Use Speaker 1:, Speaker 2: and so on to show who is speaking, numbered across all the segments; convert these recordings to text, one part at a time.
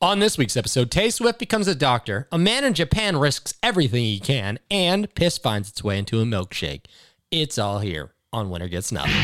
Speaker 1: On this week's episode, Tay Swift becomes a doctor, a man in Japan risks everything he can, and piss finds its way into a milkshake. It's all here on Winter Gets Nothing.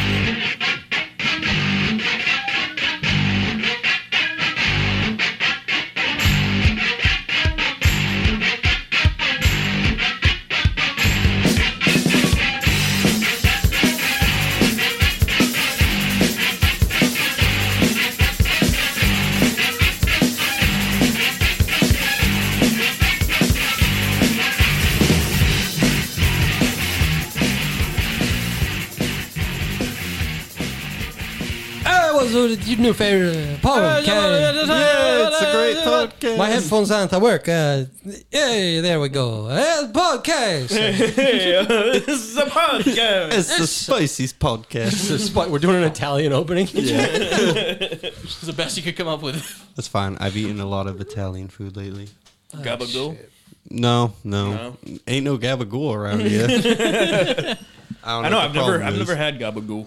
Speaker 1: I Ah, was with your new favorite poem.
Speaker 2: Yeah, it's a great podcast.
Speaker 1: My headphones aren't at work. Uh, yay, there we go. Uh, podcast.
Speaker 2: this is a podcast. It's the Spices podcast.
Speaker 1: We're doing an Italian opening.
Speaker 3: It's the best you could come up with.
Speaker 2: That's fine. I've eaten a lot of Italian food lately. Oh,
Speaker 4: Gabagool.
Speaker 2: No, no,
Speaker 4: No?
Speaker 2: ain't no gabagool around here. I don't know.
Speaker 4: I know.
Speaker 2: what
Speaker 4: I've
Speaker 2: the
Speaker 4: never.
Speaker 2: problem
Speaker 4: I've
Speaker 2: is.
Speaker 4: never had gabagool.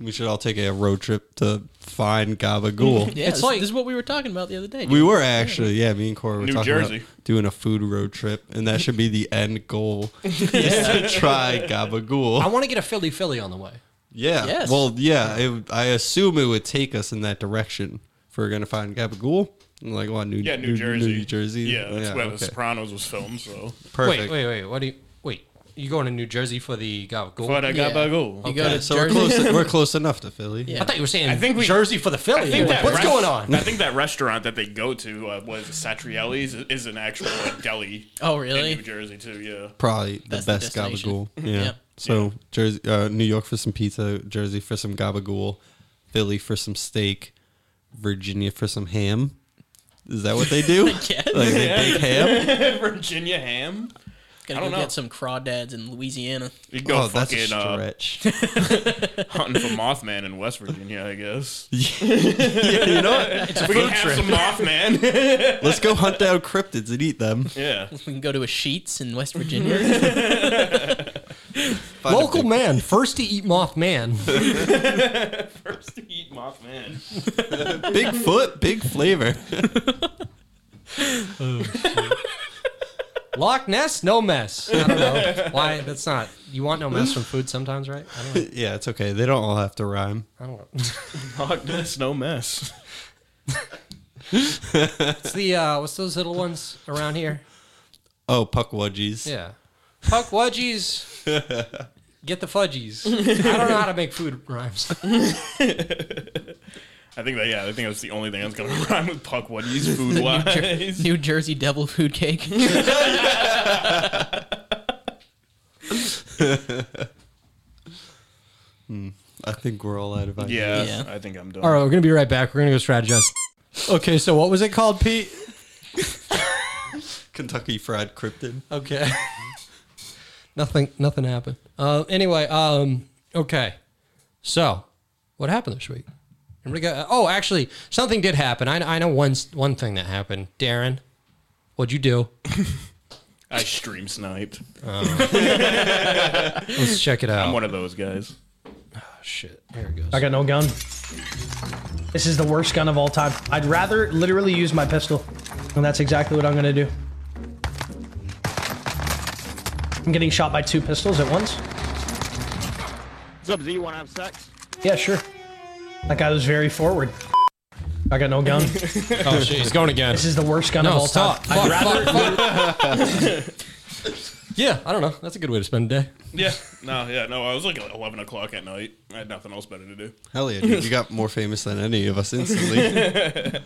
Speaker 2: We should all take a road trip to find gabagool.
Speaker 3: Yeah,
Speaker 1: It's
Speaker 3: this,
Speaker 1: like-
Speaker 3: this is what we were talking about the other day.
Speaker 2: We were actually, yeah. Me and Corey were
Speaker 4: New
Speaker 2: talking
Speaker 4: Jersey.
Speaker 2: about doing a food road trip, and that should be the end goal. is to try
Speaker 1: I
Speaker 2: gabagool.
Speaker 1: want to get a Philly Philly on the way.
Speaker 2: Yeah.
Speaker 3: Yes.
Speaker 2: Well, yeah. It, would- I assume it would take us in that direction if we are gonna find gabagool. I'm like, well, New
Speaker 4: Yeah, New Jersey.
Speaker 2: New Jersey.
Speaker 4: Yeah, that's where The
Speaker 2: okay.
Speaker 4: Sopranos was filmed. So
Speaker 2: Perfect.
Speaker 1: Wait, wait, wait. What do you? Wait, you going to New Jersey for the uh, gabagool?
Speaker 4: what a
Speaker 3: Yeah.
Speaker 4: gabagool.
Speaker 3: You go
Speaker 2: Yeah,
Speaker 3: to
Speaker 2: so
Speaker 3: Jersey.
Speaker 2: we're close. We're close enough to Philly.
Speaker 1: I thought you were saying
Speaker 4: I think we-
Speaker 1: Jersey for the Philly.
Speaker 4: I think
Speaker 1: Like,
Speaker 4: that
Speaker 1: What's
Speaker 4: rest-
Speaker 1: going on?
Speaker 4: I think that restaurant that they go to uh, was Satrielli's is an actual like, deli.
Speaker 3: Oh,
Speaker 4: In New
Speaker 3: really?
Speaker 4: Jersey too. Yeah.
Speaker 2: Probably the
Speaker 3: That's the
Speaker 2: best
Speaker 3: destination.
Speaker 2: gabagool. Yeah.
Speaker 3: Yeah.
Speaker 2: So Jersey, uh, New York for some pizza, Jersey for some gabagool, Philly for some steak, Virginia for some ham. Is that what they do?
Speaker 3: guess.
Speaker 2: Like they bake ham.
Speaker 4: Virginia ham. I
Speaker 3: Gotta go
Speaker 4: don't know.
Speaker 3: get some crawdads in Louisiana.
Speaker 4: You go
Speaker 2: Oh, that's a
Speaker 4: fucking uh,
Speaker 2: stretch.
Speaker 4: hunting for Mothman in West Virginia, I guess.
Speaker 2: yeah, you know what?
Speaker 4: we can have some Mothman.
Speaker 2: Let's go hunt down cryptids and eat them.
Speaker 4: yeah.
Speaker 3: We can go to a Sheets in West Virginia.
Speaker 2: Find a
Speaker 1: Local
Speaker 2: big-
Speaker 1: man, first to eat moth man.
Speaker 4: First to eat Mothman.
Speaker 2: big foot, big flavor.
Speaker 1: Loch Ness, no mess. I don't know why. That's not. You want no mess from food sometimes, right? I don't. know.
Speaker 2: yeah, it's okay. They don't all have to rhyme.
Speaker 1: I don't know.
Speaker 4: Loch Ness, no mess.
Speaker 1: It's the uh, what's those little ones around here?
Speaker 2: Oh, puck wudgies.
Speaker 1: Yeah, puck wudgies. Get the fudgies. I don't know how to make food rhymes.
Speaker 4: I think that yeah, I think that's the only thing that's gonna rhyme with Puck Wuddies food
Speaker 3: Jer-
Speaker 4: wise.
Speaker 3: New Jersey Devil food cake.
Speaker 2: I think we're all out of ideas.
Speaker 4: Yeah,
Speaker 3: Yeah.
Speaker 4: I think I'm done.
Speaker 1: All right, we're gonna be right back. We're gonna go strategize. Okay, so what was it called, Pete?
Speaker 2: Kentucky Fried Cryptid.
Speaker 1: Okay. nothing. Nothing happened. Uh, anyway. Um. Okay. So, what happened this week? Everybody got, oh, actually, something did happen. I, I know one one thing that happened. Darren, what'd you do?
Speaker 4: I stream sniped.
Speaker 1: Let's check it
Speaker 4: I'm
Speaker 1: out.
Speaker 4: one of those guys.
Speaker 1: Shit. Here it goes.
Speaker 5: I got no gun. This is the worst gun of all time. I'd rather literally use my pistol. And that's exactly what I'm gonna do. I'm getting shot by two pistols at once.
Speaker 6: Sub Z, want to have sex?
Speaker 5: Yeah, sure. That guy was very forward. I got no gun. This
Speaker 1: Oh shit. He's going again.
Speaker 5: is the worst gun of
Speaker 1: No,
Speaker 5: all
Speaker 1: stop.
Speaker 5: time. I'd
Speaker 1: Fuck,
Speaker 5: rather
Speaker 1: Yeah, I don't know. That's a good way to spend a day.
Speaker 4: Yeah. No, yeah, no, I was like at eleven o'clock at night. I had nothing else better to do.
Speaker 2: Hell yeah, dude. You got more famous than any of us instantly.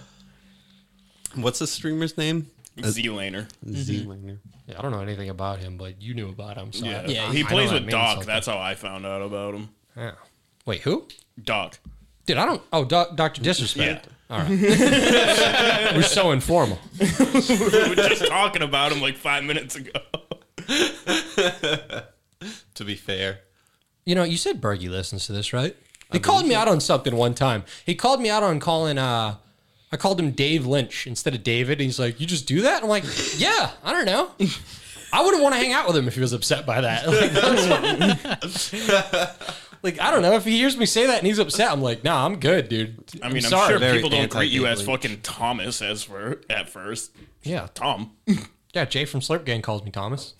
Speaker 2: What's the streamer's name?
Speaker 1: Uh,
Speaker 4: Z Laner.
Speaker 2: Mm-hmm. Z-Laner.
Speaker 1: Yeah, I don't know anything about him, but you knew about him. So I-
Speaker 4: Yeah.
Speaker 3: Yeah,
Speaker 4: He
Speaker 1: I
Speaker 4: plays
Speaker 1: know that
Speaker 4: with
Speaker 1: means
Speaker 4: Doc.
Speaker 1: something.
Speaker 4: That's how I found out about him.
Speaker 1: Yeah. Wait, who?
Speaker 4: Doc.
Speaker 1: Dude, I don't. Oh, doc, Doctor Disrespect.
Speaker 4: Yeah.
Speaker 1: All right. We're so informal.
Speaker 4: we were just talking about him like five minutes ago.
Speaker 2: To be fair.
Speaker 1: You know, you said Bergie listens to this, right? He called me out on something one time. He called me out on calling. uh I called him Dave Lynch instead of David. And he's like, "You just do that?" I'm like, "Yeah, I don't know." I wouldn't want to hang out with him if he was upset by that. Like, that's- Like I don't know if he hears me say that and he's upset. I'm like, nah, I'm good, dude.
Speaker 4: I mean, I'm,
Speaker 1: sorry.
Speaker 4: sure
Speaker 2: Very
Speaker 4: people don't greet you as
Speaker 2: anti-English.
Speaker 4: fucking Thomas as for at first.
Speaker 1: Yeah,
Speaker 4: Tom.
Speaker 1: yeah. Jay from Slurp Gang calls me Thomas,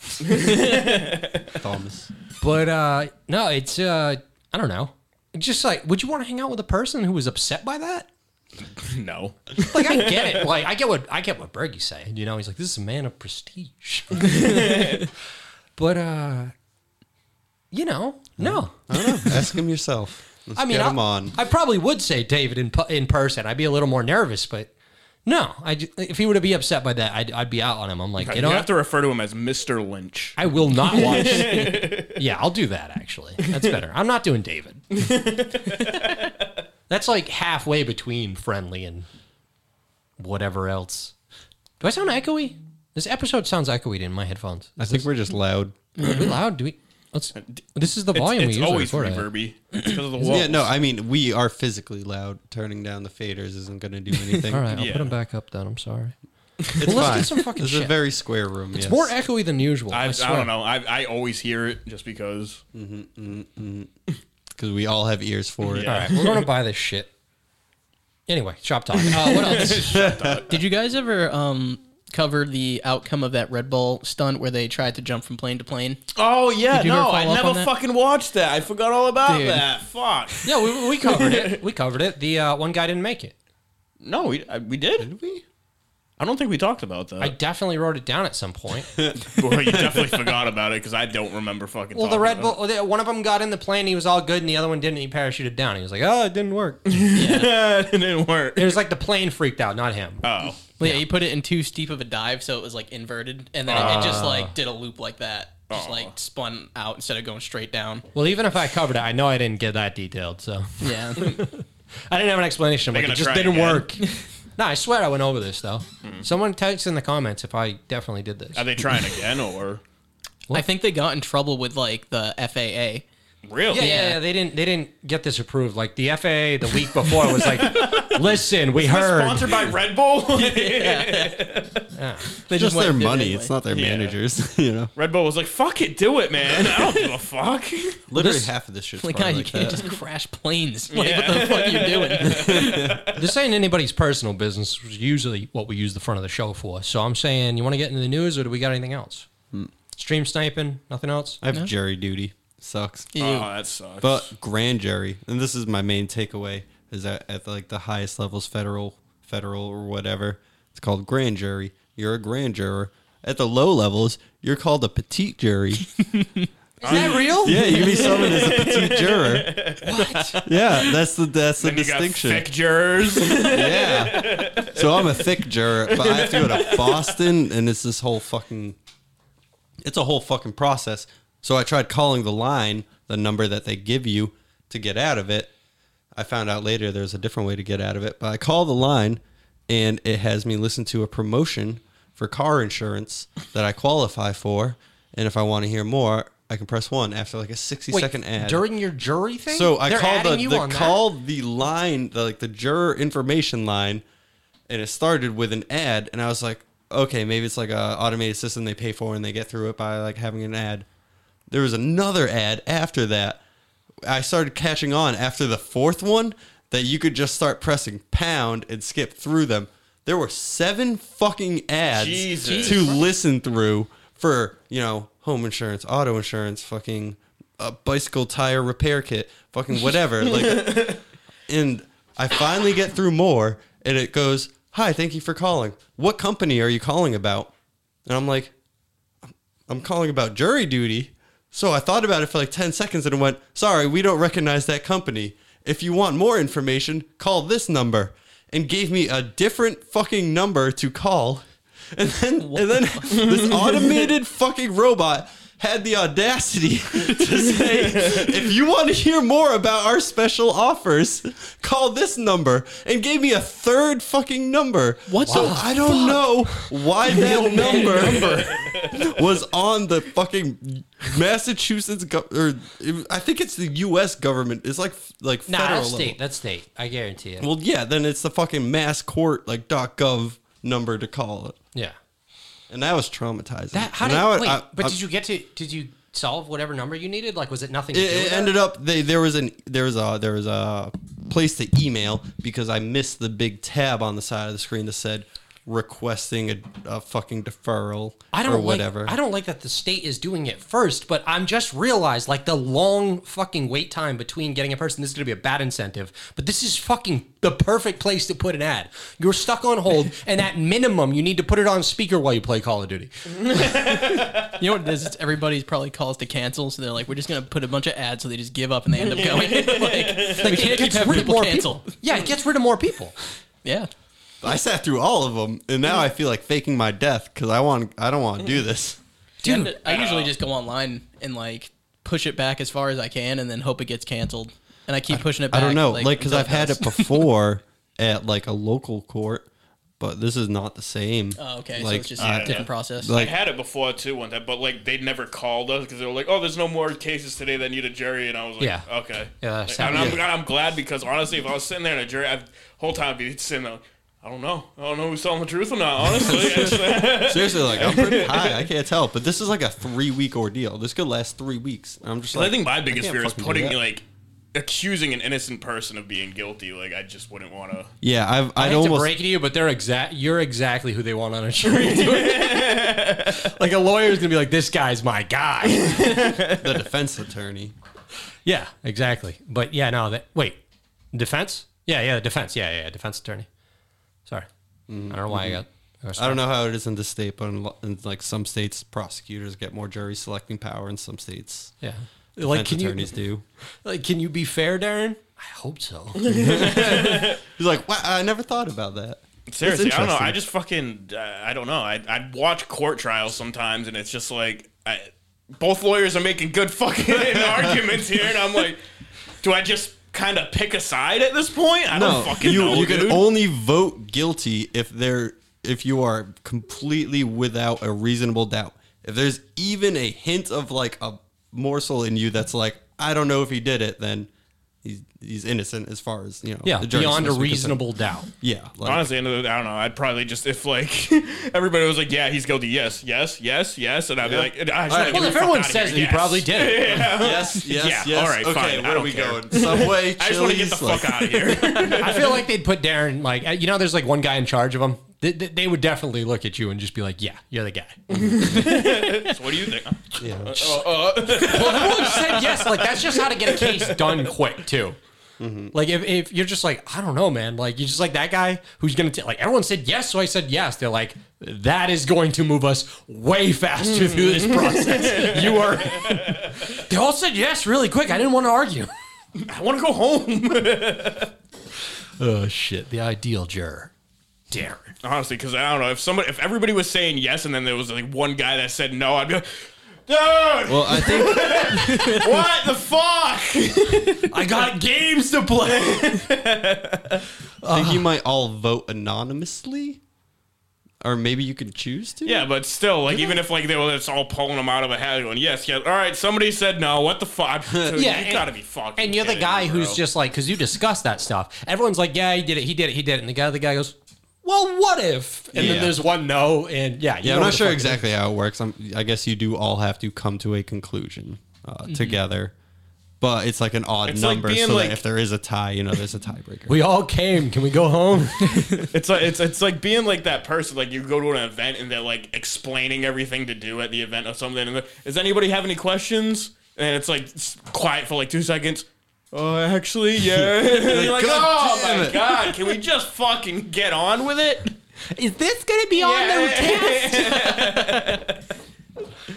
Speaker 2: Thomas.
Speaker 1: but uh, no, it's uh, I don't know. Just like, would you want to hang out with a person who was upset by that?
Speaker 4: No.
Speaker 1: Like, I get it. Like, I get what I get what Bergie's saying. You know, he's like, this is a man of prestige. but uh, you know, no.
Speaker 2: I don't know. Ask him yourself. Let's
Speaker 1: I mean,
Speaker 2: get
Speaker 1: I,
Speaker 2: him on.
Speaker 1: I probably would say David in pu- in person. I'd be a little more nervous, but no. I ju- if he were to be upset by that, I'd, I'd be out on him. I'm like,
Speaker 4: You,
Speaker 1: you know,
Speaker 4: have
Speaker 1: what?
Speaker 4: to refer to him as Mr. Lynch.
Speaker 1: I will not watch. yeah, I'll do that. Actually, that's better. I'm not doing David. that's like halfway between friendly and whatever else. Do I sound echoey? This episode sounds echoey in my headphones.
Speaker 2: I think we're just loud.
Speaker 1: Are we loud? Do we? Let's. This is the
Speaker 4: It's,
Speaker 1: volume
Speaker 4: it's
Speaker 1: we usually
Speaker 4: always
Speaker 1: record at.
Speaker 4: reverby. It's 'cause of the walls.
Speaker 2: Yeah, no, I mean, we are physically loud. Turning down the faders isn't going to do anything.
Speaker 1: All right, I'll put
Speaker 4: Yeah.
Speaker 1: them back up then. I'm sorry.
Speaker 2: it's
Speaker 1: Well, let's
Speaker 2: fine.
Speaker 1: get some fucking
Speaker 2: It's
Speaker 1: shit.
Speaker 2: a very square room.
Speaker 1: It's
Speaker 2: yes.
Speaker 1: more echoey than usual. I,
Speaker 4: I, I,
Speaker 1: swear.
Speaker 4: don't know. I, I always hear it just because.
Speaker 2: because we all have ears for it.
Speaker 1: All right, we're going to buy this shit. Anyway, shop talk. Uh, what else?
Speaker 3: Did you guys ever um cover the outcome of that Red Bull stunt where they tried to jump from plane to plane?
Speaker 4: Oh, yeah.
Speaker 3: Did you ever follow up on that?
Speaker 4: fucking watched that. I forgot all about
Speaker 3: Dude.
Speaker 4: Fuck.
Speaker 1: yeah, we, we covered it. We covered it. The uh, one guy didn't make it.
Speaker 4: No, we, I, we did. Did we? I don't think we talked about that.
Speaker 1: I definitely wrote it down at some point.
Speaker 4: Boy, you definitely forgot about it because I don't remember fucking.
Speaker 1: Well, the
Speaker 4: talking
Speaker 1: Red
Speaker 4: about
Speaker 1: Bull. well, the- One of them got in the plane. He was all good, and the other one didn't. He parachuted down. He was like, "Oh, it didn't work." It
Speaker 4: it didn't work.
Speaker 1: was like the plane freaked out, not him.
Speaker 4: Oh,
Speaker 3: Well, yeah, you put it in too steep of a dive, so it was like inverted, and then it just
Speaker 2: Ah.
Speaker 3: like did a loop like that, just like spun out instead of going straight down.
Speaker 1: Well, even if I covered it, I know I didn't get that detailed. So
Speaker 3: Yeah,
Speaker 1: I didn't have an explanation. Like,
Speaker 4: gonna
Speaker 1: it just
Speaker 4: try
Speaker 1: didn't
Speaker 4: again.
Speaker 1: work. no, I swear I went over this though. Someone types in the comments if I definitely did this.
Speaker 4: are they trying again or
Speaker 3: I think they got in trouble with like the FAA.
Speaker 4: really?
Speaker 1: Yeah, yeah, yeah, they didn't they didn't get this approved. Like the FAA the week before was like, "Listen, we heard."
Speaker 4: Sponsored by Red Bull.
Speaker 3: They
Speaker 2: Just their
Speaker 3: went through it
Speaker 2: money.
Speaker 3: anyway.
Speaker 2: It's not their
Speaker 4: Yeah.
Speaker 2: managers. You know,
Speaker 4: Red Bull was like, "Fuck it, do it, man. I don't give a fuck."
Speaker 2: literally half of this shit's
Speaker 3: like,
Speaker 2: probably
Speaker 3: God, you
Speaker 2: like
Speaker 3: can't
Speaker 2: that.
Speaker 3: just crash planes. Like, what the fuck are you doing?
Speaker 1: This ain't anybody's personal business. Which is usually what we use the front of the show for. So I'm saying, you want to get into the news, or do we got anything else?
Speaker 2: Hmm.
Speaker 1: Stream sniping, nothing else.
Speaker 2: I have jury duty. Sucks.
Speaker 4: Oh, that sucks.
Speaker 2: But grand jury, and this is my main takeaway, is that at the, like the highest levels, federal, federal or whatever, it's called grand jury. You're a grand juror. At the low levels, you're called a petite jury.
Speaker 1: Is that real?
Speaker 2: yeah, you can be summoned as a petite juror. What? Yeah, that's the that's the
Speaker 4: then you got
Speaker 2: distinction.
Speaker 4: thick jurors.
Speaker 2: Yeah. So I'm a thick juror, but I have to go to Boston, and it's this whole fucking. It's a whole fucking process. So I tried calling the line, the number that they give you to get out of it. I found out later there's a different way to get out of it, but I call the line, and it has me listen to a promotion for car insurance that I qualify for, and if I want to hear more, I can press one after like a sixty
Speaker 1: Wait,
Speaker 2: second ad.
Speaker 1: during your jury thing.
Speaker 2: So I
Speaker 1: They're
Speaker 2: called
Speaker 1: adding
Speaker 2: the,
Speaker 1: you
Speaker 2: the
Speaker 1: on that?
Speaker 2: called the line, the, like the juror information line, and it started with an ad, and I was like, okay, maybe it's like a automated system they pay for and they get through it by like having an ad. There was another ad after that. I started catching on after the fourth one that you could just start pressing pound and skip through them. There were seven fucking ads
Speaker 4: Jesus.
Speaker 2: to listen through for, you know, home insurance, auto insurance, fucking a bicycle tire repair kit, fucking whatever. like and I finally get through more and it goes, "Hi, thank you for calling. What company are you calling about?" And I'm like, I'm calling about jury duty. So I thought about it for like 10 seconds and went, sorry, we don't recognize that company. If you want more information, call this number. And gave me a different fucking number to call. And then, and then this automated fucking robot had the audacity to say, if you want to hear more about our special offers, call this number. And gave me a third fucking number.
Speaker 3: What
Speaker 2: So
Speaker 3: the
Speaker 2: I don't know why that number was on the fucking Massachusetts gov or it- I think it's the U.S. government. It's like like
Speaker 1: Nah,
Speaker 2: federal
Speaker 1: that's
Speaker 2: level.
Speaker 1: state. That's state. I guarantee it.
Speaker 2: Well, yeah, then it's the fucking mass court like .gov number to call it,
Speaker 1: yeah.
Speaker 2: and that was traumatizing.
Speaker 1: That, how
Speaker 2: And
Speaker 1: did?
Speaker 2: I-
Speaker 1: wait,
Speaker 2: I-
Speaker 1: but
Speaker 2: I-
Speaker 1: did you get to? Did you solve whatever number you needed? Like, was it nothing? To
Speaker 2: It,
Speaker 1: do with
Speaker 2: it
Speaker 1: that?
Speaker 2: ended up they there was an there was a there was a place to email because I missed the big tab on the side of the screen that said requesting a, a fucking deferral
Speaker 1: I don't
Speaker 2: or whatever.
Speaker 1: Like, I don't like that the state is doing it first, but I'm just realized like the long fucking wait time between getting a person. This is gonna be a bad incentive, but this is fucking the perfect place to put an ad. You're stuck on hold, and at minimum, you need to put it on speaker while you play Call of Duty.
Speaker 3: You know what it is? It's everybody's probably calls to cancel, so they're like, we're just gonna put a bunch of ads, so they just give up and they end up going. like, we can't keep having people
Speaker 1: more
Speaker 3: cancel.
Speaker 1: people. Yeah, it gets rid of more people.
Speaker 3: Yeah.
Speaker 2: I sat through all of them, and now I feel like faking my death because I want. I don't want to do this.
Speaker 3: Dude, I usually just go online and like push it back as far as I can, and then hope it gets canceled. And I keep pushing it
Speaker 2: I
Speaker 3: back.
Speaker 2: don't know, like because
Speaker 3: until
Speaker 2: I've had
Speaker 3: does.
Speaker 2: it before at like a local court, but this is not the same.
Speaker 3: Oh, okay, so
Speaker 2: like
Speaker 3: it's just
Speaker 2: I-
Speaker 3: a different process.
Speaker 2: like
Speaker 4: I had it before too one time, but like they never called us because they were like, "Oh, there's no more cases today that need a jury," and I was like,
Speaker 1: Yeah.
Speaker 4: okay."
Speaker 1: Yeah,
Speaker 4: Like,
Speaker 1: that's
Speaker 4: and
Speaker 1: how-
Speaker 4: I'm, and I'm glad because honestly, if I was sitting there in a jury, I'd whole time I'd be sitting there. Like, I don't know. I don't know who's telling the truth or not. Honestly, It's-
Speaker 2: seriously, like I'm pretty high. I can't tell, but this is like a three week ordeal. This could last three weeks. And I'm just like,
Speaker 4: I think my biggest
Speaker 2: can't
Speaker 4: fear is
Speaker 2: fucking do
Speaker 4: putting
Speaker 2: that.
Speaker 4: like accusing an innocent person of being guilty. Like I just wouldn't want to.
Speaker 2: yeah, I've,
Speaker 1: I
Speaker 2: I'd
Speaker 1: hate to
Speaker 2: almost
Speaker 1: break it to you, but they're exact. You're exactly who they want on a jury. like a lawyer's gonna be like, "This guy's my guy."
Speaker 2: the defense attorney.
Speaker 1: Yeah, exactly. But yeah, no. That wait, defense? Yeah, yeah, defense. Yeah, yeah, yeah, defense attorney. Sorry, I don't know why I got.
Speaker 2: I don't know how it is in this state, but in, lo- in like some states, prosecutors get more jury selecting power. In some states,
Speaker 1: Yeah,
Speaker 2: like
Speaker 1: like can
Speaker 2: attorneys
Speaker 1: you
Speaker 2: do.
Speaker 1: like can you be fair, Darren? I hope so.
Speaker 2: He's like, wow, I never thought about that.
Speaker 4: Seriously, I don't know.
Speaker 2: interesting.
Speaker 4: I just fucking uh, I don't know. I I watch court trials sometimes, and it's just like I, both lawyers are making good fucking arguments here, and I'm like, do I just kind of pick a side at this point? I
Speaker 2: No,
Speaker 4: don't fucking
Speaker 2: you,
Speaker 4: know.
Speaker 2: you
Speaker 4: dude.
Speaker 2: can only vote guilty if there if you are completely without a reasonable doubt. If there's even a hint of like a morsel in you that's like, I don't know if he did it, then he's he's innocent as far as you know.
Speaker 1: Yeah,
Speaker 2: the jury's
Speaker 1: beyond a
Speaker 2: supposed to be concerned.
Speaker 1: reasonable doubt.
Speaker 2: Yeah, like,
Speaker 4: Honestly, end of the, I don't know. I'd probably just if like everybody was like, "Yeah, he's guilty." Yes, yes, yes, yes, and I'd be like, I just wanna
Speaker 2: right.
Speaker 4: get
Speaker 1: Well,
Speaker 4: the
Speaker 1: if
Speaker 4: fuck
Speaker 1: everyone
Speaker 4: outta
Speaker 1: says
Speaker 4: here,
Speaker 1: that,
Speaker 4: yes.
Speaker 1: he probably did it.
Speaker 2: yes, yes,
Speaker 4: Yeah,
Speaker 2: yes.
Speaker 4: all right,
Speaker 2: okay,
Speaker 4: fine,
Speaker 2: where
Speaker 4: I
Speaker 2: are we
Speaker 4: don't care.
Speaker 2: going? Subway, Chili's.
Speaker 4: I just want to get the
Speaker 2: like,
Speaker 4: fuck out of here.
Speaker 1: I feel like they'd put Darren like uh, you know. There's like one guy in charge of him. They, they- they would definitely look at you and just be like, "Yeah, you're the guy."
Speaker 4: so what do you think?
Speaker 2: Yeah.
Speaker 1: Well, everyone said yes. Like that's just how to get a case done quick too.
Speaker 4: Mm-hmm.
Speaker 1: Like if, if you're just like I don't know, man. Like you're just like that guy who's gonna t- like everyone said yes, so I said yes. They're like that is going to move us way
Speaker 4: Mm.
Speaker 1: faster through this process. You are. they all said yes really quick. I didn't want to argue.
Speaker 4: I want to go home.
Speaker 1: Oh shit! The ideal juror, Darren.
Speaker 4: Honestly, because I don't know if somebody, if everybody was saying yes, and then there was like one guy that said no, I'd be like, dude,
Speaker 2: Well, I think
Speaker 4: what the fuck?
Speaker 1: I got games to play.
Speaker 2: I think you might all vote anonymously, or maybe you can choose to.
Speaker 4: Yeah, but still, like even if like they were just all pulling them out of a hat, going yes, yes, all right, somebody said no, what the fuck? Dude,
Speaker 1: Yeah,
Speaker 4: you
Speaker 1: and-
Speaker 4: gotta be fucking.
Speaker 1: And you're the
Speaker 4: kidding
Speaker 1: guy
Speaker 4: me,
Speaker 1: who's
Speaker 4: bro.
Speaker 1: just like, because you discuss that stuff. Everyone's like, yeah, he did it, he did it, he did it. And the guy, the guy goes, well, what if? And
Speaker 2: Yeah.
Speaker 1: then there's one no, and yeah, you
Speaker 2: Yeah,
Speaker 1: know
Speaker 2: I'm
Speaker 1: what
Speaker 2: not
Speaker 1: the
Speaker 2: sure
Speaker 1: fuck it
Speaker 2: exactly how it works. I'm, I guess you do all have to come to a conclusion uh, together, but it's like an odd
Speaker 4: Mm-hmm. It's like
Speaker 2: number.
Speaker 4: being
Speaker 2: so
Speaker 4: like-
Speaker 2: that if there is a tie, you know, there's a tiebreaker.
Speaker 1: is. We all came. Can we go home?
Speaker 4: It's like it's it's like being like that person. Like you go to an event and they're like explaining everything to do at the event or something. And they're, does anybody have any questions? And it's like s- quiet for like two seconds. Oh, actually, yeah. And you're like,
Speaker 2: "God
Speaker 4: oh
Speaker 2: damn
Speaker 4: my
Speaker 2: it."
Speaker 4: god, can we just fucking get on with it?
Speaker 1: is this gonna be on the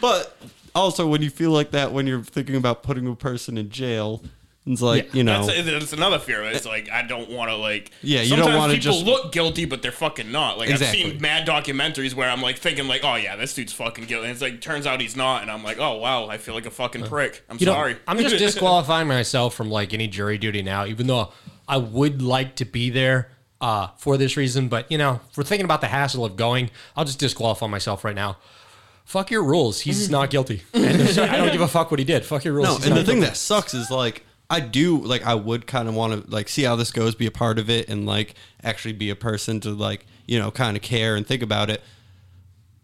Speaker 2: but also, when you feel like that, when you're thinking about putting a person in jail, it's like you know,
Speaker 4: That's, that's another fear. It's like I don't want to like.
Speaker 2: Yeah, you don't
Speaker 4: sometimes
Speaker 2: wanna
Speaker 4: people
Speaker 2: just-
Speaker 4: look guilty, but they're fucking not. Like I've
Speaker 2: Exactly.
Speaker 4: seen mad documentaries where I'm like thinking like, oh yeah, this dude's fucking guilty. And it's like turns out he's not, and I'm like, oh wow, I feel like a
Speaker 2: Uh,
Speaker 4: fucking prick. I'm
Speaker 1: You know,
Speaker 4: sorry.
Speaker 1: I'm just disqualifying myself from like any jury duty now, even though I would like to be there uh, for this reason. But you know, if we're thinking about the hassle of going, I'll just disqualify myself right now. Fuck your rules. He's not guilty. And so I don't give a fuck what he did. Fuck your rules.
Speaker 2: Mm-hmm. No,
Speaker 1: He's
Speaker 2: and
Speaker 1: not
Speaker 2: the thing
Speaker 1: guilty.
Speaker 2: that sucks is like I do like I would kind of want to like see how this goes, be a part of it, and like actually be a person to like you know kind of care and think about it.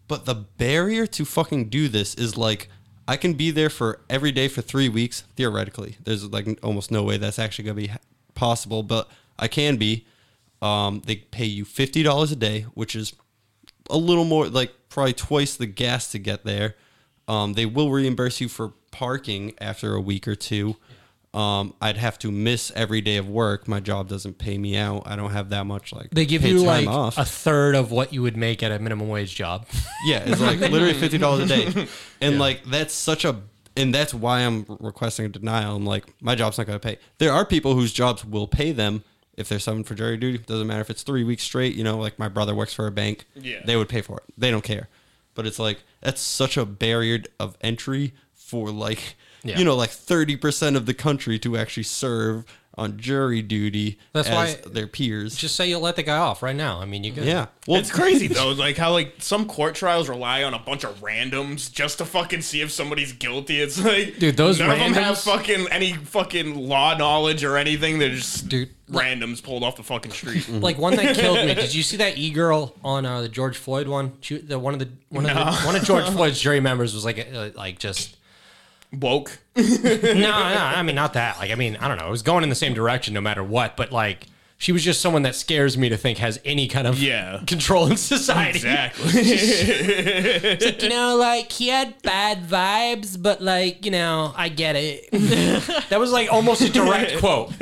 Speaker 2: But the barrier to fucking do this is like I can be there for every day for three weeks theoretically. There's like n- almost no way that's actually gonna be ha- possible, but I can be. Um, they pay you fifty dollars a day, which is a little more like probably twice the gas to get there. Um, they will reimburse you for parking after a week or two. Um, I'd have to miss every day of work. My job doesn't pay me out. I don't have that much like
Speaker 1: They give
Speaker 2: paid
Speaker 1: you
Speaker 2: time
Speaker 1: like a third of what you would make at a minimum wage job.
Speaker 2: yeah, it's like literally fifty dollars a day, and like that's such a, and that's why I'm requesting a denial. I'm like, my job's not going to pay. There are people whose jobs will pay them if they're summoned for jury duty. Doesn't matter if it's three weeks straight. You know, like my brother works for a bank.
Speaker 4: Yeah.
Speaker 2: they would pay for it. They don't care. But it's like that's such a barrier of entry for like,
Speaker 1: Yeah.
Speaker 2: you know, like thirty percent of the country to actually serve on jury duty
Speaker 1: That's
Speaker 2: as
Speaker 1: why-
Speaker 2: their peers.
Speaker 1: Just say you'll let the guy off right now. I mean, you could.
Speaker 2: yeah, well,
Speaker 4: it's crazy though, like how like some court trials rely on a bunch of randoms just to fucking see if somebody's guilty. It's like
Speaker 1: Dude, those
Speaker 4: none of them have
Speaker 1: randoms-
Speaker 4: fucking any fucking law knowledge or anything. They're just
Speaker 1: Dude. Mhm.
Speaker 4: randoms pulled off the fucking street.
Speaker 1: Like one that killed me. Did you see that e girl on uh, the George Floyd one? She, the one of the one of the, one of George Floyd's jury members was like uh, like just
Speaker 4: Woke.
Speaker 1: no no. I mean not that. Like I mean I don't know. It was going in the same direction no matter what. But like she was just someone that scares me to think has any kind of
Speaker 4: Yeah.
Speaker 1: control in society.
Speaker 4: Exactly.
Speaker 1: You know, like he had bad vibes, but like you know I get it. that was like almost a direct quote.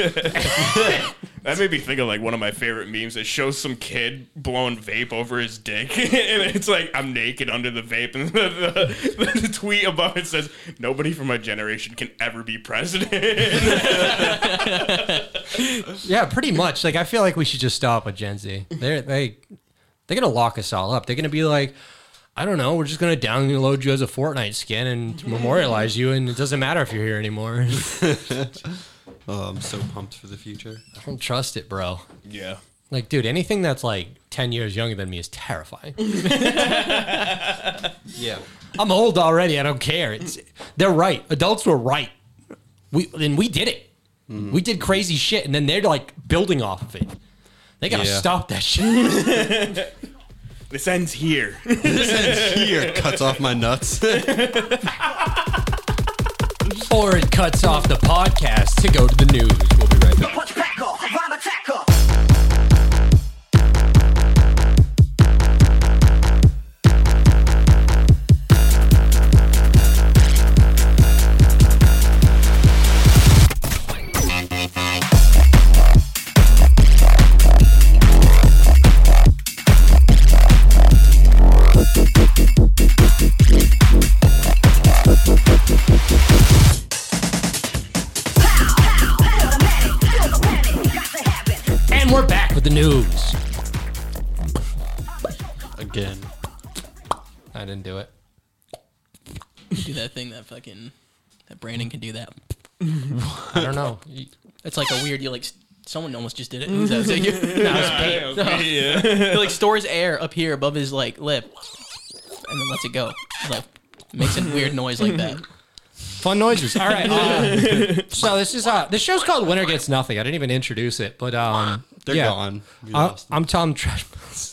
Speaker 4: That made me think of like one of my favorite memes. It shows some kid blowing vape over his dick, and it's like I'm naked under the vape, and the, the, the tweet above it says, "Nobody from my generation can ever be president."
Speaker 1: Yeah, pretty much. Like I feel like we should just stop with Gen Z. They're they they're gonna lock us all up. They're gonna be like, I don't know, we're just gonna download you as a Fortnite skin and memorialize you, and it doesn't matter if you're here anymore.
Speaker 2: oh, I'm so pumped for the future.
Speaker 1: I don't trust it, bro.
Speaker 4: yeah.
Speaker 1: Like, dude, anything that's like ten years younger than me is terrifying.
Speaker 2: Yeah.
Speaker 1: I'm old already. I don't care. It's they're right. Adults were right. We and we did it.
Speaker 2: Mm-hmm.
Speaker 1: We did crazy shit, and then they're like building off of it. They gotta
Speaker 2: Yeah.
Speaker 1: stop that shit.
Speaker 4: This ends here.
Speaker 2: Here cuts off my nuts.
Speaker 1: or it cuts off the podcast to go to the news. We'll be right back.
Speaker 7: punch back up, rhyme attack up.
Speaker 1: And we're back with the news.
Speaker 2: Again.
Speaker 1: I didn't do it.
Speaker 3: do that thing that fucking that Brandon can do that.
Speaker 1: I don't know.
Speaker 3: It's like a weird. You like s- someone almost just did it. Is that- you-
Speaker 4: yeah.
Speaker 3: he like stores air up here above his like lip, and then lets it go. He, like makes a weird noise like that.
Speaker 1: Fun noises. All right. uh, so this is uh, this show's called Winner Gets Nothing. I didn't even introduce it, but um,
Speaker 2: They're
Speaker 1: yeah.
Speaker 2: gone. We
Speaker 1: Uh,
Speaker 2: lost them.
Speaker 1: I'm Tom Trash.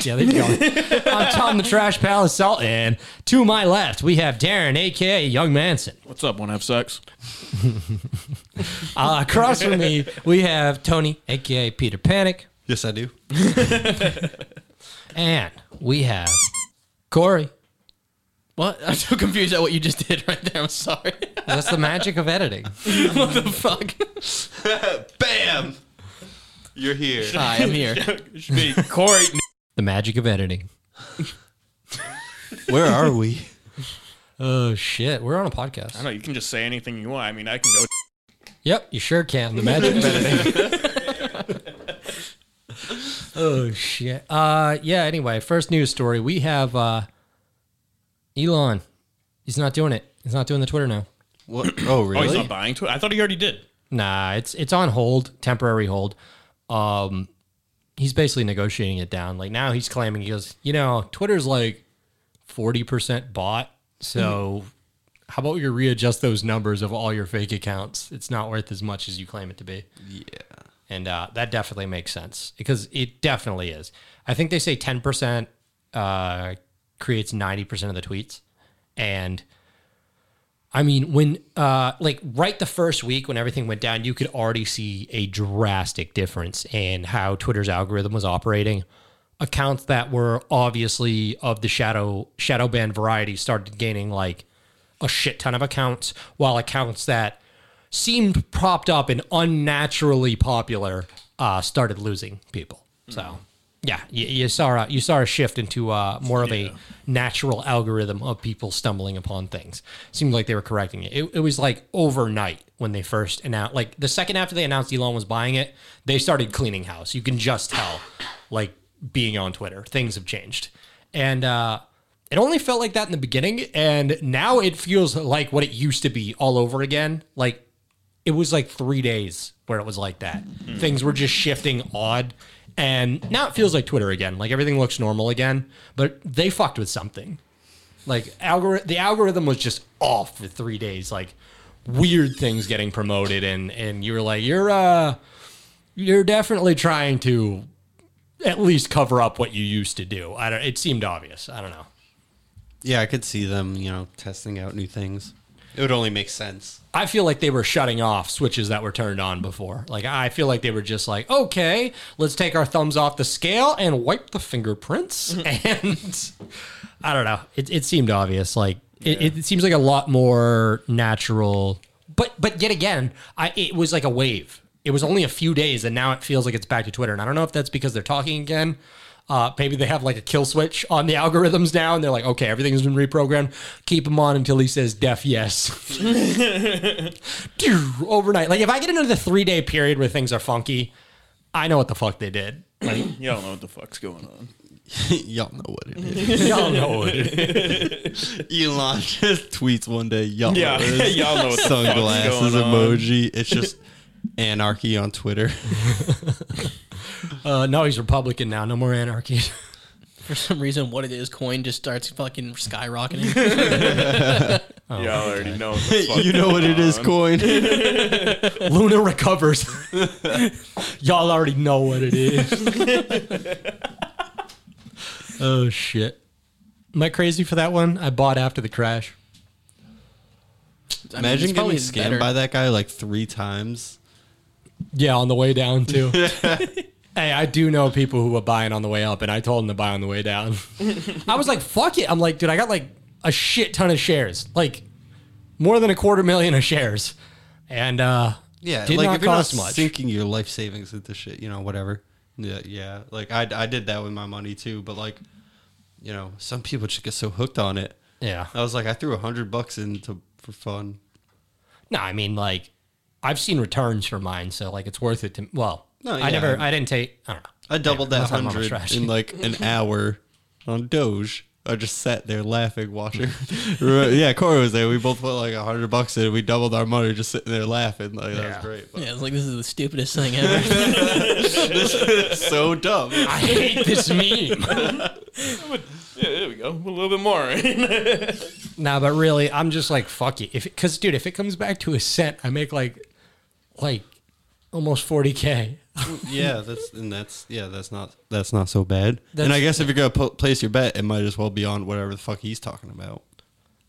Speaker 1: yeah, they're gone. I'm Tom the Trash Palace Salt, and to my left we have Darren, aka Young Manson.
Speaker 4: What's up? Wanna have sex?
Speaker 1: Uh, across from me we have Tony, aka Peter Panic,
Speaker 2: yes, I do.
Speaker 1: and we have Corey.
Speaker 3: What? I'm so confused at what you just did right there. I'm sorry.
Speaker 1: That's the magic of editing.
Speaker 3: what the fuck?
Speaker 2: Bam! You're here.
Speaker 3: Hi, I'm here.
Speaker 4: Should be Corey.
Speaker 1: The magic of editing.
Speaker 2: Where are we?
Speaker 1: Oh shit, we're on a podcast.
Speaker 4: I know you can just say anything you want. I mean, I can go.
Speaker 1: Yep, you sure can. The magic of editing. oh shit. Uh yeah, anyway, first news story. We have uh Elon. He's not doing it. He's not doing the Twitter now.
Speaker 2: What? Oh,
Speaker 4: Oh,
Speaker 2: really?
Speaker 4: he's not buying Twitter. I thought he already did.
Speaker 1: Nah, it's it's on hold, temporary hold. Um he's basically negotiating it down. Like now he's claiming he goes, you know, Twitter's like 40% bought. So how about you readjust those numbers of all your fake accounts? It's not worth as much as you claim it to be.
Speaker 2: yeah.
Speaker 1: and uh, that definitely makes sense because it definitely is. I think they say ten percent uh, creates ninety percent of the tweets, and I mean, when uh, like right the first week when everything went down, you could already see a drastic difference in how Twitter's algorithm was operating. Accounts that were obviously of the shadow shadow ban variety started gaining like a shit ton of accounts, while accounts that seemed propped up and unnaturally popular uh, started losing people. So yeah, you, you saw a, you saw a shift into uh, more of a natural algorithm of people stumbling upon things. Seemed like they were correcting it. It, it was like overnight when they first announced, like the second after they announced Elon was buying it, they started cleaning house. You can just tell, like being on Twitter, things have changed, and uh, it only felt like that in the beginning, and now it feels like what it used to be all over again. Like it was like three days where it was like that. Things were just shifting odd. And now it feels like Twitter again. Like everything looks normal again. But they fucked with something. Like algori- the algorithm was just off for three days. Like weird things getting promoted and and you were like, You're uh you're definitely trying to at least cover up what you used to do. I don't it seemed obvious. I don't know.
Speaker 2: Yeah, I could see them, you know, testing out new things. It would only make sense.
Speaker 1: I feel like they were shutting off switches that were turned on before. Like I feel like they were just like, okay, let's take our thumbs off the scale and wipe the fingerprints. and I don't know. It, it seemed obvious. Like it, it seems like a lot more natural. But but yet again, I it was like a wave. It was only a few days, and now it feels like it's back to Twitter. And I don't know if that's because they're talking again. Uh, maybe they have like a kill switch on the algorithms now, and they're like, okay, everything's been reprogrammed. Keep him on until he says def yes overnight. Like if I get into the three day period where things are funky, I know what the fuck they did.
Speaker 4: You don't know what the fuck's going on.
Speaker 2: y'all know what it is.
Speaker 1: Y'all know it.
Speaker 2: Elon just tweets one day, y'all
Speaker 4: Yeah,
Speaker 2: know it is.
Speaker 4: y'all know what the fuck's
Speaker 2: Sunglasses
Speaker 4: going on.
Speaker 2: emoji. It's just anarchy on Twitter.
Speaker 1: Uh, no, he's Republican now. No more anarchy.
Speaker 3: For some reason, what it is, coin just starts fucking skyrocketing.
Speaker 4: y'all already know what the fuck
Speaker 2: you know what it is, coin.
Speaker 1: Luna recovers. Y'all already know what it is. oh shit. Am I crazy for that one? I bought after the crash.
Speaker 3: I mean,
Speaker 2: Imagine
Speaker 3: it's
Speaker 2: getting
Speaker 3: probably
Speaker 2: scammed
Speaker 3: better.
Speaker 2: by that guy like three times.
Speaker 1: Yeah, on the way down too. hey, I do know people who were buying on the way up, and I told them to buy on the way down. I was like, "Fuck it!" I'm like, "Dude, I got like a shit ton of shares, like more than a quarter million of shares," and uh,
Speaker 2: Yeah,
Speaker 1: did
Speaker 2: like
Speaker 1: not
Speaker 2: if you're
Speaker 1: cost
Speaker 2: not
Speaker 1: much.
Speaker 2: sinking your life savings into shit, you know, whatever. Yeah, yeah. Like I, I did that with my money too, but like, you know, some people just get so hooked on it.
Speaker 1: yeah,
Speaker 2: I was like, I threw a hundred bucks into for fun.
Speaker 1: no, I mean, like, I've seen returns for mine, so like it's worth it to. Well,
Speaker 2: No,
Speaker 1: I
Speaker 2: yeah.
Speaker 1: never, I didn't take. I don't know.
Speaker 2: I doubled that
Speaker 1: that's not my
Speaker 2: hundred
Speaker 1: strategy.
Speaker 2: in like an hour on Doge. I just sat there laughing, watching. Right, yeah, Corey was there. We both put like a hundred bucks in. We doubled our money, just sitting there laughing. Like that was great. But
Speaker 3: Yeah, it's like this is the stupidest thing ever.
Speaker 2: so dumb.
Speaker 1: I hate this meme.
Speaker 4: Yeah, there we go. A little bit more.
Speaker 1: Nah, but really, I'm just like fuck it. If because dude, if it comes back to a cent, I make like, like, almost forty k.
Speaker 2: Yeah, that's and that's yeah, that's not that's not so bad.
Speaker 1: That's-
Speaker 2: and I guess if you're gonna pl- place your bet, it might as well be on whatever the fuck he's talking about.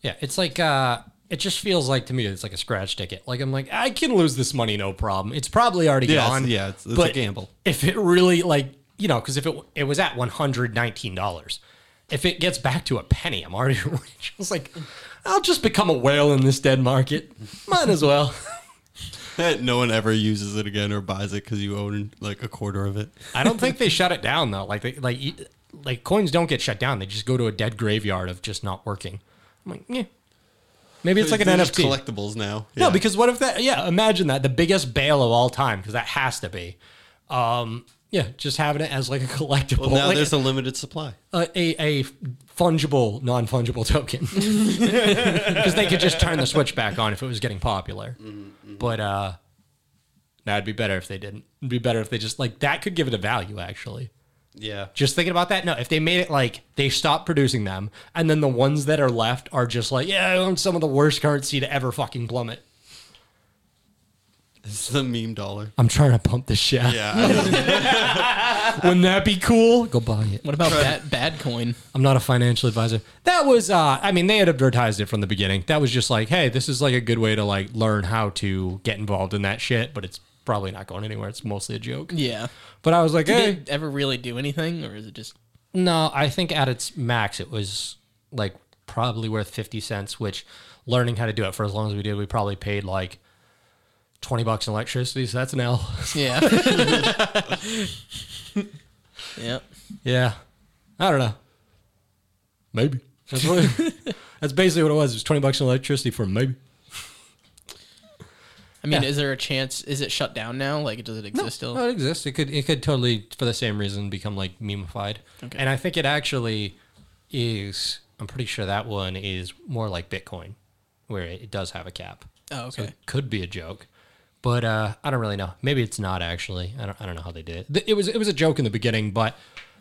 Speaker 1: Yeah, it's like uh it just feels like to me it's like a scratch ticket. Like I'm like I can lose this money no problem. It's probably already
Speaker 2: Yeah, it's-
Speaker 1: gone.
Speaker 2: yeah, it's- it's a gamble.
Speaker 1: If it really like you know because if it it was at one hundred nineteen dollars, if it gets back to a penny, I'm already rich. I was like, I'll just become a whale in this dead market. Might as well.
Speaker 2: no one ever uses it again or buys it because you own like a quarter of it.
Speaker 1: I don't think they shut it down though. Like they like you- like coins don't get shut down. They just go to a dead graveyard of just not working. I'm like, yeah. Maybe it's like an
Speaker 2: They're
Speaker 1: NFT.
Speaker 2: just collectibles now.
Speaker 1: No,
Speaker 2: Yeah.
Speaker 1: because what if that? Yeah, imagine that the biggest bail of all time because that has to be. Um, yeah, just having it as like a collectible,
Speaker 2: well, now
Speaker 1: like
Speaker 2: there's
Speaker 1: a,
Speaker 2: a limited supply.
Speaker 1: a, a fungible, non fungible token because they could just turn the switch back on if it was getting popular.
Speaker 2: Mm-hmm,
Speaker 1: But uh, that'd be better if they didn't. It'd be better if they just like that could give it a value actually.
Speaker 2: Yeah,
Speaker 1: Just thinking about that. No, if they made it like they stopped producing them, and then the ones that are left are just like, yeah, I own some of the worst currency to ever fucking plummet.
Speaker 2: it's the meme dollar.
Speaker 1: I'm trying to pump this shit.
Speaker 2: Yeah, I know.
Speaker 1: Wouldn't that be cool? Go buy it.
Speaker 3: What about bad, bad coin?
Speaker 1: I'm not a financial advisor. That was, uh, I mean, they had advertised it from the beginning. That was just like, hey, this is like a good way to like learn how to get involved in that shit, but it's probably not going anywhere. It's mostly a joke.
Speaker 3: Yeah.
Speaker 1: But I was like, hey,
Speaker 3: Did it ever really do anything, or is it just
Speaker 1: no, I think at its max, it was like probably worth 50 cents, which learning how to do it for as long as we did, we probably paid like 20 bucks in electricity. So that's an L.
Speaker 3: yeah? yeah.
Speaker 1: yeah. I don't know. Maybe. That's, what- that's basically what it was. It was 20 bucks in electricity for maybe.
Speaker 3: I mean,
Speaker 1: Yeah.
Speaker 3: is there a chance? Is it shut down now? Like, does it exist still?
Speaker 1: No, Oh, it exists. It could it could totally for the same reason become like memeified.
Speaker 3: Okay.
Speaker 1: And I think it actually is I'm pretty sure that one is more like Bitcoin, where it, it does have a cap.
Speaker 3: Oh,
Speaker 1: So
Speaker 3: okay.
Speaker 1: it could be a joke. But uh, I don't really know. Maybe it's not actually. I don't, I don't know how they did it. Th- It was it was a joke in the beginning, but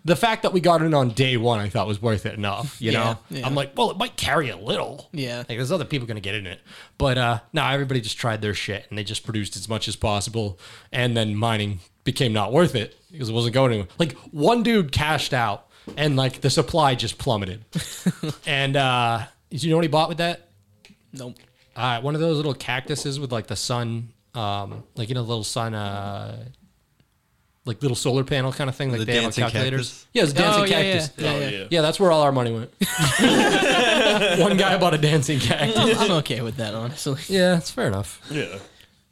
Speaker 1: the fact that we got in on day one, I thought was worth it enough. You
Speaker 3: Yeah,
Speaker 1: know,
Speaker 3: yeah.
Speaker 1: I'm like, well, it might carry a little.
Speaker 3: Yeah.
Speaker 1: Like, there's other people going to get in it. But uh, no, everybody just tried their shit and they just produced as much as possible. And then mining became not worth it because it wasn't going anywhere. Like, one dude cashed out and, like, the supply just plummeted. and uh, did you know what he bought with that?
Speaker 3: Nope.
Speaker 1: Uh, one of those little cactuses with, like, the sun, um, like, you know, little sun. Uh, like little solar panel kind of thing, like
Speaker 2: The
Speaker 1: they have on
Speaker 2: dancing
Speaker 1: calculators.
Speaker 2: cactus?
Speaker 1: Yeah, it's dancing
Speaker 3: oh, yeah,
Speaker 1: cactus.
Speaker 3: Yeah, yeah, yeah.
Speaker 4: yeah.
Speaker 1: Yeah, that's where all our money went. One guy bought a dancing cactus.
Speaker 3: I'm okay with that, honestly.
Speaker 1: Yeah, it's fair enough.
Speaker 4: Yeah.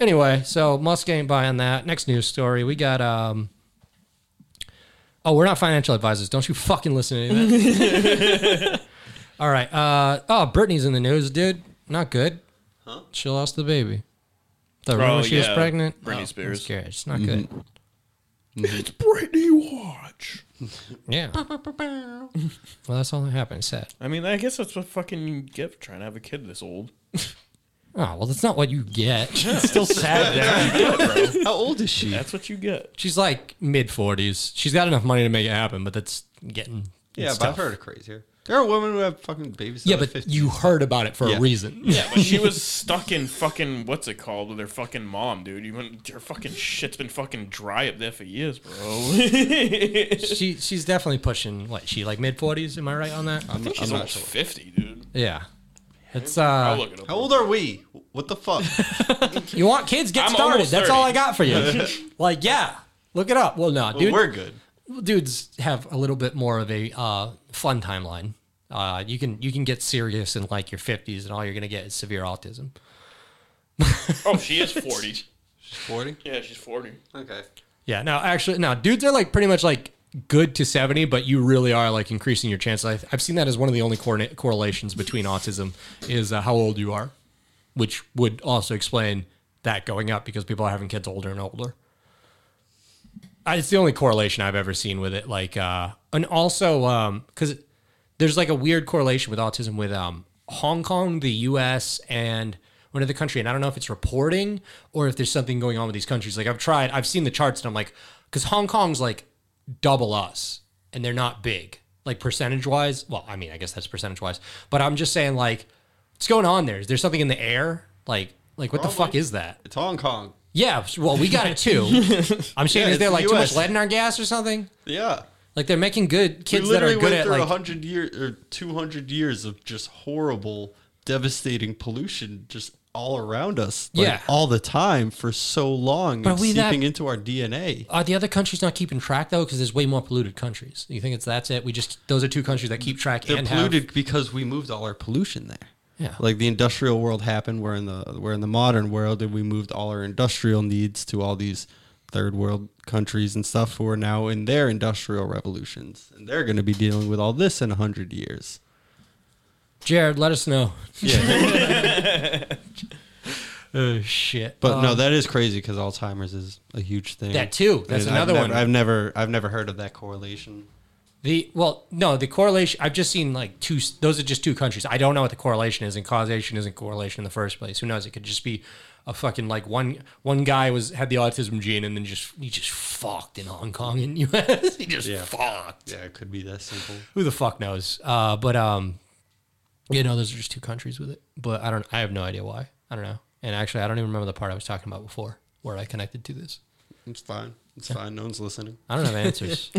Speaker 1: Anyway, so Musk ain't buying that. Next news story, we got. um Oh, we're not financial advisors. Don't you fucking listen to any of that. all right. Uh, oh, Brittany's in the news, dude. Not good. Huh? Oh, She lost the baby. The rumor she was
Speaker 4: yeah.
Speaker 1: pregnant.
Speaker 4: Britney
Speaker 1: Oh,
Speaker 4: Spears.
Speaker 1: miscarriage. It's not good.
Speaker 4: It's Britney Watch.
Speaker 1: Yeah. well, that's all that happened. Sad.
Speaker 4: I mean, I guess that's what fucking you get for trying to have a kid this old.
Speaker 1: Oh well, that's not what you get. It's still sad there.
Speaker 2: How old is she?
Speaker 4: That's what you get.
Speaker 1: She's like mid forties. She's got enough money to make it happen, but that's getting
Speaker 2: yeah,
Speaker 1: it's
Speaker 2: but I've
Speaker 1: tough.
Speaker 2: heard of crazier. There are women who have fucking babies. till
Speaker 1: Yeah,
Speaker 2: they're
Speaker 1: but
Speaker 2: 50.
Speaker 1: you heard about it for
Speaker 2: Yeah.
Speaker 1: a reason.
Speaker 4: Yeah, but she was stuck in fucking what's it called with her fucking mom, dude. You went, her fucking shit's been fucking dry up there for years, bro.
Speaker 1: she she's definitely pushing what she like mid forties. Am I right on that?
Speaker 2: I'm,
Speaker 4: She's
Speaker 2: I'm not
Speaker 4: almost
Speaker 2: sure.
Speaker 4: fifty, dude.
Speaker 1: yeah. It's
Speaker 4: I'll
Speaker 1: uh,
Speaker 4: look it up.
Speaker 2: How old are we? What the fuck?
Speaker 1: you want kids get
Speaker 4: I'm
Speaker 1: started.
Speaker 4: almost
Speaker 1: That's all
Speaker 4: 30.
Speaker 1: I got for you. like yeah, look it up. Well, no, dude,
Speaker 2: We're good.
Speaker 1: dudes have a little bit more of a uh, fun timeline. Uh, you can you can get serious in like your fifties, and all you're gonna get is severe autism.
Speaker 4: Oh, she is forty.
Speaker 2: 40?
Speaker 4: yeah, she's forty.
Speaker 2: Okay.
Speaker 1: Yeah, no, actually, no, dudes are like pretty much like good to 70, but you really are like increasing your chances. I, I've seen that as one of the only correla- correlations between autism is uh, how old you are, which would also explain that going up because people are having kids older and older. I, it's the only correlation I've ever seen with it. Like, uh, and also, because there's like a weird correlation with autism with um, Hong Kong, the U.S., and one other country. And I don't know if it's reporting or if there's something going on with these countries. Like I've tried, I've seen the charts, and I'm like, because Hong Kong's like double us, and they're not big, like percentage wise. Well, I mean, I guess that's percentage wise, but I'm just saying, like, what's going on there? Is there something in the air? Like, like what the fuck is that?
Speaker 2: It's Hong Kong.
Speaker 1: Yeah, well, we got it too. I'm saying,
Speaker 2: Yeah,
Speaker 1: is there
Speaker 2: it's
Speaker 1: like
Speaker 2: the
Speaker 1: too much
Speaker 2: US.
Speaker 1: lead in our gas or something?
Speaker 2: Yeah.
Speaker 1: Like they're making good kids
Speaker 2: we
Speaker 1: that
Speaker 2: literally
Speaker 1: are good
Speaker 2: went
Speaker 1: at
Speaker 2: through a
Speaker 1: like
Speaker 2: 100 years or 200 years of just horrible, devastating pollution just all around us. like,
Speaker 1: Yeah.
Speaker 2: All the time for so long.
Speaker 1: But
Speaker 2: it's
Speaker 1: we
Speaker 2: seeping
Speaker 1: not-
Speaker 2: into our DNA.
Speaker 1: Are the other countries not keeping track though? Because there's way more polluted countries. You think it's that's it? We just those are two countries that keep track
Speaker 2: They're
Speaker 1: and
Speaker 2: polluted because we moved all our pollution there.
Speaker 1: Yeah.
Speaker 2: Like the industrial world happened, we're in the we're in the modern world and we moved all our industrial needs to all these third world countries and stuff who are now in their industrial revolutions. And they're gonna be dealing with all this in hundred years.
Speaker 1: Have, Jared, let us know.
Speaker 2: Yeah.
Speaker 1: Oh shit!
Speaker 2: but
Speaker 1: Uh,
Speaker 2: no, that is crazy because Alzheimer's is a huge thing.
Speaker 1: That too. That's
Speaker 2: And
Speaker 1: another one.
Speaker 2: I've Never, I've never I've never heard of that correlation.
Speaker 1: the well, no, the correlation. I've just seen like two. Those are just two countries. I don't know what the correlation is, and causation isn't correlation in the first place. Who knows? It could just be a fucking like one one guy was had the autism gene, and then just he just fucked in Hong Kong and U.S. he just fucked.
Speaker 2: Yeah, it could be that simple.
Speaker 1: who the fuck knows? Uh, but um, you know, those are just two countries with it. But I don't. I have no idea why. I don't know. And actually, I don't even remember the part I was talking about before where I connected to this.
Speaker 2: It's fine. It's fine. No one's listening.
Speaker 1: I don't have answers.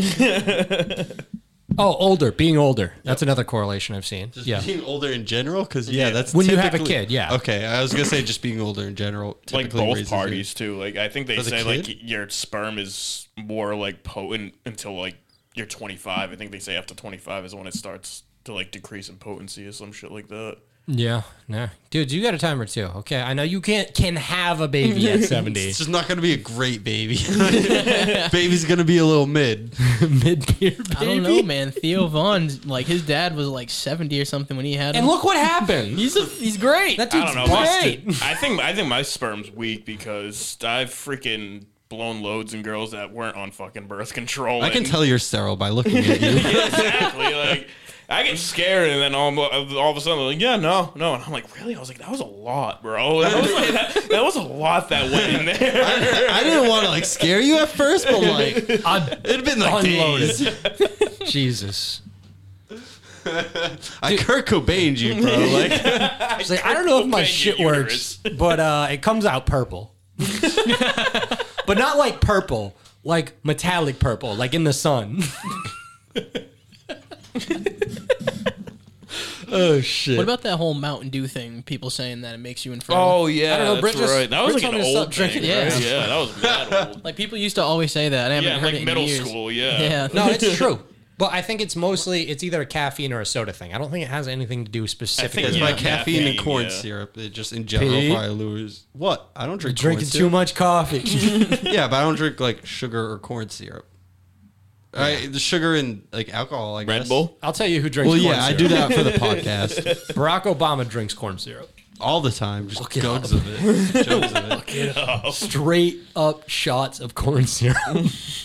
Speaker 1: oh, older, being older. That's another correlation I've seen.
Speaker 2: Just
Speaker 1: yeah.
Speaker 2: being older in general, because yeah, that's
Speaker 1: When you have a
Speaker 2: typically-
Speaker 1: kid, yeah.
Speaker 2: Okay, I was gonna say just being older in general.
Speaker 4: like
Speaker 2: typically
Speaker 4: both
Speaker 2: raises
Speaker 4: parties too. Like I think they
Speaker 2: As a
Speaker 4: say like
Speaker 2: kid?
Speaker 4: your sperm is more like potent until like you're 25. I think they say after 25 is when it starts to like decrease in potency or some shit like that.
Speaker 1: Yeah. No. Dude, you got a timer too. Okay. I know you can't can have a baby at 70.
Speaker 2: It's just not gonna be a great baby. Baby's gonna be a little mid.
Speaker 1: Mid-beer baby.
Speaker 3: I don't know, man. Theo Vaughn, like his dad was like seventy or something when he had him.
Speaker 1: And look what happened.
Speaker 3: he's a, he's great.
Speaker 1: That
Speaker 4: I
Speaker 1: dude's
Speaker 4: don't know.
Speaker 1: great.
Speaker 4: My, I think I think my sperm's weak because I've freaking blown loads and girls that weren't on fucking birth control.
Speaker 2: I can
Speaker 4: and-
Speaker 2: tell you're sterile by looking at you.
Speaker 4: exactly. Like I get scared, and then all, all of a sudden, they're like, yeah, no, no, and I'm like, really? I was like, that was a lot, bro. That was, like, that, that was a lot that went in there.
Speaker 2: I, I didn't want to like scare you at first, but like it'd been like
Speaker 1: Unloaded.
Speaker 2: days.
Speaker 1: Jesus.
Speaker 2: I Kurt Cobained you, bro. Like
Speaker 1: It's like, I don't know if my
Speaker 4: Cobain
Speaker 1: shit
Speaker 4: uterus.
Speaker 1: works, but uh, it comes out purple. but not like purple, like metallic purple, like in the sun.
Speaker 2: oh shit.
Speaker 3: What about that whole Mountain Dew thing? People saying that it makes you infertile.
Speaker 4: Oh yeah,
Speaker 1: I don't know,
Speaker 4: that's
Speaker 1: Brit just-
Speaker 4: right. That was
Speaker 1: Brit
Speaker 4: like
Speaker 1: told
Speaker 4: an
Speaker 1: me to stop
Speaker 4: old
Speaker 1: drinking,
Speaker 4: thing. Yeah,
Speaker 3: yeah.
Speaker 4: yeah, that was mad old.
Speaker 3: Like people used to always say that. I haven't
Speaker 4: yeah,
Speaker 3: heard it
Speaker 4: like
Speaker 3: in
Speaker 4: middle
Speaker 3: years.
Speaker 4: school. Yeah.
Speaker 3: Yeah.
Speaker 1: No, it's true. But I think it's mostly it's either a caffeine or a soda thing. I don't think it has anything to do specifically.
Speaker 4: it's
Speaker 2: It's
Speaker 1: with
Speaker 4: Yeah,
Speaker 2: by caffeine, and
Speaker 4: caffeine,
Speaker 2: corn
Speaker 4: yeah.
Speaker 2: syrup. It just in general
Speaker 1: Pete?
Speaker 2: probably lures. What? I don't drink
Speaker 1: Drinking
Speaker 2: corn
Speaker 1: too
Speaker 2: syrup.
Speaker 1: much coffee.
Speaker 2: Yeah, but I don't drink like sugar or corn syrup. I the sugar and like alcohol. I
Speaker 4: Red
Speaker 2: guess.
Speaker 4: Bull.
Speaker 1: I'll tell you who drinks
Speaker 2: Well,
Speaker 1: corn
Speaker 2: yeah, I
Speaker 1: syrup.
Speaker 2: do that for the podcast
Speaker 1: Barack Obama drinks corn syrup.
Speaker 2: all the time. Just
Speaker 1: it
Speaker 2: jugs of it. Jugs of it.
Speaker 1: Straight up shots of corn syrup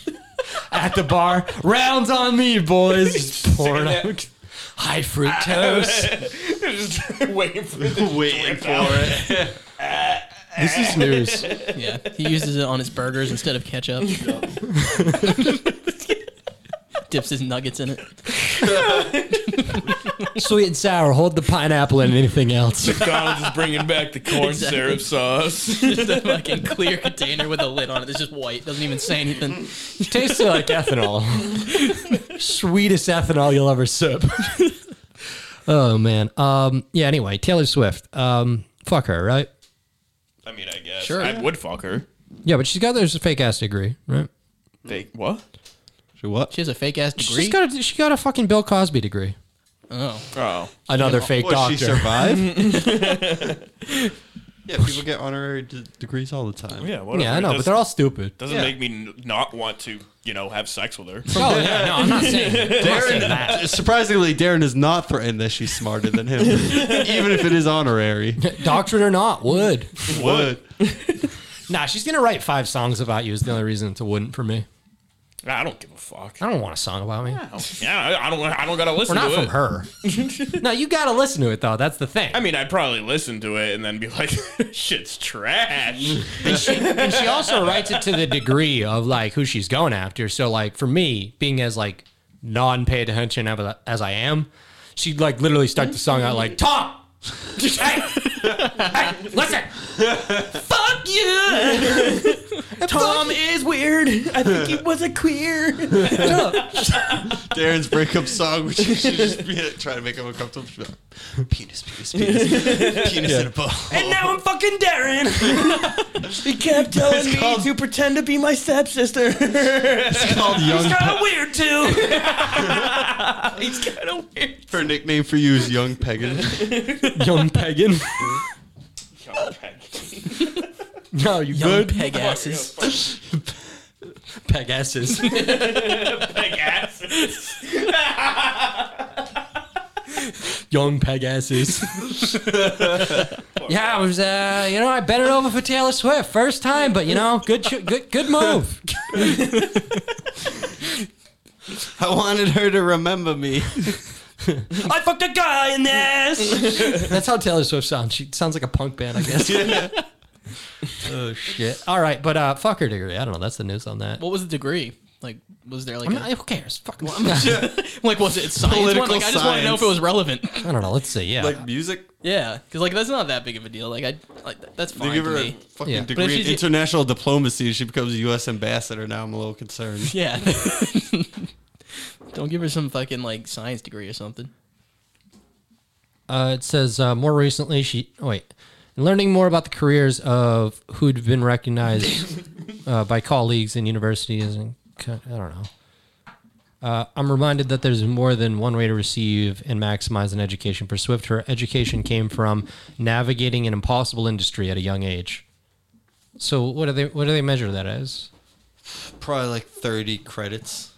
Speaker 1: at the bar. Rounds on me, boys. Just pouring out. High fructose.
Speaker 4: just waiting for the
Speaker 2: Waiting for it.
Speaker 1: this is news.
Speaker 3: Yeah, he uses it on his burgers instead of ketchup. Dips his nuggets in it.
Speaker 1: Sweet and sour. Hold the pineapple and anything else.
Speaker 4: McDonald's is bringing back the corn
Speaker 3: Exactly.
Speaker 4: syrup sauce.
Speaker 3: Just a fucking clear container with a lid on it. It's just white. Doesn't even say anything.
Speaker 1: Tastes like ethanol. Sweetest ethanol you'll ever sip. oh man. Um. Yeah. Anyway, Taylor Swift. Um. Fuck her, right?
Speaker 4: I mean, I guess.
Speaker 3: Sure,
Speaker 4: I
Speaker 3: yeah.
Speaker 4: would fuck her.
Speaker 1: Yeah, but she's got this fake ass degree, right?
Speaker 4: Fake what?
Speaker 2: So what?
Speaker 3: She has a fake ass degree.
Speaker 1: She's got a, she got a fucking Bill Cosby degree.
Speaker 3: oh,
Speaker 4: Oh,
Speaker 1: Another fake
Speaker 2: What, she
Speaker 1: doctor.
Speaker 2: survive? yeah, people get honorary d- degrees all the time.
Speaker 4: yeah. Whatever.
Speaker 1: yeah, I know,
Speaker 4: It
Speaker 1: but they're all stupid.
Speaker 4: doesn't
Speaker 2: yeah.
Speaker 4: make me n- not want to, you know, have sex with her.
Speaker 1: Oh yeah, no, I'm not saying.
Speaker 2: Darren, surprisingly, Darren is not threatened that she's smarter than him, even if it is honorary.
Speaker 1: Doctorate or not, would.
Speaker 2: Would
Speaker 1: Nah, she's gonna write five songs about you. Is the only reason it's a wouldn't for me.
Speaker 4: I don't give a fuck.
Speaker 1: I don't want a song about me.
Speaker 4: Yeah, I, I don't. I don't gotta
Speaker 1: We're
Speaker 4: listen.
Speaker 1: not
Speaker 4: to
Speaker 1: from
Speaker 4: it.
Speaker 1: her. no, you gotta listen to it though. That's the thing.
Speaker 4: I mean, I'd probably listen to it and then be like, "Shit's trash."
Speaker 1: and she also writes it to the degree of like who she's going after. So like for me, being as like non-paid attention as as I am, she like literally start the song out like Tom. hey, hey, listen,
Speaker 3: fuck you! Tom is weird. I think he was a queer.
Speaker 2: Darren's breakup song, which she should just be trying to make him uncomfortable. She'd be like, Penis, penis, penis, penis in a bowl.
Speaker 3: And now I'm fucking Darren. he kept telling
Speaker 2: It's called-
Speaker 3: pretend to be my stepsister. it's
Speaker 2: It's called Young.
Speaker 3: kind of weird too. He's kind of weird.
Speaker 2: Her nickname for you is Young Pagan.
Speaker 1: young Pagan. No, you
Speaker 3: Young
Speaker 1: good?
Speaker 3: peg asses.
Speaker 1: Pegasus.
Speaker 4: Like asses.
Speaker 1: young Pegasus. yeah, I was. Uh, you know, I bent it over for Taylor Swift first time, but you know, good, sh- good, good move.
Speaker 2: I wanted her to remember me.
Speaker 1: I fucked a guy in this. That's how Taylor Swift sounds. She sounds like a punk band, I guess. oh shit! All right, but uh, fuck her degree. I don't know. That's the news on that.
Speaker 3: What was the degree? Like, was there like
Speaker 1: I'm
Speaker 3: a-
Speaker 1: not, who cares? Fuck.
Speaker 3: like was it science?
Speaker 2: Political
Speaker 3: like, I just want to know if it was relevant.
Speaker 1: I don't know. Let's see. Yeah.
Speaker 2: Like music?
Speaker 3: yeah, because like that's not that big of a deal. Like I like that- that's
Speaker 2: They
Speaker 3: fine
Speaker 2: give
Speaker 3: to
Speaker 2: her a
Speaker 3: me.
Speaker 2: fucking
Speaker 1: Yeah. But
Speaker 3: if
Speaker 2: degree in
Speaker 3: she's-
Speaker 2: international diplomacy. She becomes a U.S. ambassador. Now I'm a little concerned.
Speaker 3: Yeah. Don't give her some fucking like science degree or something.
Speaker 1: Uh, it says uh, more recently she oh, wait learning more about the careers of who'd been recognized uh, by colleagues in universities and co- I don't know. Uh, I'm reminded that there's more than one way to receive and maximize an education. For Swift, her education came from navigating an impossible industry at a young age. So what do they what do they measure that as?
Speaker 2: Probably like 30 credits.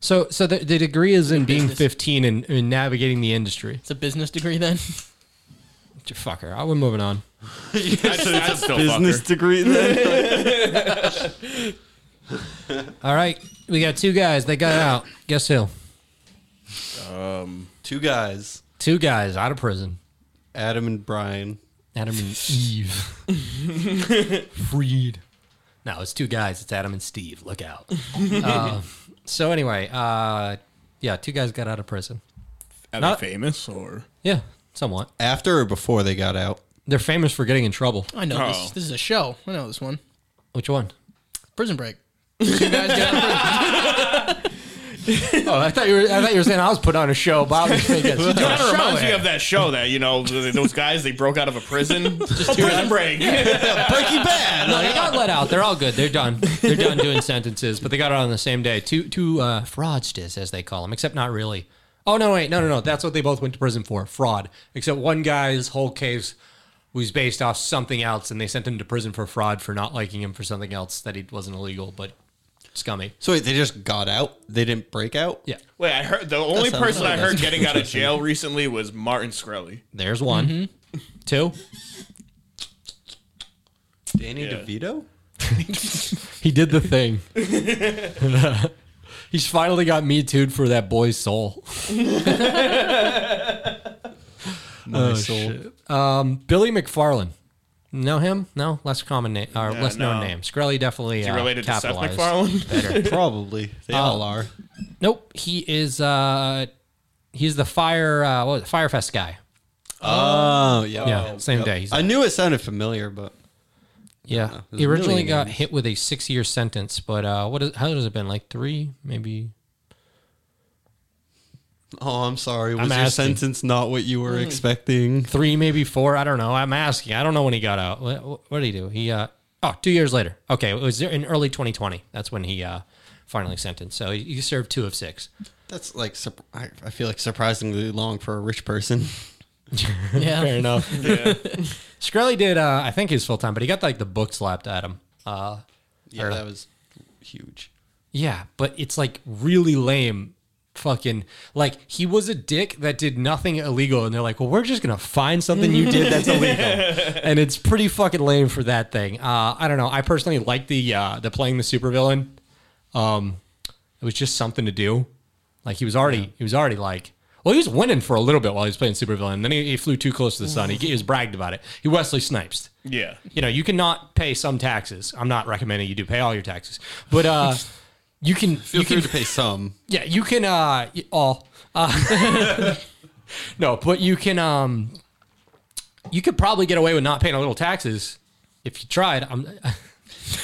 Speaker 1: So so the, the degree is in being 15 and, and navigating the industry.
Speaker 3: It's a business degree then.
Speaker 1: Fucker, I we're moving on.
Speaker 4: That's, that's still
Speaker 2: Business degree. Then
Speaker 1: All right, we got two guys. They got out. Guess who?
Speaker 2: two guys,
Speaker 1: Two guys out of prison.
Speaker 2: Adam and Brian.
Speaker 1: Adam and Eve. Freed. No, it's two guys. It's Adam and Steve. Look out. Uh, so anyway, uh, yeah, two guys got out of prison.
Speaker 4: Are
Speaker 1: Not-
Speaker 4: they famous or?
Speaker 1: Yeah, somewhat.
Speaker 2: After or before they got out?
Speaker 1: They're famous for getting in trouble.
Speaker 3: I know
Speaker 4: Oh.
Speaker 3: this. This is a show. I know this one.
Speaker 1: Which one?
Speaker 3: Prison Break. Two guys got out of prison.
Speaker 1: Oh, I thought you were. I thought you were saying I was put on a show. Bob was thinking.
Speaker 4: Kind of reminds
Speaker 1: eh?
Speaker 4: me of that show that you know th- those guys they broke out of a prison. Just a prison break.
Speaker 2: Breaking Bad.
Speaker 1: No, they got let out. They're all good. They're done. They're done doing sentences, but they got out on the same day. Two two uh, fraudsters, as they call them, except not really. Oh no, wait, no, no, no. That's what they both went to prison for, fraud. Except one guy's whole case was based off something else, and they sent him to prison for fraud for not liking him for something else that he wasn't illegal, but scummy.
Speaker 2: So wait, they just got out. They didn't break out.
Speaker 1: Yeah,
Speaker 4: Wait, I heard the only
Speaker 3: sounds
Speaker 4: person I
Speaker 3: like
Speaker 4: heard getting out of jail recently was Martin Screlly.
Speaker 1: there's one,
Speaker 4: Mm-hmm.
Speaker 1: two.
Speaker 2: Danny
Speaker 4: Yeah.
Speaker 1: Oh,
Speaker 2: DeVito.
Speaker 1: He did the thing. He's finally got me too'd for that boy's soul.
Speaker 2: My
Speaker 1: Um, Billy McFarlane. Know him? No, less common name or
Speaker 4: Yeah,
Speaker 1: less known
Speaker 4: no.
Speaker 1: name. Screlly definitely
Speaker 4: You
Speaker 1: uh,
Speaker 4: related to Seth
Speaker 1: capitalized.
Speaker 4: MacFarlane?
Speaker 2: Probably
Speaker 1: Oh,
Speaker 2: they all are.
Speaker 1: Nope, he is. Uh, he's the fire. Uh, what was it? Firefest guy.
Speaker 2: Oh yeah.
Speaker 1: Yeah, same day. He's
Speaker 2: I knew it sounded familiar, but
Speaker 1: yeah,
Speaker 2: there's
Speaker 1: he
Speaker 2: a
Speaker 1: originally
Speaker 2: million
Speaker 1: got
Speaker 2: names.
Speaker 1: hit with a six-year sentence, but uh, what is, how has it been? Like three, maybe.
Speaker 2: oh, I'm sorry. Was
Speaker 1: I'm
Speaker 2: your
Speaker 1: asking. Hmm.
Speaker 2: sentence not what you were expecting?
Speaker 1: three, maybe four. I don't know. I'm asking. I don't know when he got out. What, what did he do? He uh oh, two years later. Okay, it was in early 2020. That's when he uh finally sentenced. So he, he served two of six.
Speaker 2: That's like surp- I, I feel like surprisingly long for a rich person.
Speaker 3: Yeah.
Speaker 1: Fair enough. Shkreli did. Uh, I think he was full time, but he got like the book slapped at him. Uh,
Speaker 2: Yeah, that was huge.
Speaker 1: yeah, but it's like really lame. Fucking like he was a dick that did nothing illegal, and they're like, "Well, we're just gonna find something you did that's illegal," and it's pretty fucking lame for that thing. Uh, I don't know. I personally like the uh, the playing the supervillain. Um, it was just something to do. Like he was already he was already like well he was winning for a little bit while he was playing supervillain. Then he, he flew too close to the sun. He, he was bragged about it. He Wesley Snipes
Speaker 4: yeah.
Speaker 1: you know, you cannot pay some taxes. I'm not recommending you do pay all your taxes, but uh, you can,
Speaker 2: Feel
Speaker 1: you
Speaker 2: free
Speaker 1: can,
Speaker 2: to pay some.
Speaker 1: yeah, you can uh, y- all. Uh, no, but you can um, you could probably get away with not paying a little taxes if you tried. I'm,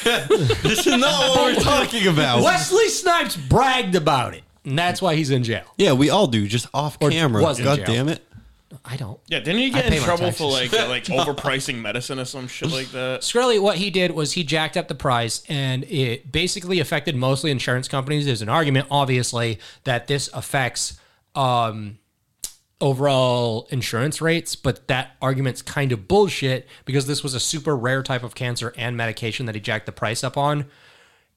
Speaker 2: this is not what we're talking about.
Speaker 1: Wesley Snipes bragged about it, and that's why he's in jail.
Speaker 2: Yeah, we all do, just off camera.
Speaker 1: was in
Speaker 2: God
Speaker 1: jail.
Speaker 2: damn it.
Speaker 1: I don't.
Speaker 4: Yeah, didn't he
Speaker 1: I
Speaker 4: get
Speaker 1: pay
Speaker 4: in
Speaker 1: my
Speaker 4: trouble for like uh, like overpricing medicine or some shit like that?
Speaker 1: Shkreli, what he did was he jacked up the price, and it basically affected mostly insurance companies. There's an argument, obviously, that this affects um, overall insurance rates, but that argument's kind of bullshit because this was a super rare type of cancer and medication that he jacked the price up on.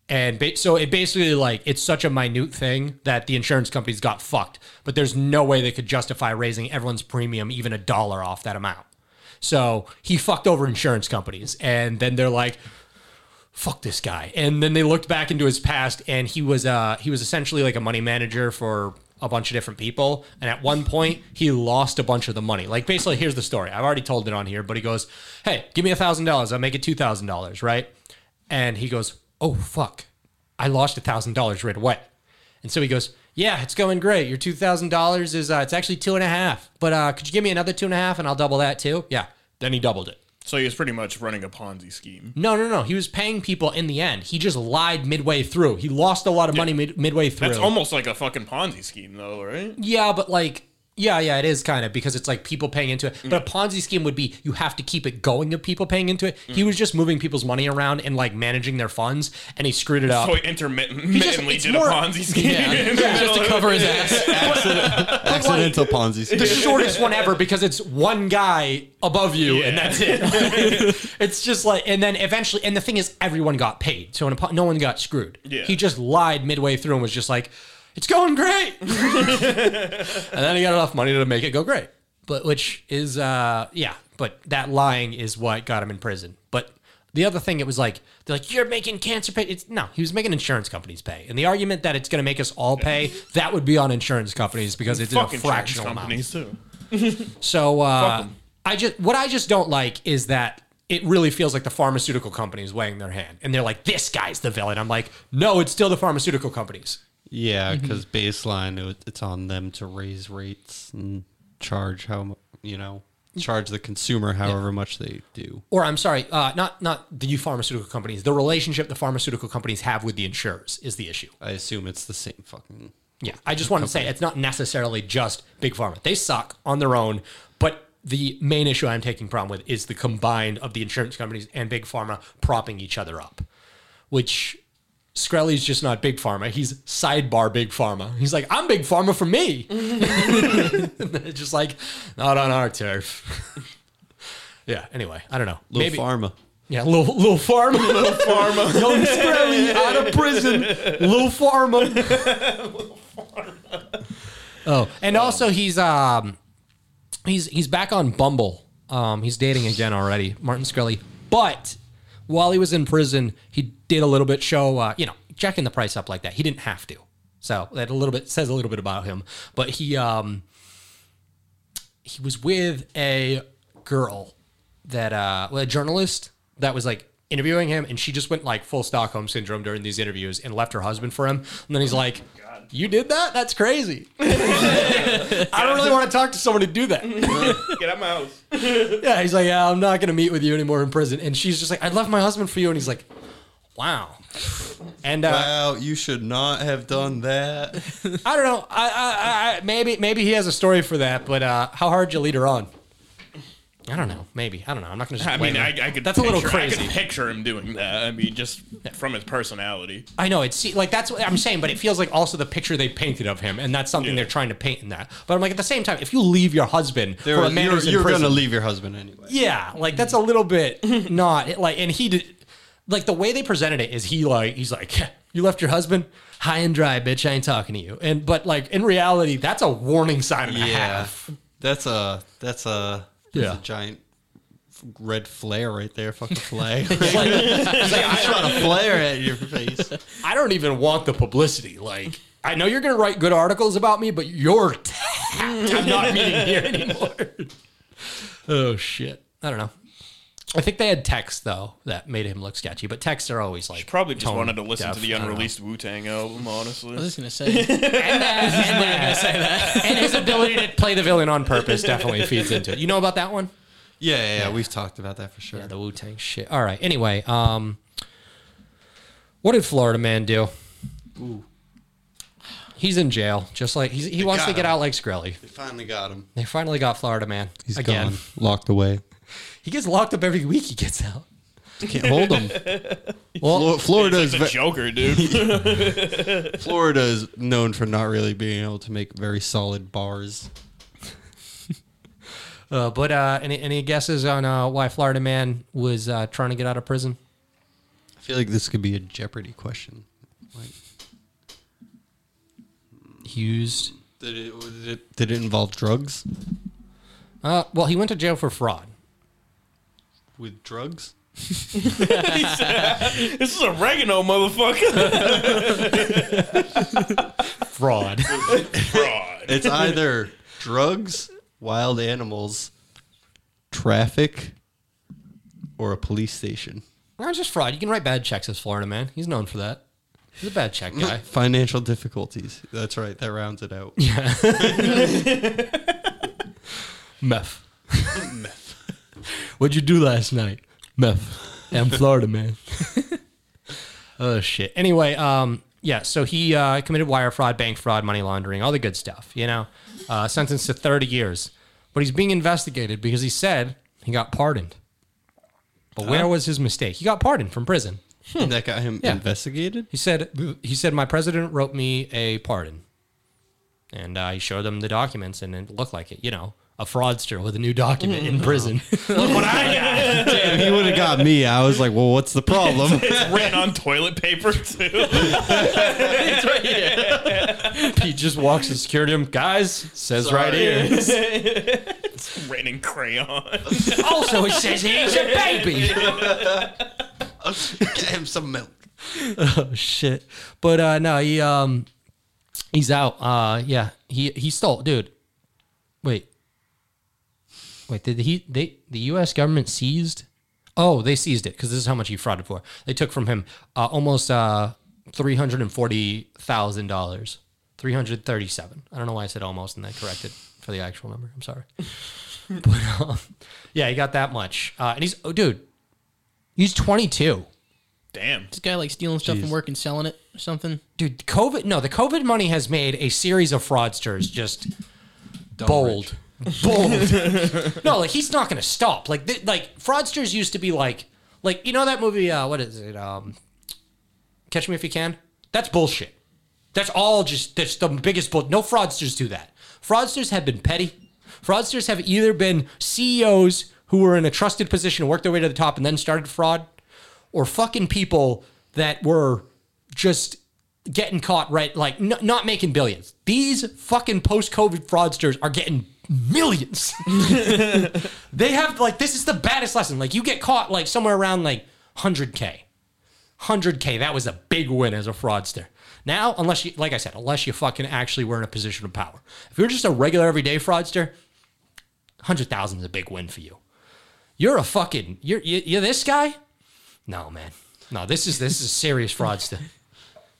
Speaker 1: And ba- so it basically like it's such a minute thing that the insurance companies got fucked. But there's no way they could justify raising everyone's premium even a dollar off that amount. So he fucked over insurance companies, and then they're like, "Fuck this guy." And then they looked back into his past, and he was uh he was essentially like a money manager for a bunch of different people. And at one point, he lost a bunch of the money. Like basically, here's the story. I've already told it on here, but he goes, "Hey, give me a thousand dollars. I'll make it two thousand dollars, right?" And he goes, oh fuck, I lost a thousand dollars right away. And so he goes, yeah, it's going great. Your two thousand dollars is uh, it's actually two and a half, but uh, could you give me another two and a half and I'll double that too? Yeah. Then he doubled it.
Speaker 4: So he was pretty much running a Ponzi scheme.
Speaker 1: No, no, no. He was paying people in the end. He just lied midway through. He lost a lot of money mid- midway through.
Speaker 4: That's almost like a fucking Ponzi scheme, though, right?
Speaker 1: Yeah, but like, yeah, yeah, it is kind of because it's like people paying into it. But a
Speaker 4: Mm.
Speaker 1: Ponzi scheme would be you have to keep it going of people paying into it. He was just moving people's money around and like managing their funds, and he screwed it up.
Speaker 4: So he intermittent-
Speaker 1: just-
Speaker 4: intermittently
Speaker 1: it's
Speaker 4: did
Speaker 1: more-
Speaker 4: a Ponzi scheme. in the
Speaker 3: just to
Speaker 4: middle.
Speaker 3: cover his ass.
Speaker 2: Accidental Ponzi scheme.
Speaker 1: the shortest one ever because it's one guy above you and that's it. it's just like, and then eventually, and the thing is, everyone got paid, so an, apo- no one got screwed.
Speaker 4: Yeah.
Speaker 1: He just lied midway through and was just like, "It's going great," and then he got enough money to make it go great. But which is, uh, yeah, but that lying is what got him in prison. But the other thing, it was like they're like, "You're making cancer pay." It's no, he was making insurance companies pay, and the argument that it's going to make us all pay that would be on insurance companies because it's a
Speaker 4: Fucking insurance
Speaker 1: fractional amount.
Speaker 4: companies, too.
Speaker 1: So uh, I just what I just don't like is that it really feels like the pharmaceutical company is weighing their hand, and they're like, "This guy's the villain." I'm like, "No, it's still the pharmaceutical companies."
Speaker 2: Yeah,
Speaker 1: Mm-hmm.
Speaker 2: because baseline, it, it's on them to raise rates and charge how mu- you know
Speaker 1: Mm.
Speaker 2: charge the consumer however much they do.
Speaker 1: Or I'm sorry, uh, not not the pharmaceutical companies. The relationship the pharmaceutical companies have with the insurers is the issue.
Speaker 2: I assume it's the same fucking.
Speaker 1: Yeah, I just wanted to say it's not necessarily just big pharma. They suck on their own, but the main issue I'm taking problem with is the combined of the insurance companies and big pharma propping each other up, which Skrelly's just not big pharma. He's sidebar big pharma. He's like, I'm big pharma for me. It's just like, not on our turf. yeah. Anyway, I don't know.
Speaker 2: Little pharma.
Speaker 1: Yeah, little little farm, little farmer, young Skrelly out of prison, little farmer. oh, and also he's um, he's he's back on Bumble. Um, he's dating again already, Martin Skrelly. But while he was in prison, he did a little bit show, uh, you know, jacking the price up like that. He didn't have to, so that a little bit says a little bit about him. But he um, he was with a girl that uh well, a journalist that was like interviewing him and she just went like full Stockholm syndrome during these interviews and left her husband for him. And then he's like, You did that? That's crazy. I don't really want to talk to someone to do that.
Speaker 4: Get out of my house.
Speaker 1: yeah, he's like, Yeah, I'm not gonna meet with you anymore in prison. And she's just like, I left my husband for you and he's like, Wow. And uh
Speaker 2: Wow, you should not have done that.
Speaker 1: I don't know. I, I, I- I maybe maybe he has a story for that, but uh, how hard you lead her on? I don't know. Maybe I don't know. I'm not gonna. Just
Speaker 4: I mean,
Speaker 1: blame
Speaker 4: I,
Speaker 1: her.
Speaker 4: I could.
Speaker 1: That's a little
Speaker 4: picture- I
Speaker 1: crazy.
Speaker 4: could picture him doing that. I mean, just from his personality.
Speaker 1: I know it's like that's what I'm saying, but it feels like also the picture they painted of him, and that's something
Speaker 4: Yeah.
Speaker 1: they're trying to paint in that. But I'm like at the same time, if you leave your husband for a man
Speaker 2: you're
Speaker 1: who's in
Speaker 2: you're
Speaker 1: prison,
Speaker 2: gonna leave your husband anyway.
Speaker 1: yeah, like that's a little bit not like, and he did like the way they presented it is he like he's like you left your husband high and dry, bitch. I ain't talking to you. And but like in reality, that's a warning sign and a
Speaker 2: Yeah,
Speaker 1: half.
Speaker 2: that's a that's a that's
Speaker 1: Yeah.
Speaker 2: a giant f- red flare right there. Fuck the flag.
Speaker 1: It's like, I-
Speaker 2: I shot a flare at your face.
Speaker 1: I don't even want the publicity. Like, I know you're going to write good articles about me, but you're tapped. I'm not meeting here anymore. oh, shit. I don't know. I think they had text, though, that made him look sketchy, but texts are always like.
Speaker 4: Probably just
Speaker 1: tone
Speaker 4: wanted to listen
Speaker 1: deaf.
Speaker 4: to the
Speaker 1: I don't know.
Speaker 4: unreleased Wu Tang album, honestly.
Speaker 3: I was just gonna say.
Speaker 1: And, that- and that- and his ability to play the villain on purpose definitely feeds into it. You know about that one?
Speaker 2: Yeah, yeah, yeah, we've talked about that for sure.
Speaker 1: Yeah, the Wu Tang shit. All right. Anyway, um, what did Florida man do? He's in jail, just like he's, he wants
Speaker 2: got
Speaker 1: to get
Speaker 2: him.
Speaker 1: out like Skrelly.
Speaker 2: they finally got him.
Speaker 1: They finally got Florida man
Speaker 2: He's
Speaker 1: again.
Speaker 2: gone, locked away.
Speaker 1: He gets locked up every week. He gets out.
Speaker 2: Can't hold him. Well, Florida
Speaker 4: Florida's
Speaker 2: is
Speaker 4: the
Speaker 2: ve-
Speaker 4: Joker, dude.
Speaker 2: Florida is known for not really being able to make very solid bars.
Speaker 1: Uh, but uh, any any guesses on uh, why Florida man was uh, trying to get out of prison?
Speaker 2: I feel like this could be a Jeopardy question. Like,
Speaker 1: He used.
Speaker 2: did it, did it, did it involve drugs?
Speaker 1: Uh, well, he went to jail for fraud.
Speaker 2: With drugs?
Speaker 4: this is oregano, motherfucker.
Speaker 1: Fraud.
Speaker 4: Fraud.
Speaker 2: It's either drugs, wild animals, traffic, or a police station.
Speaker 1: Orange is fraud. You can write bad checks as Florida man. He's known for that. He's a bad check guy.
Speaker 2: Financial difficulties. That's right. That rounds it out.
Speaker 1: Meth. Meth. What'd you do last night? Meth. I'm Florida, man. oh shit. Anyway, um, yeah. So he uh, committed wire fraud, bank fraud, money laundering, all the good stuff. You know, uh, sentenced to 30 years, but he's being investigated because he said he got pardoned. But where was his mistake? He got pardoned from prison.
Speaker 2: That got him
Speaker 1: Yeah.
Speaker 2: investigated.
Speaker 1: He said, "He said my president wrote me a pardon," and I showed him the documents, and it looked like it. You know, a fraudster with a new document in prison.
Speaker 2: If he would have got me, I was like, well, what's the problem?
Speaker 4: Written on toilet paper too.
Speaker 1: he just walks to security him, guys. Says right here.
Speaker 4: Written in crayon.
Speaker 1: also, it says he's a baby.
Speaker 2: Get him some milk.
Speaker 1: oh shit! But uh, no, he um, he's out. Uh, yeah, he he stole, dude. Wait, wait, did he? They the U.S. government seized? Oh, they seized it because this is how much he frauded for. They took from him uh, almost uh three hundred and forty thousand dollars, three hundred thirty-seven. I don't know why I said almost, and I corrected for the actual number. I'm sorry. but um, yeah, he got that much, uh, and he's oh, dude, he's 22.
Speaker 4: Damn.
Speaker 3: This guy like stealing stuff from work and selling it or something.
Speaker 1: dude, COVID. No, the COVID money has made a series of fraudsters just bold, bold. no, like he's not going to stop. Like, th- like fraudsters used to be like, like you know that movie. Uh, what is it? Um, Catch Me If You Can. That's bullshit. That's all just that's the biggest bull. No fraudsters do that. Fraudsters have been petty. Fraudsters have either been CEOs who were in a trusted position, worked their way to the top, and then started fraud, or fucking people that were just getting caught right, like n- not making billions. These fucking post-COVID fraudsters are getting millions. they have like this is the baddest lesson. Like you get caught like somewhere around like 100k. 100k that was a big win as a fraudster now unless you like i said unless you fucking actually were in a position of power if you're just a regular everyday fraudster 100000 is a big win for you you're a fucking you're you- you're this guy no man no this is this is a serious fraudster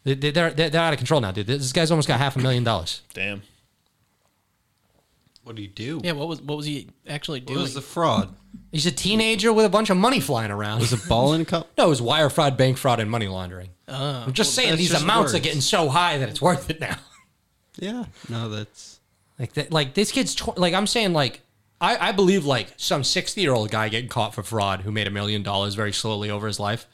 Speaker 1: They- they- they're, they're, they're out of control now dude this guy's almost got half a million dollars
Speaker 4: Damn.
Speaker 2: What do you do?
Speaker 3: Yeah, what was what was he actually
Speaker 2: It
Speaker 3: doing?
Speaker 2: was the fraud.
Speaker 1: he's a teenager with a bunch of money flying around
Speaker 2: It was a ball and cup.
Speaker 1: no, it was wire fraud, bank fraud, and money laundering. I'm just saying
Speaker 2: Uh, that's
Speaker 1: these
Speaker 2: just
Speaker 1: amounts are
Speaker 2: words.
Speaker 1: getting so high that it's worth it now.
Speaker 2: Yeah. No, that's.
Speaker 1: Like that, like this kid's tw- like I'm saying like I, I believe like some 60 year old guy getting caught for fraud who made a million dollars very slowly over his life.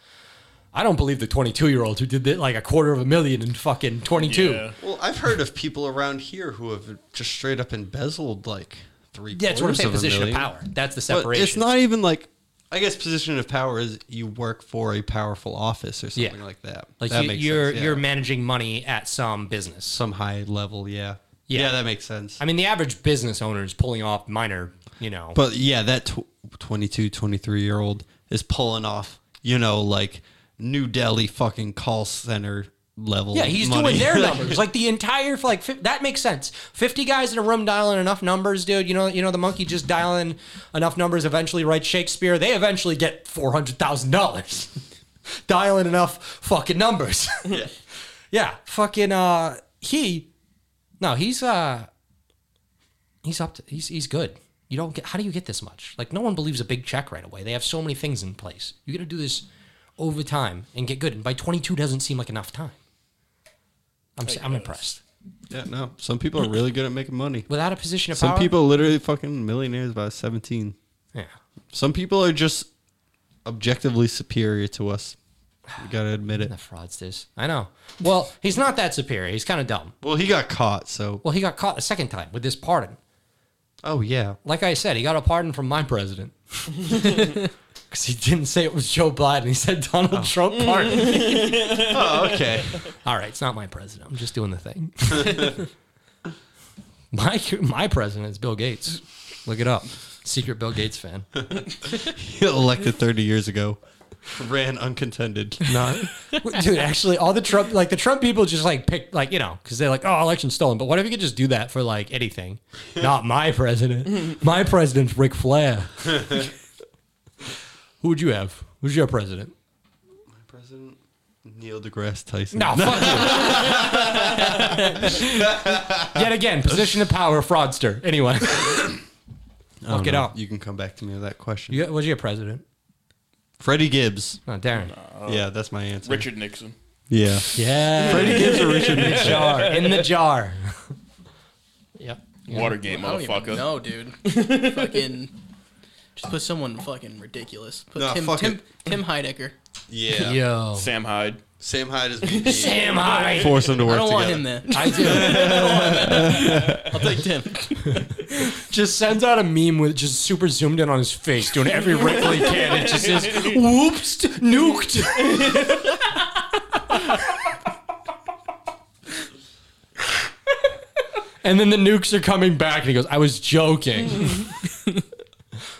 Speaker 1: I don't believe the 22 year old who did that, like a quarter of a million in fucking 22.
Speaker 4: Yeah.
Speaker 2: Well, I've heard of people around here who have just straight up embezzled like three.
Speaker 1: Yeah, it's what I'm
Speaker 2: quarters
Speaker 1: saying.
Speaker 2: of a
Speaker 1: Position of
Speaker 2: million.
Speaker 1: power. That's the
Speaker 2: But
Speaker 1: separation.
Speaker 2: it's not even like. I guess position of power is you work for a powerful office or something
Speaker 1: Yeah.
Speaker 2: like that.
Speaker 1: like
Speaker 2: that
Speaker 1: you,
Speaker 2: makes
Speaker 1: you're
Speaker 2: sense, yeah.
Speaker 1: you're managing money at some business.
Speaker 2: some high level. Yeah.
Speaker 1: Yeah.
Speaker 2: Yeah, that makes sense.
Speaker 1: I mean, the average business owner is pulling off minor, you know.
Speaker 2: But yeah, that tw- 22, 23 year old is pulling off, you know, like New Delhi fucking call center level.
Speaker 1: Yeah, he's
Speaker 2: money.
Speaker 1: doing their numbers. Like the entire like fif- that makes sense. Fifty guys in a room dialing enough numbers, dude. You know, you know the monkey just dialing enough numbers. Eventually, writes Shakespeare. They eventually get four hundred thousand dollars. dialing enough fucking numbers. Yeah, yeah. Fucking uh, he. No, he's uh, he's up. To, he's he's good. You don't get. How do you get this much? Like no one believes a big check right away. They have so many things in place. You got to do this over time and get good. And by twenty two doesn't seem like enough time. I'm s- I'm impressed.
Speaker 2: yeah, no. Some people are really good at making money.
Speaker 1: Without a position of
Speaker 2: Some
Speaker 1: power,
Speaker 2: people literally fucking millionaires by 17.
Speaker 1: Yeah,
Speaker 2: Some people are just objectively superior to us. You gotta admit it.
Speaker 1: the fraudsters. I know. Well, he's not that superior. He's kind of dumb.
Speaker 2: Well, he got caught, so.
Speaker 1: Well, he got caught the second time with this pardon.
Speaker 2: Oh, yeah.
Speaker 1: Like I said, he got a pardon from my president. Because he didn't say it was Joe Biden. He said Donald Trump pardon.
Speaker 2: Oh, okay.
Speaker 1: All right, it's not my president. I'm just doing the thing. my my president is Bill Gates. Look it up. Secret Bill Gates fan.
Speaker 2: he got elected 30 years ago. Ran uncontended.
Speaker 1: No, dude. Actually, all the Trump, like the Trump people, just like pick, like you know, because they're like, oh, election stolen. But what if you could just do that for like anything? Not my president. My president's Ric Flair. Who would you have? Who's your president?
Speaker 2: Neil deGrasse Tyson.
Speaker 1: No, fuck you. Yet again, position of power, fraudster. Anyway,
Speaker 2: I don't
Speaker 1: fuck it
Speaker 2: know.
Speaker 1: up.
Speaker 2: You can come back to me with that question.
Speaker 1: you, was your president?
Speaker 2: Freddie Gibbs.
Speaker 1: No, Darren.
Speaker 2: yeah, that's my answer.
Speaker 4: Richard Nixon.
Speaker 2: Yeah.
Speaker 1: Yeah,
Speaker 2: Freddie Gibbs or Richard
Speaker 1: in the
Speaker 2: Nixon?
Speaker 1: jar. In the jar. yep.
Speaker 4: Watergate,
Speaker 3: I don't even
Speaker 4: motherfucker.
Speaker 3: know, dude. fucking. Just put someone fucking ridiculous. Put
Speaker 2: Nah,
Speaker 3: Tim,
Speaker 2: fuck
Speaker 3: Tim,
Speaker 2: it.
Speaker 3: Tim Heidecker.
Speaker 2: Yeah.
Speaker 1: Yo.
Speaker 4: Sam Hyde.
Speaker 2: Sam Hyde is VP.
Speaker 1: Sam Hyde.
Speaker 2: Force them to
Speaker 3: I
Speaker 2: work
Speaker 3: don't want
Speaker 2: together.
Speaker 3: him there.
Speaker 1: I do.
Speaker 3: I'll take Tim.
Speaker 1: just sends out a meme with just super zoomed in on his face, doing every wrinkle he can. It just says, "Whoops, nuked." and then the nukes are coming back, and he goes, "I was joking."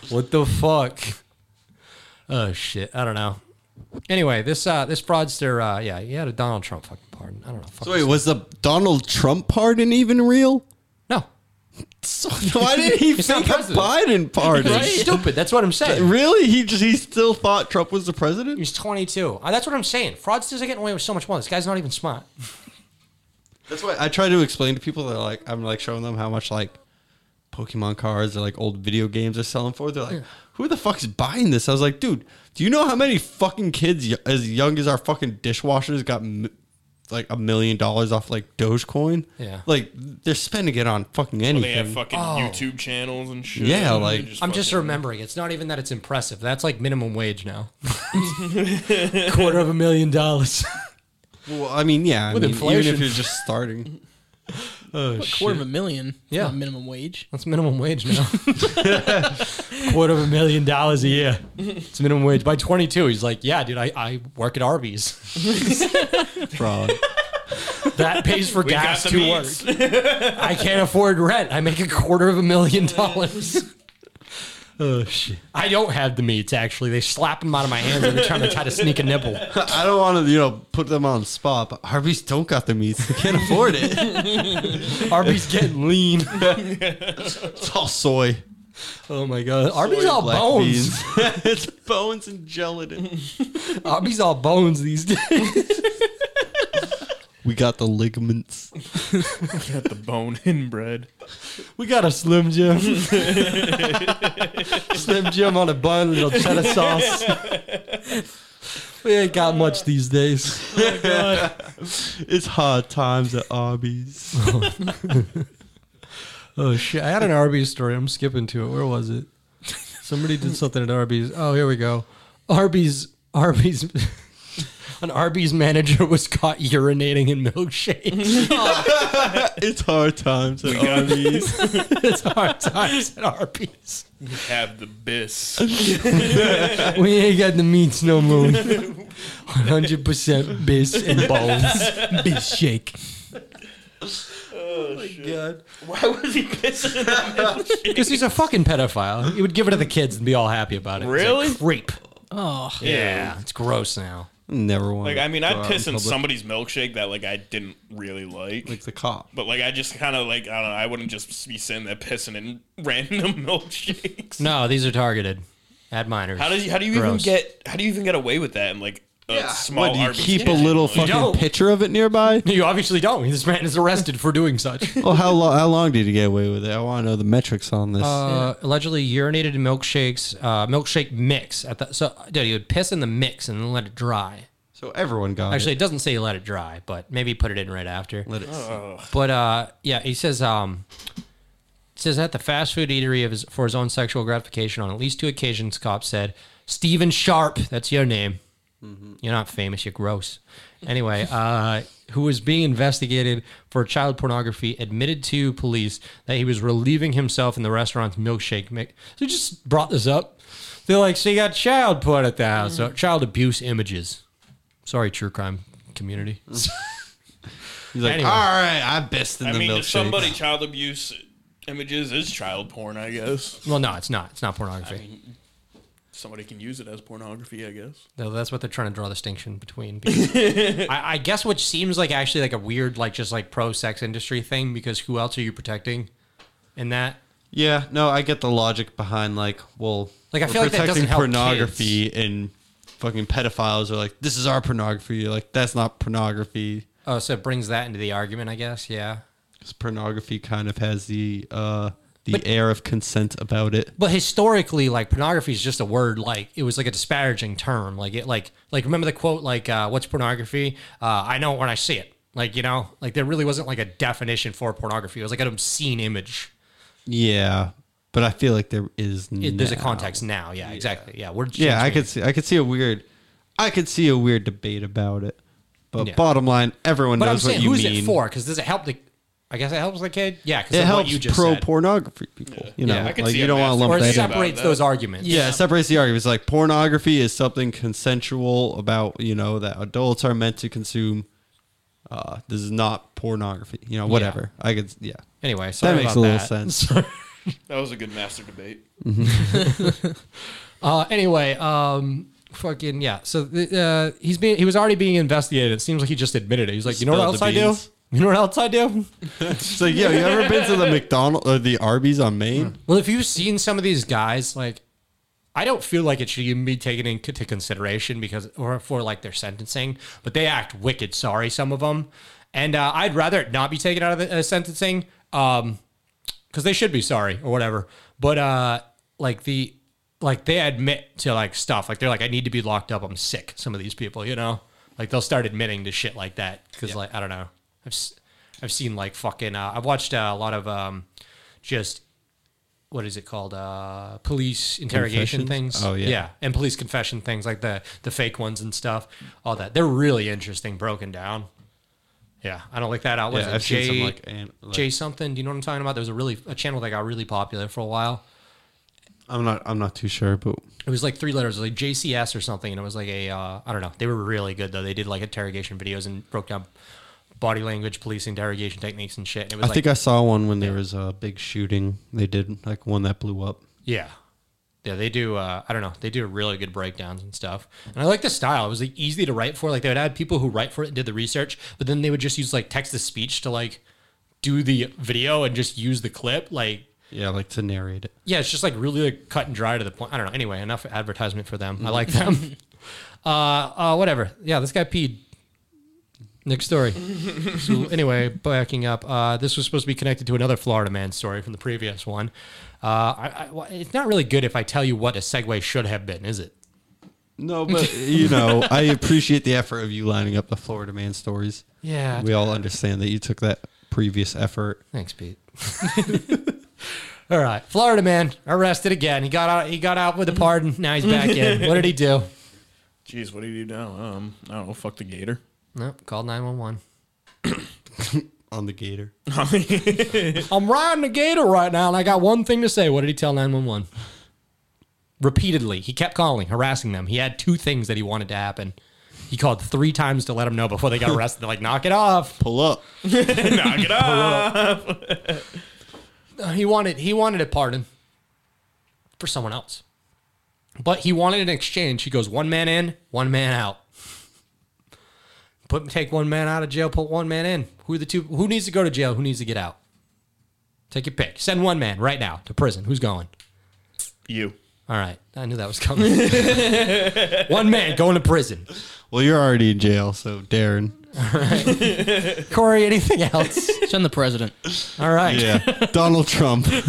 Speaker 1: what the fuck? Oh shit! I don't know. Anyway, this uh, this fraudster, uh, yeah, he had a Donald Trump fucking pardon. I don't know. Fuck
Speaker 2: So wait, was the Donald Trump pardon even real?
Speaker 1: no,
Speaker 2: Why did he
Speaker 1: He's not
Speaker 2: think a
Speaker 1: president.
Speaker 2: Biden pardon?
Speaker 1: he's stupid. That's what I'm saying.
Speaker 2: Really? He just he still thought Trump was the president?
Speaker 1: He's 22. Uh, that's what I'm saying. Fraudsters are getting away with so much more. This guy's not even smart.
Speaker 2: That's why I try to explain to people that like I'm like showing them how much like Pokemon cards or like old video games are selling for. They're like, who the fuck's buying this? I was like, dude, do you know how many fucking kids y- as young as our fucking dishwashers got m- like a million dollars off like Dogecoin?
Speaker 1: Yeah.
Speaker 2: like they're spending it on fucking
Speaker 4: They have
Speaker 2: anything.
Speaker 4: fucking YouTube channels and shit.
Speaker 2: Yeah,
Speaker 4: They
Speaker 2: like-
Speaker 1: Oh. I'm just
Speaker 4: fucking-
Speaker 1: remembering. It's not even that it's impressive. That's like minimum wage now. Quarter of a million dollars.
Speaker 2: well, I mean, yeah, I
Speaker 1: With
Speaker 2: mean, even
Speaker 1: inflation.
Speaker 2: if you're just starting.
Speaker 1: Oh,
Speaker 3: Quarter of a million.
Speaker 1: Yeah.
Speaker 3: Not minimum wage.
Speaker 1: That's minimum wage now. Quarter of a million dollars a year. It's minimum wage. By 22, he's like, yeah, dude, I, I work at Arby's.
Speaker 2: fraud.
Speaker 1: That pays for
Speaker 4: We got
Speaker 1: gas
Speaker 4: the
Speaker 1: to work.
Speaker 4: meats.
Speaker 1: I can't afford rent. I make a quarter of a million dollars. oh shit! I don't have the meats. Actually, they slap them out of my hands every time I try to sneak a nibble.
Speaker 2: I don't want to, you know, put them on spot, but Harvey's don't got the meats. They can't afford it.
Speaker 1: Arby's getting lean.
Speaker 2: It's all soy.
Speaker 1: Oh my god! Arby's
Speaker 2: Soy,
Speaker 1: all
Speaker 2: black
Speaker 1: bones.
Speaker 2: beans. it's bones and gelatin.
Speaker 1: Arby's all bones these days.
Speaker 2: We got the ligaments.
Speaker 4: Got the bone inbred.
Speaker 1: We got a Slim Jim. Slim Jim on a bun, little cheddar sauce. We ain't got much these days.
Speaker 2: It's hard times at Arby's.
Speaker 1: Oh shit! I had an Arby's story. I'm skipping to it. Where was it? Somebody did something at Arby's. Oh, here we go. Arby's, Arby's, an Arby's manager was caught urinating in milkshakes.
Speaker 2: it's hard times at
Speaker 4: got-
Speaker 2: Arby's.
Speaker 1: it's hard times at Arby's.
Speaker 4: Have the bis.
Speaker 1: We ain't got the meats no more. 100% bis and bones. Bis shake. Oh
Speaker 2: God.
Speaker 4: Oh, Why was he pissing?
Speaker 1: Because he's a fucking pedophile. He would give it to the kids and be all happy about it. He's a
Speaker 4: Really?
Speaker 1: creep.
Speaker 3: Oh.
Speaker 4: Yeah.
Speaker 1: It's gross now.
Speaker 2: Never want.
Speaker 4: Like I mean, I'd piss in
Speaker 2: public.
Speaker 4: somebody's milkshake that like I didn't really like.
Speaker 2: Like the cop.
Speaker 4: but like I just kind of like I don't know. I wouldn't just be sitting there pissing in random milkshakes.
Speaker 1: No, these are targeted at minors.
Speaker 4: How do you how do you
Speaker 1: Gross.
Speaker 4: even get how do you even get away with that in like a small
Speaker 2: What, do you
Speaker 4: Arby's
Speaker 2: keep a
Speaker 4: kitchen?
Speaker 2: little
Speaker 4: Like,
Speaker 2: fucking
Speaker 1: don't.
Speaker 2: picture of it nearby?
Speaker 1: You obviously don't. This man is arrested for doing such.
Speaker 2: Oh, how long? How long did he get away with it? I want to know the metrics on this.
Speaker 1: Uh, allegedly urinated in milkshakes, uh, milkshake mix. At the so, dude, he would piss in the mix and then let it dry.
Speaker 2: so everyone got
Speaker 1: Actually,
Speaker 2: actually,
Speaker 1: it doesn't say he let it dry, but maybe he put it in right after.
Speaker 2: Let it.
Speaker 1: But uh, yeah, he says um, it says at the fast food eatery of his, for his own sexual gratification on at least two occasions. Cop said, "Stephen Sharp, that's your name. You're not famous. You're gross." Anyway, uh, who was being investigated for child pornography, admitted to police that he was relieving himself in the restaurant's milkshake mix. So he just brought this up. They're like, "So you got child porn at the house? So child abuse images." Sorry, true crime community.
Speaker 2: He's like,
Speaker 1: Anyway.
Speaker 2: all right, I pissed in
Speaker 4: I
Speaker 2: the
Speaker 4: mean, to
Speaker 2: milkshake.
Speaker 4: somebody child abuse images is child porn, I guess.
Speaker 1: Well, no, it's not. It's not pornography.
Speaker 4: Somebody can use it as pornography, I guess.
Speaker 1: Though that's what they're trying to draw distinction between. because- I, I guess what seems like actually like a weird like just like pro sex industry thing because who else are you protecting? In that,
Speaker 2: Yeah, no, I get the logic behind like, well,
Speaker 1: Like, I
Speaker 2: we're
Speaker 1: feel like that
Speaker 2: protecting
Speaker 1: doesn't help
Speaker 2: pornography and fucking pedophiles are like, this is our pornography. You're like, that's not pornography.
Speaker 1: Oh, so it brings that into the argument, I guess. Yeah.
Speaker 2: 'Cause pornography kind of has the uh, the air of consent about it.
Speaker 1: But historically, like pornography is just a word. Like it was like a disparaging term. Like it, like like remember the quote, like uh, "What's pornography? Uh, I know it when I see it." Like you know, like there really wasn't like a definition for pornography. It was like an obscene image.
Speaker 2: Yeah, but I feel like there is.
Speaker 1: It- There's a
Speaker 2: now.
Speaker 1: context now. Yeah, exactly. Yeah, we're
Speaker 2: Yeah, I
Speaker 1: changing.
Speaker 2: could see. I could see a weird. I could see a weird debate about it. But
Speaker 1: Yeah.
Speaker 2: bottom line, everyone
Speaker 1: But I'm
Speaker 2: knows
Speaker 1: saying,
Speaker 2: what you
Speaker 1: who's
Speaker 2: mean.
Speaker 1: it for? Because does it help the? I guess it helps the kid. Yeah, because
Speaker 2: It
Speaker 1: what
Speaker 2: helps
Speaker 1: you just
Speaker 2: pro
Speaker 1: said.
Speaker 2: pornography people. You know,
Speaker 4: Yeah, I could
Speaker 2: like
Speaker 4: see
Speaker 2: you
Speaker 4: a
Speaker 2: don't want to
Speaker 4: massive
Speaker 2: lump
Speaker 1: or it
Speaker 2: that in.
Speaker 4: about
Speaker 1: separates
Speaker 4: that.
Speaker 1: those arguments.
Speaker 2: Yeah, it separates the arguments. Like pornography is something consensual about you know that adults are meant to consume. Uh, this is not pornography. You know, whatever. I could. Yeah,
Speaker 1: Anyway,
Speaker 2: that
Speaker 1: sorry
Speaker 2: makes
Speaker 1: about
Speaker 2: a little
Speaker 1: that.
Speaker 2: sense.
Speaker 4: That was a good master debate.
Speaker 1: Uh, anyway, um, fucking yeah. So the, uh, he's being he was already being investigated. It seems like he just admitted it. He's like, you know what
Speaker 2: Spilled
Speaker 1: else
Speaker 2: the
Speaker 1: I do?
Speaker 2: beans.
Speaker 1: You know what else I do?
Speaker 2: it's like, yo, you ever been to the McDonald or the Arby's on Maine?
Speaker 1: Well, if you've seen some of these guys, like, I don't feel like it should even be taken into consideration because, or for like their sentencing, but they act wicked sorry, some of them. And uh, I'd rather it not be taken out of the uh, sentencing Um, because they should be sorry or whatever. But uh, like the, like they admit to like stuff. Like they're like, I need to be locked up. I'm sick. Some of these people, you know, like they'll start admitting to shit like that because like I don't know. I've s- I've seen like fucking. Uh, I've watched uh, a lot of um, just what is it called? Uh, police interrogation
Speaker 2: Confessions?
Speaker 1: things.
Speaker 2: Oh, yeah.
Speaker 1: yeah, and police confession things like the the fake ones and stuff. All that they're really interesting, broken down. Yeah, I don't like that out. What is
Speaker 2: Yeah,
Speaker 1: it?
Speaker 2: I've seen some,
Speaker 1: Jay-
Speaker 2: like, an- like-
Speaker 1: Jay something. Do you know what I'm talking about? There was a really a channel that got really popular for a while.
Speaker 2: I'm not. I'm not too sure, but
Speaker 1: It was like three letters, it was like JCS or something, and it was like a uh, I don't know. They were really good though. They did like interrogation videos and broke down body language, police interrogation techniques and shit. And it was
Speaker 2: I
Speaker 1: like,
Speaker 2: think I saw one when there was a big shooting. They did like one that blew up.
Speaker 1: Yeah. Yeah, they do. Uh, I don't know. They do really good breakdowns and stuff, and I like the style. It was like easy to write for. Like they would add people who write for it and did the research, but then they would just use like text to speech to like do the video and just use the clip. Like
Speaker 2: Yeah, like to narrate it.
Speaker 1: yeah, it's just like really like, cut and dry to the point. I don't know. Anyway, enough advertisement for them. I like them. uh, uh, whatever. Yeah, this guy peed. Next story. so anyway, backing up, uh, this was supposed to be connected to another Florida man story from the previous one. Uh, I, I, well, it's not really good if I tell you what a segue should have been, is it?
Speaker 2: No, but you know, I appreciate the effort of you lining up the Florida man stories.
Speaker 1: Yeah.
Speaker 2: we all understand that you took that previous effort.
Speaker 1: Thanks, Pete. All right, Florida man arrested again. He got out. He got out with a pardon. Now he's back in. What did he do?
Speaker 4: Jeez, what do you do now? Um, I don't know. Fuck the gator.
Speaker 1: Nope, called nine one one.
Speaker 2: on the gator.
Speaker 1: I'm riding a gator right now, and I got one thing to say. What did he tell 911? Repeatedly, he kept calling, harassing them. He had two things that he wanted to happen. He called three times to let them know before they got arrested. They're like, knock it off.
Speaker 2: Pull up.
Speaker 4: Knock it off.
Speaker 1: Uh, He wanted he wanted a pardon for someone else. But he wanted an exchange. He goes, one man in, one man out. Put take one man out of jail, put one man in. Who are the two who needs to go to jail? Who needs to get out? Take your pick. Send one man right now to prison. Who's going?
Speaker 4: You.
Speaker 1: All right, I knew that was coming. One man going to prison.
Speaker 2: Well, you're already in jail, so Darren.
Speaker 1: Corey, anything else?
Speaker 3: Send the president.
Speaker 1: All right.
Speaker 2: Yeah, Donald Trump. my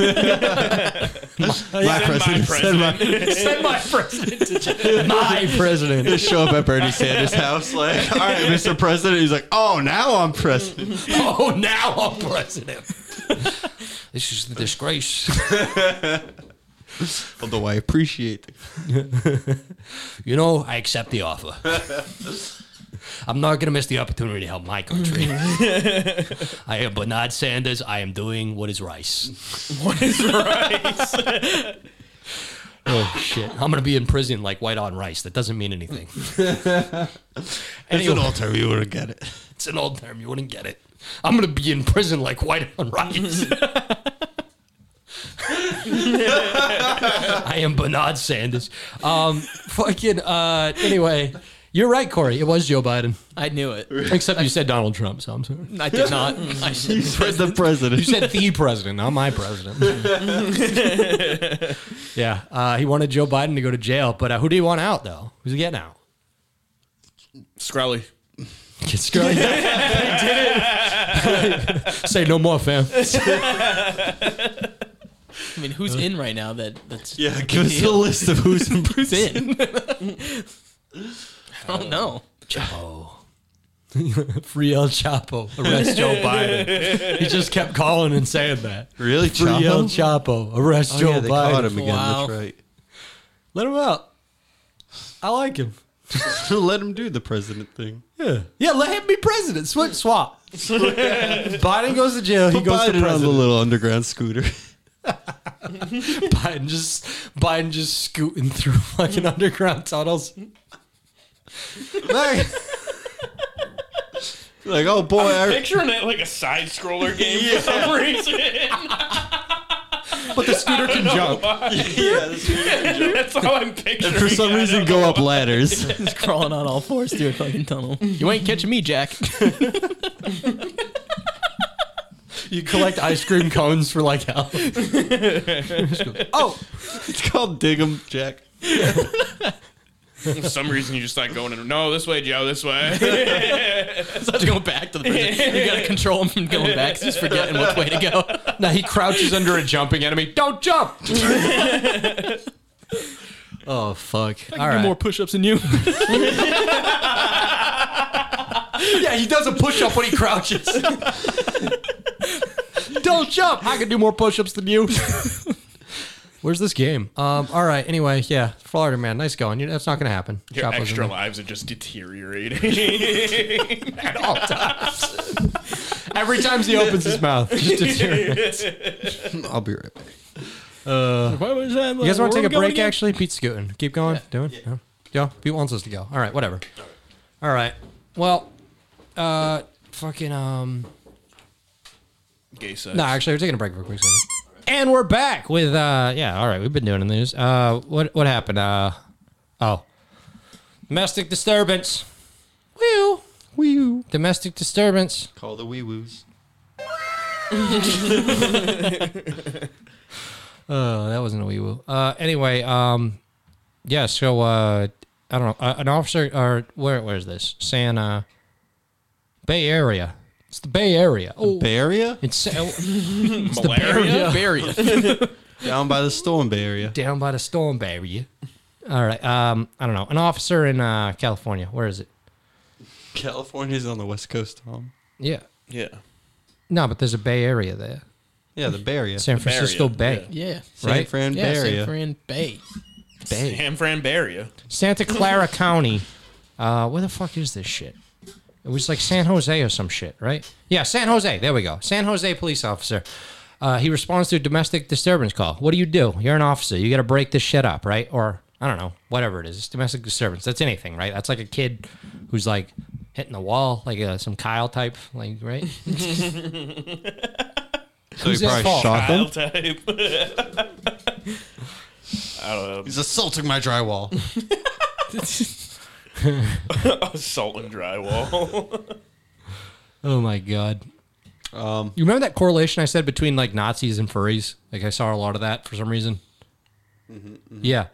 Speaker 2: president. Send my-
Speaker 1: Send my president to jail. My president.
Speaker 2: just show up at Bernie Sanders' house, like, all right, Mr. President. He's like, oh, now I'm president.
Speaker 1: Oh, now I'm president. This is the disgrace.
Speaker 2: Although I appreciate it.
Speaker 1: You know, I accept the offer. I'm not going to miss the opportunity to help my country. I am Bernard Sanders. I am doing what is rice.
Speaker 4: What is right?
Speaker 1: Oh, shit. I'm going to be in prison like white on rice. That doesn't mean anything.
Speaker 2: It's an altar. You would get it.
Speaker 1: It's an old term. You wouldn't get it. I'm going to be in prison like white on rice. I am Bernard Sanders. Um, fucking, uh, anyway, you're right, Corey. It was Joe Biden.
Speaker 3: I knew it.
Speaker 1: Except you said Donald Trump, so I'm sorry.
Speaker 3: I did not. I said the
Speaker 2: He's the president.
Speaker 1: You said the president, not my president. yeah, uh, he wanted Joe Biden to go to jail, but uh, who do you want out, though? Who's he getting out?
Speaker 4: Scrolly.
Speaker 1: It's good. Say no more, fam.
Speaker 3: I mean, who's in right now? That that's
Speaker 2: Yeah, give us a list of who's in
Speaker 3: who's in. I don't know.
Speaker 1: Chapo. Free El Chapo. Arrest Joe Biden. He just kept calling and saying that.
Speaker 2: Really,
Speaker 1: Free El
Speaker 2: Chapo?
Speaker 1: Chapo. Arrest
Speaker 2: Oh,
Speaker 1: Joe
Speaker 2: yeah, they caught him
Speaker 1: Biden.
Speaker 2: again.
Speaker 3: Wow.
Speaker 2: That's right.
Speaker 1: Let him out. I like him.
Speaker 2: Let him do the president thing.
Speaker 1: Yeah. Yeah, let him be president. Swip swap. Biden goes to jail. He
Speaker 2: Put
Speaker 1: goes to
Speaker 2: Biden on the
Speaker 1: president.
Speaker 2: little underground scooter.
Speaker 1: Biden just Biden just scooting through fucking underground tunnels. Like-
Speaker 2: like, oh boy, I,
Speaker 4: Picturing it like a side scroller game for some reason.
Speaker 1: but the scooter can jump.
Speaker 4: That's how I'm picturing.
Speaker 2: and for
Speaker 4: it.
Speaker 2: some
Speaker 4: I
Speaker 2: reason
Speaker 4: don't
Speaker 2: go
Speaker 4: know.
Speaker 2: up ladders.
Speaker 3: He's crawling on all fours through a fucking tunnel. You ain't catching me, Jack.
Speaker 1: You collect ice cream cones for like hell. oh,
Speaker 2: it's called Dig 'em, Jack.
Speaker 4: For some reason, you just start going. in, No, this way, Joe. This way.
Speaker 3: So I have to go back to the prison. You gotta control him from going back. 'cause He's forgetting which way to go.
Speaker 1: now he crouches under a jumping enemy. Don't jump. oh fuck! All right.
Speaker 3: push-ups than you.
Speaker 1: yeah, he does a push up when he crouches. Don't jump. I can do more push ups than you. Where's this game? Um, all right. Anyway, yeah, Florida man, nice going. You- That's not gonna happen.
Speaker 4: Your
Speaker 1: Chapo's in
Speaker 4: extra
Speaker 1: there.
Speaker 4: lives are just deteriorating.
Speaker 1: all times. Every time he opens his mouth, it just deteriorates.
Speaker 2: I'll be right back.
Speaker 1: You guys want to take a break? Actually, Pete's scooting. Keep going. Doing. Yeah. yeah. Pete wants us to go. All right. Whatever. All right. Well, uh, fucking um.
Speaker 4: Gay sex.
Speaker 1: No, actually, we're taking a break for a quick second. And we're back with uh yeah, all right, we've been doing the news. Uh what what happened? Uh oh. Domestic disturbance. Woo. Woo. Domestic disturbance.
Speaker 2: Call the wee woos.
Speaker 1: Oh, that wasn't a wee woo. Uh anyway, um yeah, so uh I don't know. Uh, an officer or where where is this? Santa Bay Area. It's the Bay Area. Oh,
Speaker 2: Bay Area?
Speaker 1: it's oh, Sa-
Speaker 4: Malaria.
Speaker 3: Barrier.
Speaker 2: Down by the storm Bay Area.
Speaker 1: down by the storm barrier. All right. Um, I don't know. An officer in uh, California. Where is it?
Speaker 2: California's on the west coast, Tom.
Speaker 1: Yeah.
Speaker 4: Yeah.
Speaker 1: No, but there's a Bay Area there.
Speaker 2: Yeah, the Bay Area.
Speaker 1: San Francisco Bay.
Speaker 3: Yeah.
Speaker 2: San
Speaker 1: right?
Speaker 2: Fran
Speaker 3: Yeah,
Speaker 2: Bay Area.
Speaker 3: San Fran Bay.
Speaker 1: Bay.
Speaker 4: Ham Franbaria.
Speaker 1: Santa Clara County. Uh, where the fuck is this shit? It was like San Jose or some shit, right? Yeah, San Jose. There we go. San Jose police officer. Uh, he responds to a domestic disturbance call. What do you do? You're an officer. You got to break this shit up, right? Or I don't know, whatever it is. It's domestic disturbance. That's anything, right? That's like a kid who's like hitting the wall, like uh, some Kyle type, like right?
Speaker 2: so he
Speaker 1: Who's at
Speaker 2: probably
Speaker 1: fault?
Speaker 2: shot
Speaker 4: Kyle
Speaker 2: them.
Speaker 4: type. I don't know.
Speaker 2: He's assaulting my drywall.
Speaker 4: Salt and drywall.
Speaker 1: Oh my god. Um, you remember that correlation I said between like Nazis and furries? Like I saw a lot of that for some reason. Yeah.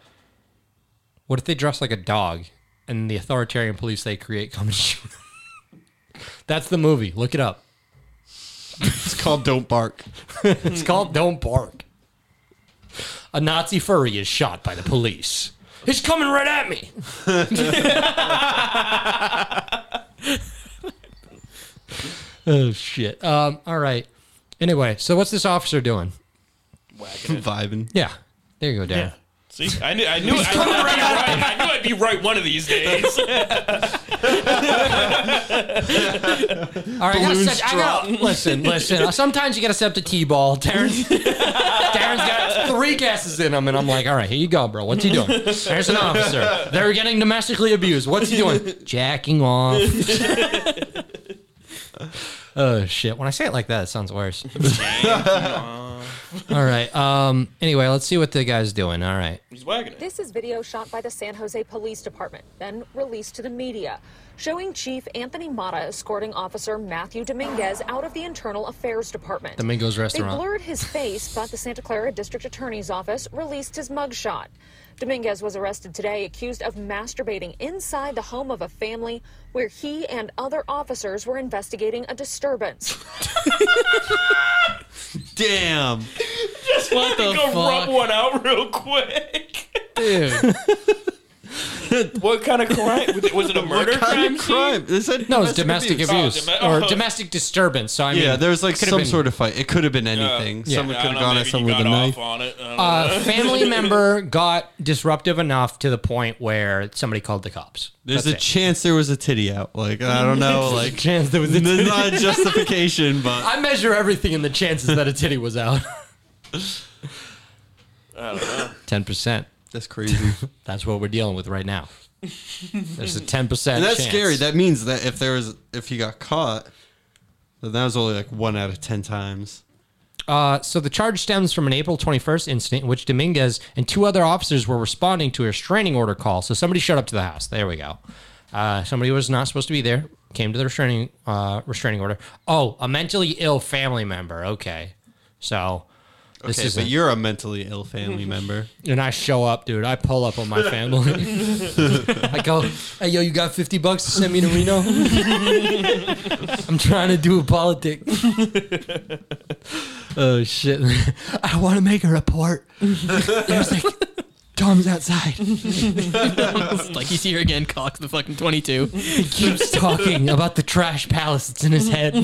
Speaker 1: What if they dress like a dog and the authoritarian police they create come and shoot? That's the movie. Look it up.
Speaker 2: it's called Don't Bark.
Speaker 1: It's called Don't Bark. A Nazi furry is shot by the police. He's coming right at me. oh shit. Um, all right. Anyway, so what's this officer doing?
Speaker 2: Vibing.
Speaker 1: Yeah. There you go, Dan.
Speaker 4: See, I knew, I knew, I knew, I'd, be right. I knew I'd be right one of these days.
Speaker 1: All right, I gotta
Speaker 2: Balloon
Speaker 1: set- I gotta- listen, listen. uh, Sometimes you gotta set up the T-ball. Darren's, Darren's got three guesses in him, and I'm like, all right, here you go, bro. What's he doing? There's an officer. They're getting domestically abused. What's he doing? Jacking off. oh shit! When I say it like that, it sounds worse. all right. Um. Anyway, let's see what the guy's doing. All right.
Speaker 4: He's wagging it.
Speaker 8: This is video shot by the San Jose Police Department, then released to the media, showing Chief Anthony Mata escorting Officer Matthew Dominguez out of the Internal Affairs Department.
Speaker 1: Domingo's
Speaker 8: They
Speaker 1: restaurant.
Speaker 8: blurred his face, but the Santa Clara District Attorney's Office released his mugshot. Dominguez was arrested today, accused of masturbating inside the home of a family where he and other officers were investigating a disturbance.
Speaker 2: Damn.
Speaker 3: What the
Speaker 4: Go rub
Speaker 3: fuck,
Speaker 4: one out real quick.
Speaker 3: dude?
Speaker 4: What kind of crime? Was it, was it a murder crime?
Speaker 2: Crime. crime. They said
Speaker 9: No, it's domestic
Speaker 2: abuse.
Speaker 9: abuse,
Speaker 4: Oh, doma-
Speaker 9: or
Speaker 4: oh.
Speaker 9: domestic disturbance. So I mean,
Speaker 2: Yeah, there's like
Speaker 9: could've
Speaker 2: some
Speaker 9: been-
Speaker 2: sort of fight. It could have been anything.
Speaker 9: Yeah.
Speaker 2: Someone
Speaker 4: Uh, I
Speaker 2: could
Speaker 4: don't
Speaker 2: have
Speaker 4: know,
Speaker 2: gone at someone
Speaker 4: maybe you
Speaker 2: with a
Speaker 4: got off
Speaker 2: knife. Um,
Speaker 4: On it. I don't know.
Speaker 1: uh,
Speaker 9: a family member got disruptive enough to the point where somebody called the cops.
Speaker 2: There's
Speaker 9: That's
Speaker 2: a
Speaker 9: it.
Speaker 2: chance there was a titty out. Like I don't know. Like
Speaker 9: chance there was a
Speaker 2: there's not a justification, but
Speaker 9: I measure everything in the chances that a titty was out. Ten percent.
Speaker 2: that's crazy.
Speaker 9: That's what we're dealing with right now. There's a ten percent.
Speaker 2: And that's scary. That means that if there was, if he got caught, then that was only like one out of ten times.
Speaker 9: Uh, so the charge stems from an April 21st incident in which Dominguez and two other officers were responding to a restraining order call. So somebody showed up to the house. There we go. Uh, somebody was not supposed to be there. Came to the restraining uh, restraining order. Oh, a mentally ill family member. Okay, so this
Speaker 2: Okay,
Speaker 9: is
Speaker 2: but you're a mentally ill family member.
Speaker 9: and I show up, dude. I pull up on my family. I go, hey yo, you got fifty bucks to send me to Reno? I'm trying to do a politic. oh shit! I want to make a report. It was like, Tom's outside.
Speaker 3: It's like he's here again, cocks the fucking twenty-two.
Speaker 9: He keeps talking about the trash palace that's in his head. I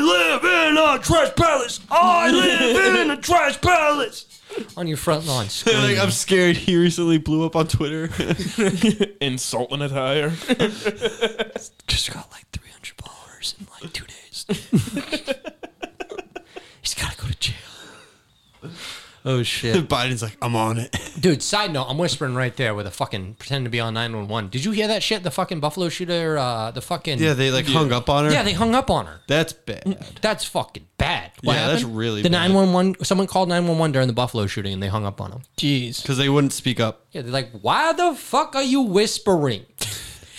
Speaker 9: live in a trash palace. I live in a trash palace. On your front lawn.
Speaker 2: like I'm
Speaker 9: screaming.
Speaker 2: scared. He recently blew up on Twitter.
Speaker 4: Insulting attire.
Speaker 9: just got like 300 followers in like two days. He's got to go to jail. Oh shit,
Speaker 2: Biden's like, I'm on it.
Speaker 9: dude! Side note, I'm whispering right there with a fucking pretend to be on 911. Did you hear that shit? The fucking Buffalo shooter, uh, the fucking
Speaker 2: Yeah, they like hung up on her.
Speaker 9: yeah, they hung up on her.
Speaker 2: that's bad.
Speaker 9: That's fucking bad.
Speaker 2: Yeah, that's really
Speaker 9: the
Speaker 2: bad.
Speaker 9: 911. Someone called 911 during the Buffalo shooting and they hung up on him.
Speaker 3: Jeez.
Speaker 2: Because they wouldn't speak up.
Speaker 9: Yeah, they're like, why the fuck are you whispering?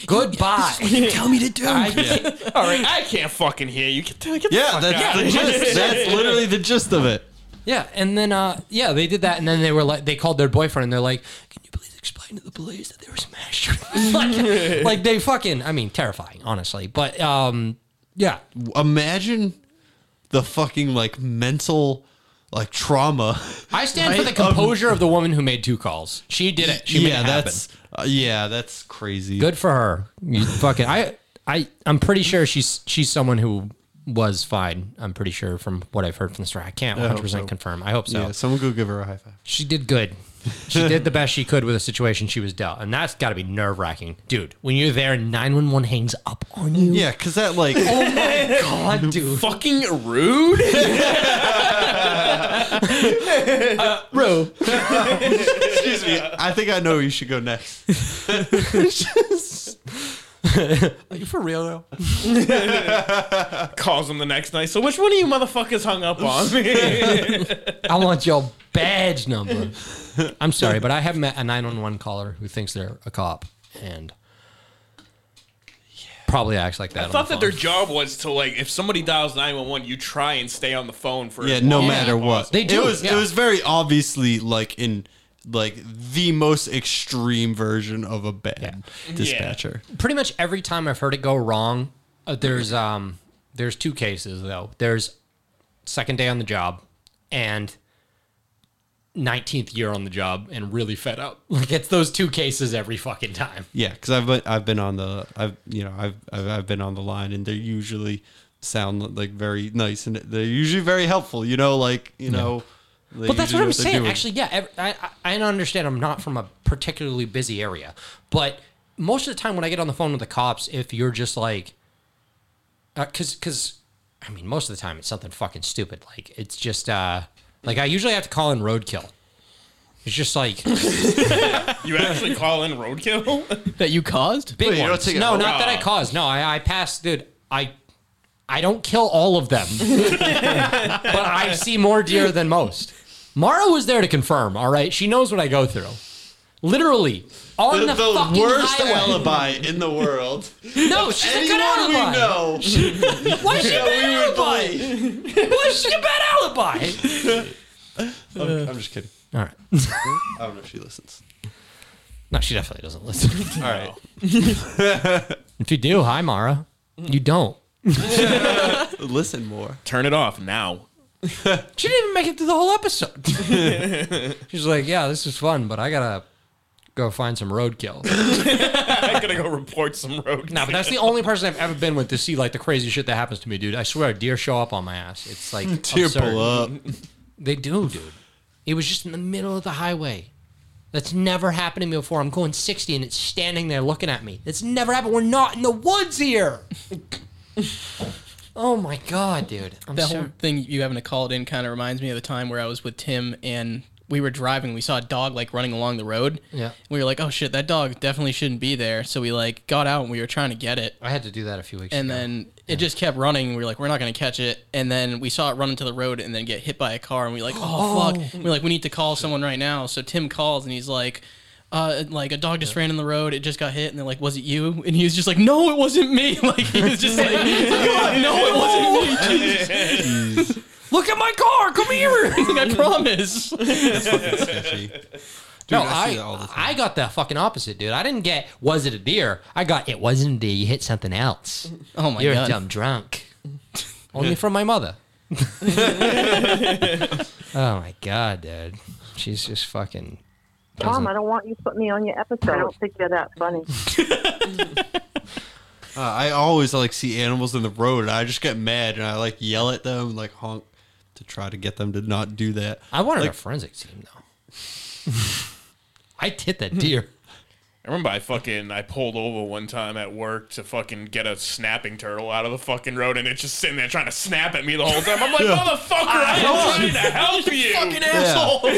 Speaker 9: Goodbye. tell me to do.
Speaker 4: All right, I can't fucking hear you. Get the, get the
Speaker 2: Yeah,
Speaker 4: fuck
Speaker 2: that's
Speaker 4: out
Speaker 2: the
Speaker 4: of here.
Speaker 2: gist. That's literally the gist of it.
Speaker 9: Yeah, and then uh, yeah, they did that, and then they were like, they called their boyfriend, and they're like, "Can you please explain to the police that they were smashed?" like, like they fucking, I mean, terrifying, honestly. But um, yeah,
Speaker 2: Imagine the fucking like mental like trauma.
Speaker 9: I stand for the composure of the woman who made two calls. She did it. She made
Speaker 2: yeah,
Speaker 9: it happen.
Speaker 2: that's uh, yeah, that's crazy.
Speaker 9: good for her. You fucking, I, I, I'm pretty sure she's she's someone who was fine. I'm pretty sure from what I've heard from the story. I can't 100 percent
Speaker 2: so.
Speaker 9: confirm. I hope so.
Speaker 2: Yeah, someone go give her a high five.
Speaker 9: she did good. She did the best she could with the situation she was dealt, and that's got to be nerve wracking, dude. When you're there, nine one one hangs up on you.
Speaker 2: Yeah, because that like
Speaker 9: God, dude,
Speaker 4: Fucking rude.
Speaker 2: Uh,
Speaker 9: bro.
Speaker 2: Excuse me. I think I know where you should go next.
Speaker 9: Are you for real though?
Speaker 4: Calls him the next night. So which one of you motherfuckers hung up on me?
Speaker 9: I want your badge number. I'm sorry, but I have met a nine one one caller who thinks they're a cop and probably acts like that.
Speaker 4: I thought that their job was to like, if somebody dials nine one one, you try and stay on the phone for
Speaker 2: Yeah,
Speaker 4: as
Speaker 2: no
Speaker 4: long as
Speaker 2: matter what.
Speaker 9: They do,
Speaker 2: It was
Speaker 9: yeah.
Speaker 2: it was very obviously like in like the most extreme version of a bad dispatcher.
Speaker 9: pretty much every time I've heard it go wrong, uh, there's um there's two cases though. There's second day on the job and 19th year on the job and really fed up. Like it's those two cases every fucking time.
Speaker 2: Yeah, because I've been, I've been on the I've you know I've, I've I've been on the line and they usually sound like very nice and they're usually very helpful. You know, like you know. they
Speaker 9: But that's what
Speaker 2: usually
Speaker 9: I'm
Speaker 2: know they're
Speaker 9: saying.
Speaker 2: doing.
Speaker 9: Actually, yeah, ev- I, I I understand. I'm not from a particularly busy area, but most of the time when I get on the phone with the cops, if you're just like, because because I mean, most of the time it's something fucking stupid. Like it's just uh, like I usually have to call in roadkill. It's just like big
Speaker 4: You actually call in roadkill?
Speaker 3: That you caused?
Speaker 2: you don't
Speaker 9: ones.
Speaker 2: take it
Speaker 9: No,
Speaker 2: home?
Speaker 9: not that I caused. No, I, I passed, dude. I. I don't kill all of them, but I see more deer than most. Mara was there to confirm. All right, she knows what I go through. Literally on the,
Speaker 2: the, the
Speaker 9: fucking
Speaker 2: worst
Speaker 9: highway.
Speaker 2: alibi in the world.
Speaker 9: No, she's a good
Speaker 2: Anyone we
Speaker 9: alibi.
Speaker 2: know,
Speaker 9: Why is she a
Speaker 2: we
Speaker 9: bad
Speaker 2: would
Speaker 9: alibi?
Speaker 2: believe.
Speaker 9: Why is she a bad alibi?
Speaker 2: I'm, I'm just kidding.
Speaker 9: All right.
Speaker 2: I don't know if she listens.
Speaker 9: No, she definitely doesn't listen.
Speaker 2: All right.
Speaker 9: if you do, hi Mara. You don't.
Speaker 2: Listen more.
Speaker 4: Turn it off now.
Speaker 9: She didn't even make it through the whole episode. She's like, yeah, this is fun, but I gotta go find some roadkill.
Speaker 4: I'm gonna go report some road.
Speaker 9: No, but that's the only person I've ever been with to see like the crazy shit that happens to me, dude. I swear, deer show up on my ass. It's like
Speaker 2: Tear
Speaker 9: absurd.
Speaker 2: pull up.
Speaker 9: They do, dude. It was just in the middle of the highway. That's never happened to me before. I'm going 60 and it's standing there looking at me. It's never happened. We're not in the woods here. oh my god, dude. I'm
Speaker 3: That
Speaker 9: so-
Speaker 3: whole thing you having to call it in kind of reminds me of the time where I was with Tim and we were driving. We saw a dog like running along the road.
Speaker 9: Yeah.
Speaker 3: We were like, oh shit, that dog definitely shouldn't be there. So we like got out and we were trying to get it.
Speaker 9: I had to do that a few weeks
Speaker 3: And
Speaker 9: ago.
Speaker 3: then it just kept running. We were like, we're not going to catch it. And then we saw it run into the road and then get hit by a car. And we were like, oh, fuck. We are like, we need to call someone right now. So Tim calls and he's like, uh, like a dog just ran in the road. It just got hit, and they're like, "Was it you?" And he was just like, "No, it wasn't me." Like he was just like, "God, "No, it wasn't me." Jesus. Look at my car. Come here. He's like, "I promise."
Speaker 2: Sketchy. Dude,
Speaker 9: no,
Speaker 2: I see that all the
Speaker 9: I,
Speaker 2: time.
Speaker 9: I got the fucking opposite, dude. I didn't get, was it a deer? I got, it wasn't a deer. You hit something else.
Speaker 3: Oh my
Speaker 9: You're
Speaker 3: god.
Speaker 9: a dumb drunk. Only from my mother. oh my god, dude. She's just fucking.
Speaker 10: Tom, I don't want you putting me on your episode. I don't think you're that funny.
Speaker 2: Uh, I always like see animals in the road, and I just get mad, and I like yell at them, like honk, to try to get them to not do that.
Speaker 9: I wanted a forensic team though. I hit that deer.
Speaker 4: I remember I fucking I pulled over one time at work to fucking get a snapping turtle out of the fucking road, and it's just sitting there trying to snap at me the whole time. I'm like, motherfucker, I am trying to help you,
Speaker 3: Fucking asshole.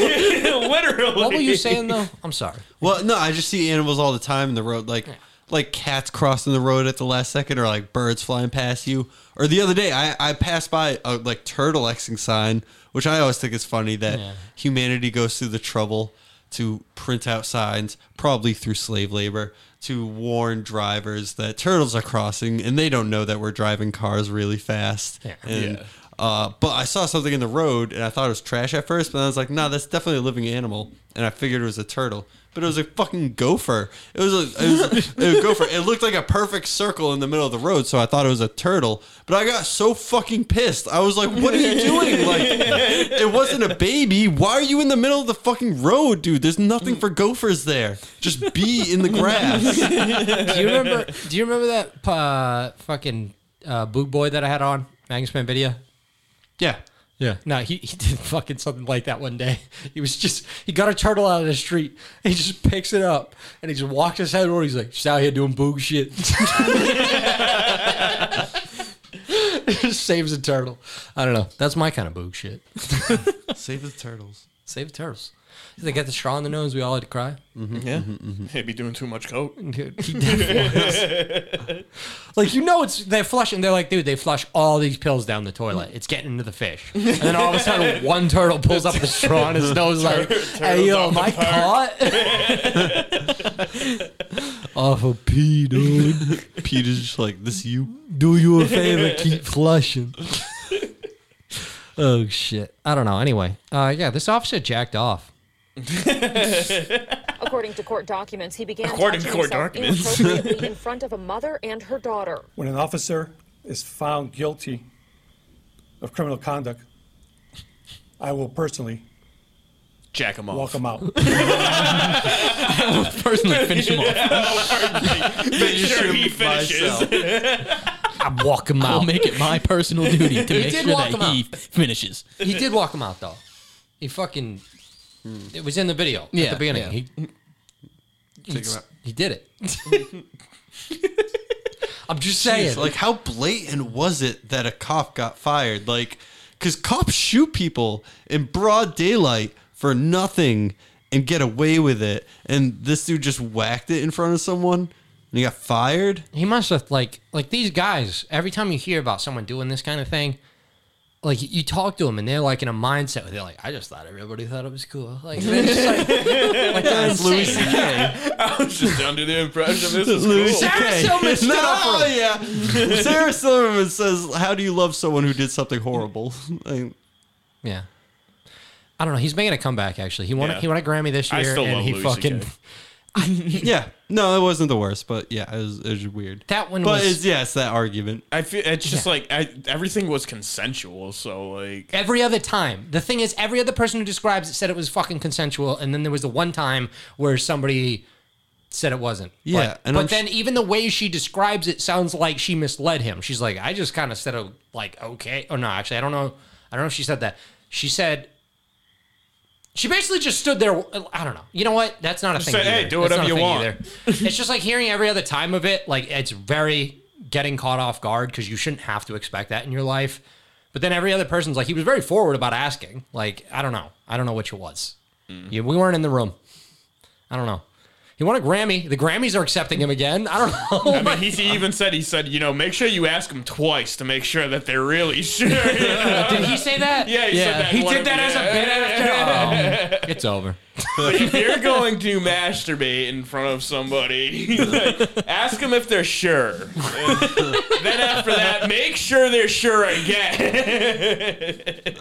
Speaker 4: literally.
Speaker 9: What were you saying though? I'm sorry.
Speaker 2: Well, no, I just see animals all the time in the road, like like cats crossing the road at the last second, or like birds flying past you. Or the other day, I I passed by a like turtle Xing sign, which I always think is funny that humanity goes through the trouble to print out signs, probably through slave labor, to warn drivers that turtles are crossing, and they don't know that we're driving cars really fast.
Speaker 9: Yeah.
Speaker 2: And, Uh, but I saw something in the road and I thought it was trash at first, but then I was like, nah, that's definitely a living animal. And I figured it was a turtle, but it was a fucking gopher. It was a, it was a, it was a gopher. It looked like a perfect circle in the middle of the road, so I thought it was a turtle. But I got so fucking pissed. I was like, what are you doing? Like, it wasn't a baby. Why are you in the middle of the fucking road, dude? There's nothing for gophers there. Just be in the grass.
Speaker 9: Do you remember? Do you remember that uh, fucking uh, boot boy that I had on Magnus Man video?
Speaker 2: Yeah.
Speaker 9: Yeah. No, he, he did fucking something like that one day. He was just he got a turtle out of the street and he just picks it up and he just walks his head over. He's like, just out here doing boog shit. just saves a turtle. I don't know. That's my kind of boog shit.
Speaker 2: Save the turtles.
Speaker 9: Save turtles. They got the straw in the nose. We all had to cry.
Speaker 4: Yeah, he'd be doing too much coke.
Speaker 9: Dude, he definitely was. like you know, it's they're flushing. They're like, dude, they flush all these pills down the toilet. It's getting into the fish, and then all of a sudden, one turtle pulls up the straw and his nose, like, "Hey yo, am I caught?" Off a pee, dude.
Speaker 2: Peter's just like, this you.
Speaker 9: Do you a favor, keep flushing. oh shit! I don't know. Anyway, uh, yeah, this officer jacked off.
Speaker 8: According to court documents, he began
Speaker 4: According to
Speaker 8: touching
Speaker 4: court
Speaker 8: himself
Speaker 4: documents.
Speaker 8: inappropriately in front of a mother and her daughter.
Speaker 11: When an officer is found guilty of criminal conduct, I will personally
Speaker 4: Jack him
Speaker 11: walk
Speaker 4: off.
Speaker 11: him out.
Speaker 3: Personally, finish him off.
Speaker 4: Make sure he finishes.
Speaker 9: I'm walking him
Speaker 3: I'll
Speaker 9: out.
Speaker 3: make it my personal duty to make
Speaker 9: did
Speaker 3: sure
Speaker 9: walk
Speaker 3: that
Speaker 9: him
Speaker 3: he finishes.
Speaker 9: He did walk him out though. He fucking. It was in the video at
Speaker 3: Yeah,
Speaker 9: the beginning.
Speaker 3: yeah.
Speaker 9: He
Speaker 2: Take him out.
Speaker 9: He did it. I'm just saying.
Speaker 2: Jeez, like how blatant was it that a cop got fired? Like, because cops shoot people in broad daylight for nothing and get away with it, and this dude just whacked it in front of someone and he got fired.
Speaker 9: he must have like like these guys. Every time you hear about someone doing this kind of thing, like you talk to them and they're like in a mindset where they're like, I just thought everybody thought it was cool. Like they're just like, like they're
Speaker 2: Louis
Speaker 9: insane.
Speaker 2: C.K.
Speaker 4: I was just under the impression this is
Speaker 2: Louis
Speaker 4: cool.
Speaker 9: Sarah Silverman stood up for
Speaker 2: No, yeah. Sarah Silverman says, "How do you love someone who did something horrible?" Like,
Speaker 9: Yeah. I don't know. He's making a comeback. Actually, he won.
Speaker 2: Yeah.
Speaker 9: He won a Grammy this
Speaker 2: I
Speaker 9: year,
Speaker 2: still
Speaker 9: and
Speaker 2: love
Speaker 9: he
Speaker 2: Louis
Speaker 9: fucking.
Speaker 2: CK. yeah, no, it wasn't the worst, but yeah, it was, it was weird.
Speaker 9: That one
Speaker 2: but
Speaker 9: was-
Speaker 2: it's, yeah, it's that argument.
Speaker 4: I feel it's just like I, everything was consensual, so like
Speaker 9: Every other time, the thing is, every other person who describes it said it was fucking consensual, and then there was the one time where somebody said it wasn't.
Speaker 2: Yeah,
Speaker 9: but,
Speaker 2: and
Speaker 9: but
Speaker 2: I'm sh-
Speaker 9: then even the way she describes it sounds like she misled him. She's like, I just kind of said it like okay, or no, actually, I don't know. I don't know if she said that. She said. She basically just stood there. I don't know. You know what? That's not a
Speaker 4: Just
Speaker 9: thing.
Speaker 4: said, "Hey,
Speaker 9: either.
Speaker 4: do
Speaker 9: That's not a
Speaker 4: whatever you
Speaker 9: thing
Speaker 4: want."
Speaker 9: either. it's just like hearing every other time of it. Like it's very getting caught off guard because you shouldn't have to expect that in your life. But then every other person's like, he was very forward about asking. Like I don't know. I don't know which it was.
Speaker 4: Mm.
Speaker 9: Yeah, we weren't in the room. I don't know. He won a Grammy. The Grammys are accepting him again. I don't know.
Speaker 4: I mean, he, he even said he said you know make sure you ask them twice to make sure that they're really sure. you know?
Speaker 9: Did he say that?
Speaker 4: Yeah, he said that in
Speaker 9: He
Speaker 4: one
Speaker 9: did
Speaker 4: of-
Speaker 9: that as a bit after. Oh, it's over.
Speaker 4: Like, if you're going to masturbate in front of somebody, like, ask them if they're sure. And then after that, make sure they're sure again.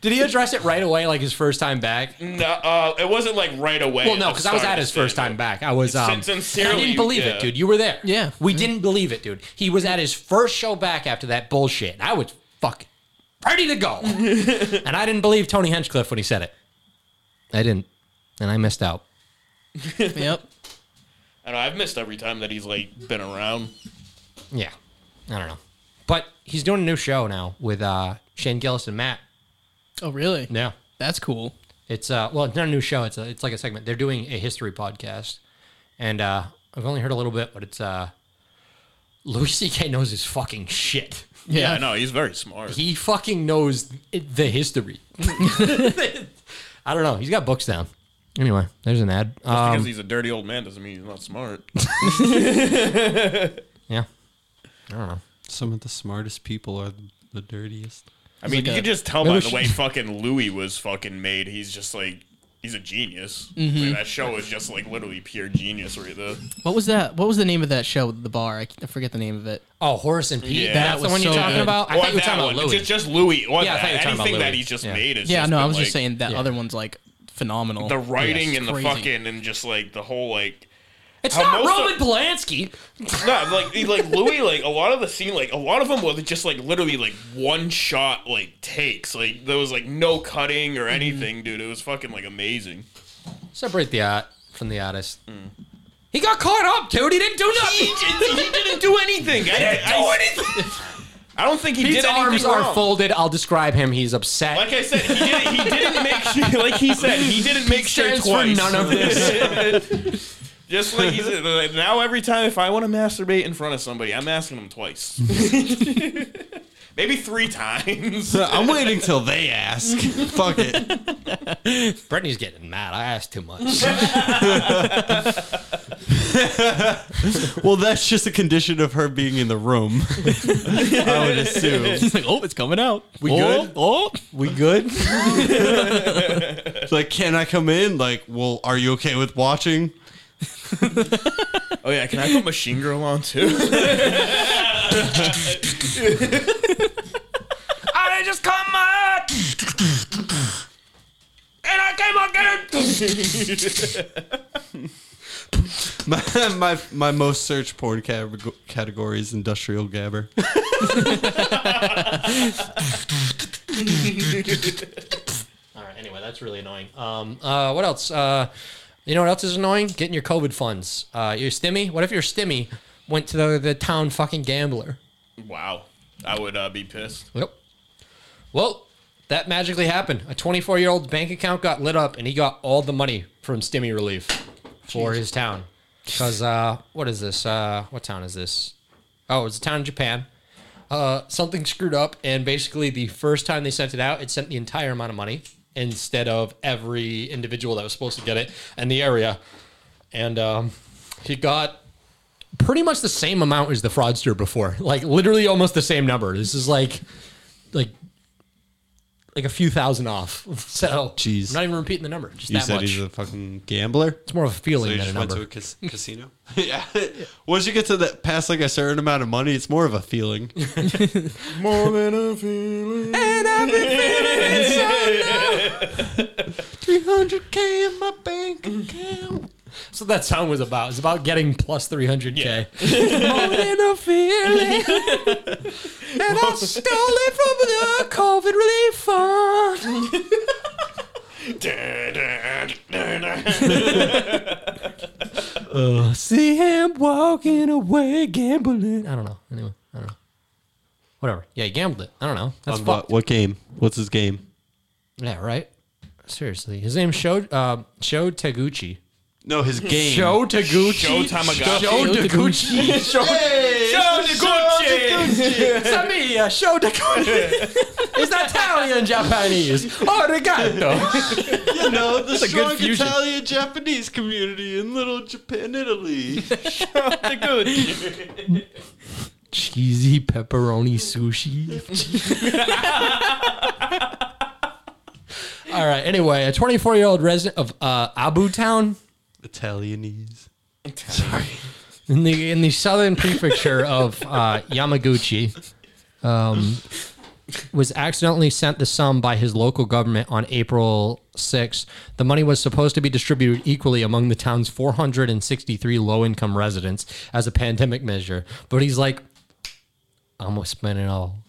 Speaker 9: Did he address it right away, like his first time back?
Speaker 4: no, uh, it wasn't like right away.
Speaker 9: Well, no, because I was
Speaker 4: start,
Speaker 9: at his first time back. I was.
Speaker 4: Sin-
Speaker 9: Um,
Speaker 4: sincerely,
Speaker 9: I didn't believe
Speaker 4: yeah.
Speaker 9: it, dude. You were there. Yeah, we didn't believe it, dude. He was at his first show back after that bullshit. I was fucking ready to go, and I didn't believe Tony Hinchcliffe when he said it. I didn't, and I missed out.
Speaker 3: yep.
Speaker 4: I know, I've missed every time that he's like been around.
Speaker 9: Yeah, I don't know, but he's doing a new show now with uh, Shane Gillis and Matt.
Speaker 3: Oh, really?
Speaker 9: Yeah,
Speaker 3: That's cool.
Speaker 9: It's uh, well, it's not a new show. It's a, it's like a segment. They're doing a history podcast, and uh, I've only heard a little bit, but it's uh, Louis C.K. knows his fucking shit.
Speaker 4: Yeah, no, he's very smart.
Speaker 9: He fucking knows it- the history. I don't know. He's got books down. Anyway, there's an ad.
Speaker 4: Just
Speaker 9: Um,
Speaker 4: because he's a dirty old man doesn't mean he's not smart.
Speaker 9: yeah, I don't know.
Speaker 2: Some of the smartest people are the dirtiest.
Speaker 4: I mean,
Speaker 9: like
Speaker 4: you
Speaker 9: a-
Speaker 4: could just tell
Speaker 9: Maybe
Speaker 4: by
Speaker 9: we
Speaker 4: the
Speaker 9: should-
Speaker 4: way fucking Louis was fucking made. He's just like he's a genius. Like,
Speaker 9: Mm-hmm.
Speaker 4: that show is just like literally pure genius right there.
Speaker 3: What was that? What was the name of that show? at The bar. I, I forget the name of it.
Speaker 9: Oh, Horace and Pete.
Speaker 4: Yeah.
Speaker 9: That's
Speaker 3: That
Speaker 9: the
Speaker 3: was
Speaker 9: one you're
Speaker 3: so
Speaker 9: talking
Speaker 3: good.
Speaker 9: about. I
Speaker 4: Or
Speaker 9: thought you were
Speaker 4: that
Speaker 9: talking
Speaker 4: one.
Speaker 9: about Louis.
Speaker 4: Just, just Louis. Or
Speaker 9: Yeah, I thought you were
Speaker 4: that.
Speaker 9: talking about
Speaker 4: Anything that
Speaker 9: Louis.
Speaker 4: he's just
Speaker 9: Yeah.
Speaker 4: made is
Speaker 3: yeah,
Speaker 4: just
Speaker 3: no, I
Speaker 4: been,
Speaker 3: was just
Speaker 4: like,
Speaker 3: saying that
Speaker 9: Yeah.
Speaker 3: other one's like phenomenal.
Speaker 4: the writing
Speaker 3: Yes,
Speaker 4: and the
Speaker 3: crazy.
Speaker 4: fucking and just like the whole like
Speaker 9: it's
Speaker 4: how
Speaker 9: not
Speaker 4: most
Speaker 9: Roman
Speaker 4: of-
Speaker 9: Polanski.
Speaker 4: no like like Louis like a lot of the scene like a lot of them were just like literally like one shot like takes like there was like no cutting
Speaker 9: Mm-hmm.
Speaker 4: or anything dude it was fucking like amazing
Speaker 9: Separate the art from the artist. He got caught up, dude. He didn't do
Speaker 4: he,
Speaker 9: nothing.
Speaker 4: did, he didn't do anything I, didn't do anything I don't think he
Speaker 9: Pete's
Speaker 4: did anything
Speaker 9: arms are
Speaker 4: wrong.
Speaker 9: folded. I'll describe him. He's upset.
Speaker 4: Like I said, he didn't, he didn't make sure. Like he said, he didn't make sure
Speaker 9: stands for
Speaker 4: twice.
Speaker 9: none of
Speaker 4: this. Just like he said, like, now every time if I want to masturbate in front of somebody, I'm asking them twice. Maybe three times.
Speaker 2: I'm waiting till they ask. Fuck it.
Speaker 9: Brittany's getting mad. I asked too much.
Speaker 2: Well, that's just a condition of her being in the room. I would assume.
Speaker 3: It's like, oh, it's coming out.
Speaker 2: We
Speaker 3: oh,
Speaker 2: good?
Speaker 3: Oh,
Speaker 2: We good? like, can I come in? Like, well, are you okay with watching?
Speaker 4: Oh yeah, can I put Machine Girl on too?
Speaker 9: I just come back. And I came again.
Speaker 2: My my, my most searched porn cate- category is industrial gabber.
Speaker 9: All right. Anyway, that's really annoying. Um. Uh. What else? Uh. You know what else is annoying? Getting your COVID funds. Uh. Your stimmy. What if your stimmy went to the, the town fucking gambler?
Speaker 4: wow, I would uh, be pissed.
Speaker 9: Yep. Well, that magically happened. A 24 year old bank account got lit up, and he got all the money from stimmy relief for his town. Because uh, what is this? Uh, what town is this? Oh, it's a town in Japan. Uh, something screwed up, and basically the first time they sent it out, it sent the entire amount of money instead of every individual that was supposed to get it in the area, and um, he got pretty much the same amount as the fraudster before. Like literally almost the same number. This is like like like a few thousand off. So
Speaker 2: Jeez.
Speaker 9: I'm not even repeating the number. Just
Speaker 2: You
Speaker 9: that
Speaker 2: said
Speaker 9: much.
Speaker 2: he's a fucking gambler.
Speaker 9: it's more of a feeling
Speaker 2: So you
Speaker 9: than a
Speaker 2: just went
Speaker 9: number.
Speaker 2: to a cas- casino. yeah. Once you get to that past like a certain amount of money, it's more of a feeling. more than a feeling. 300k in my bank account.
Speaker 9: That's what that song was about. It's about getting plus 300k.
Speaker 2: More than a feeling.
Speaker 9: and I stole it from the COVID relief fund. See him walking away gambling. I don't know. Anyway, I don't know. Whatever. Yeah, he gambled it. I don't know. That's
Speaker 2: On
Speaker 9: fucked.
Speaker 2: what, what game? What's his game?
Speaker 9: Yeah, right. Seriously, his name's Sho uh, Sho Taguchi.
Speaker 2: No, his game.
Speaker 9: Sho Taguchi.
Speaker 4: Sho Tamagotchi.
Speaker 9: Sho Taguchi. Sho
Speaker 4: Show the Gucci.
Speaker 9: Sammy, uh, Sho Taguchi. It's Italian Japanese. Oh, Arigato.
Speaker 2: You know, the
Speaker 9: a good
Speaker 2: strong
Speaker 9: fusion.
Speaker 2: Italian Japanese community in little Japan, Italy.
Speaker 9: Cheesy pepperoni sushi. All right. Anyway, a 24-year-old resident of uh, Abu Town
Speaker 2: Italianese.
Speaker 9: in the in the southern prefecture of uh, Yamaguchi, um, was accidentally sent the sum by his local government on April 6th. The money was supposed to be distributed equally among the town's 463 low-income residents as a pandemic measure, but he's like, "I'm gonna spend it all."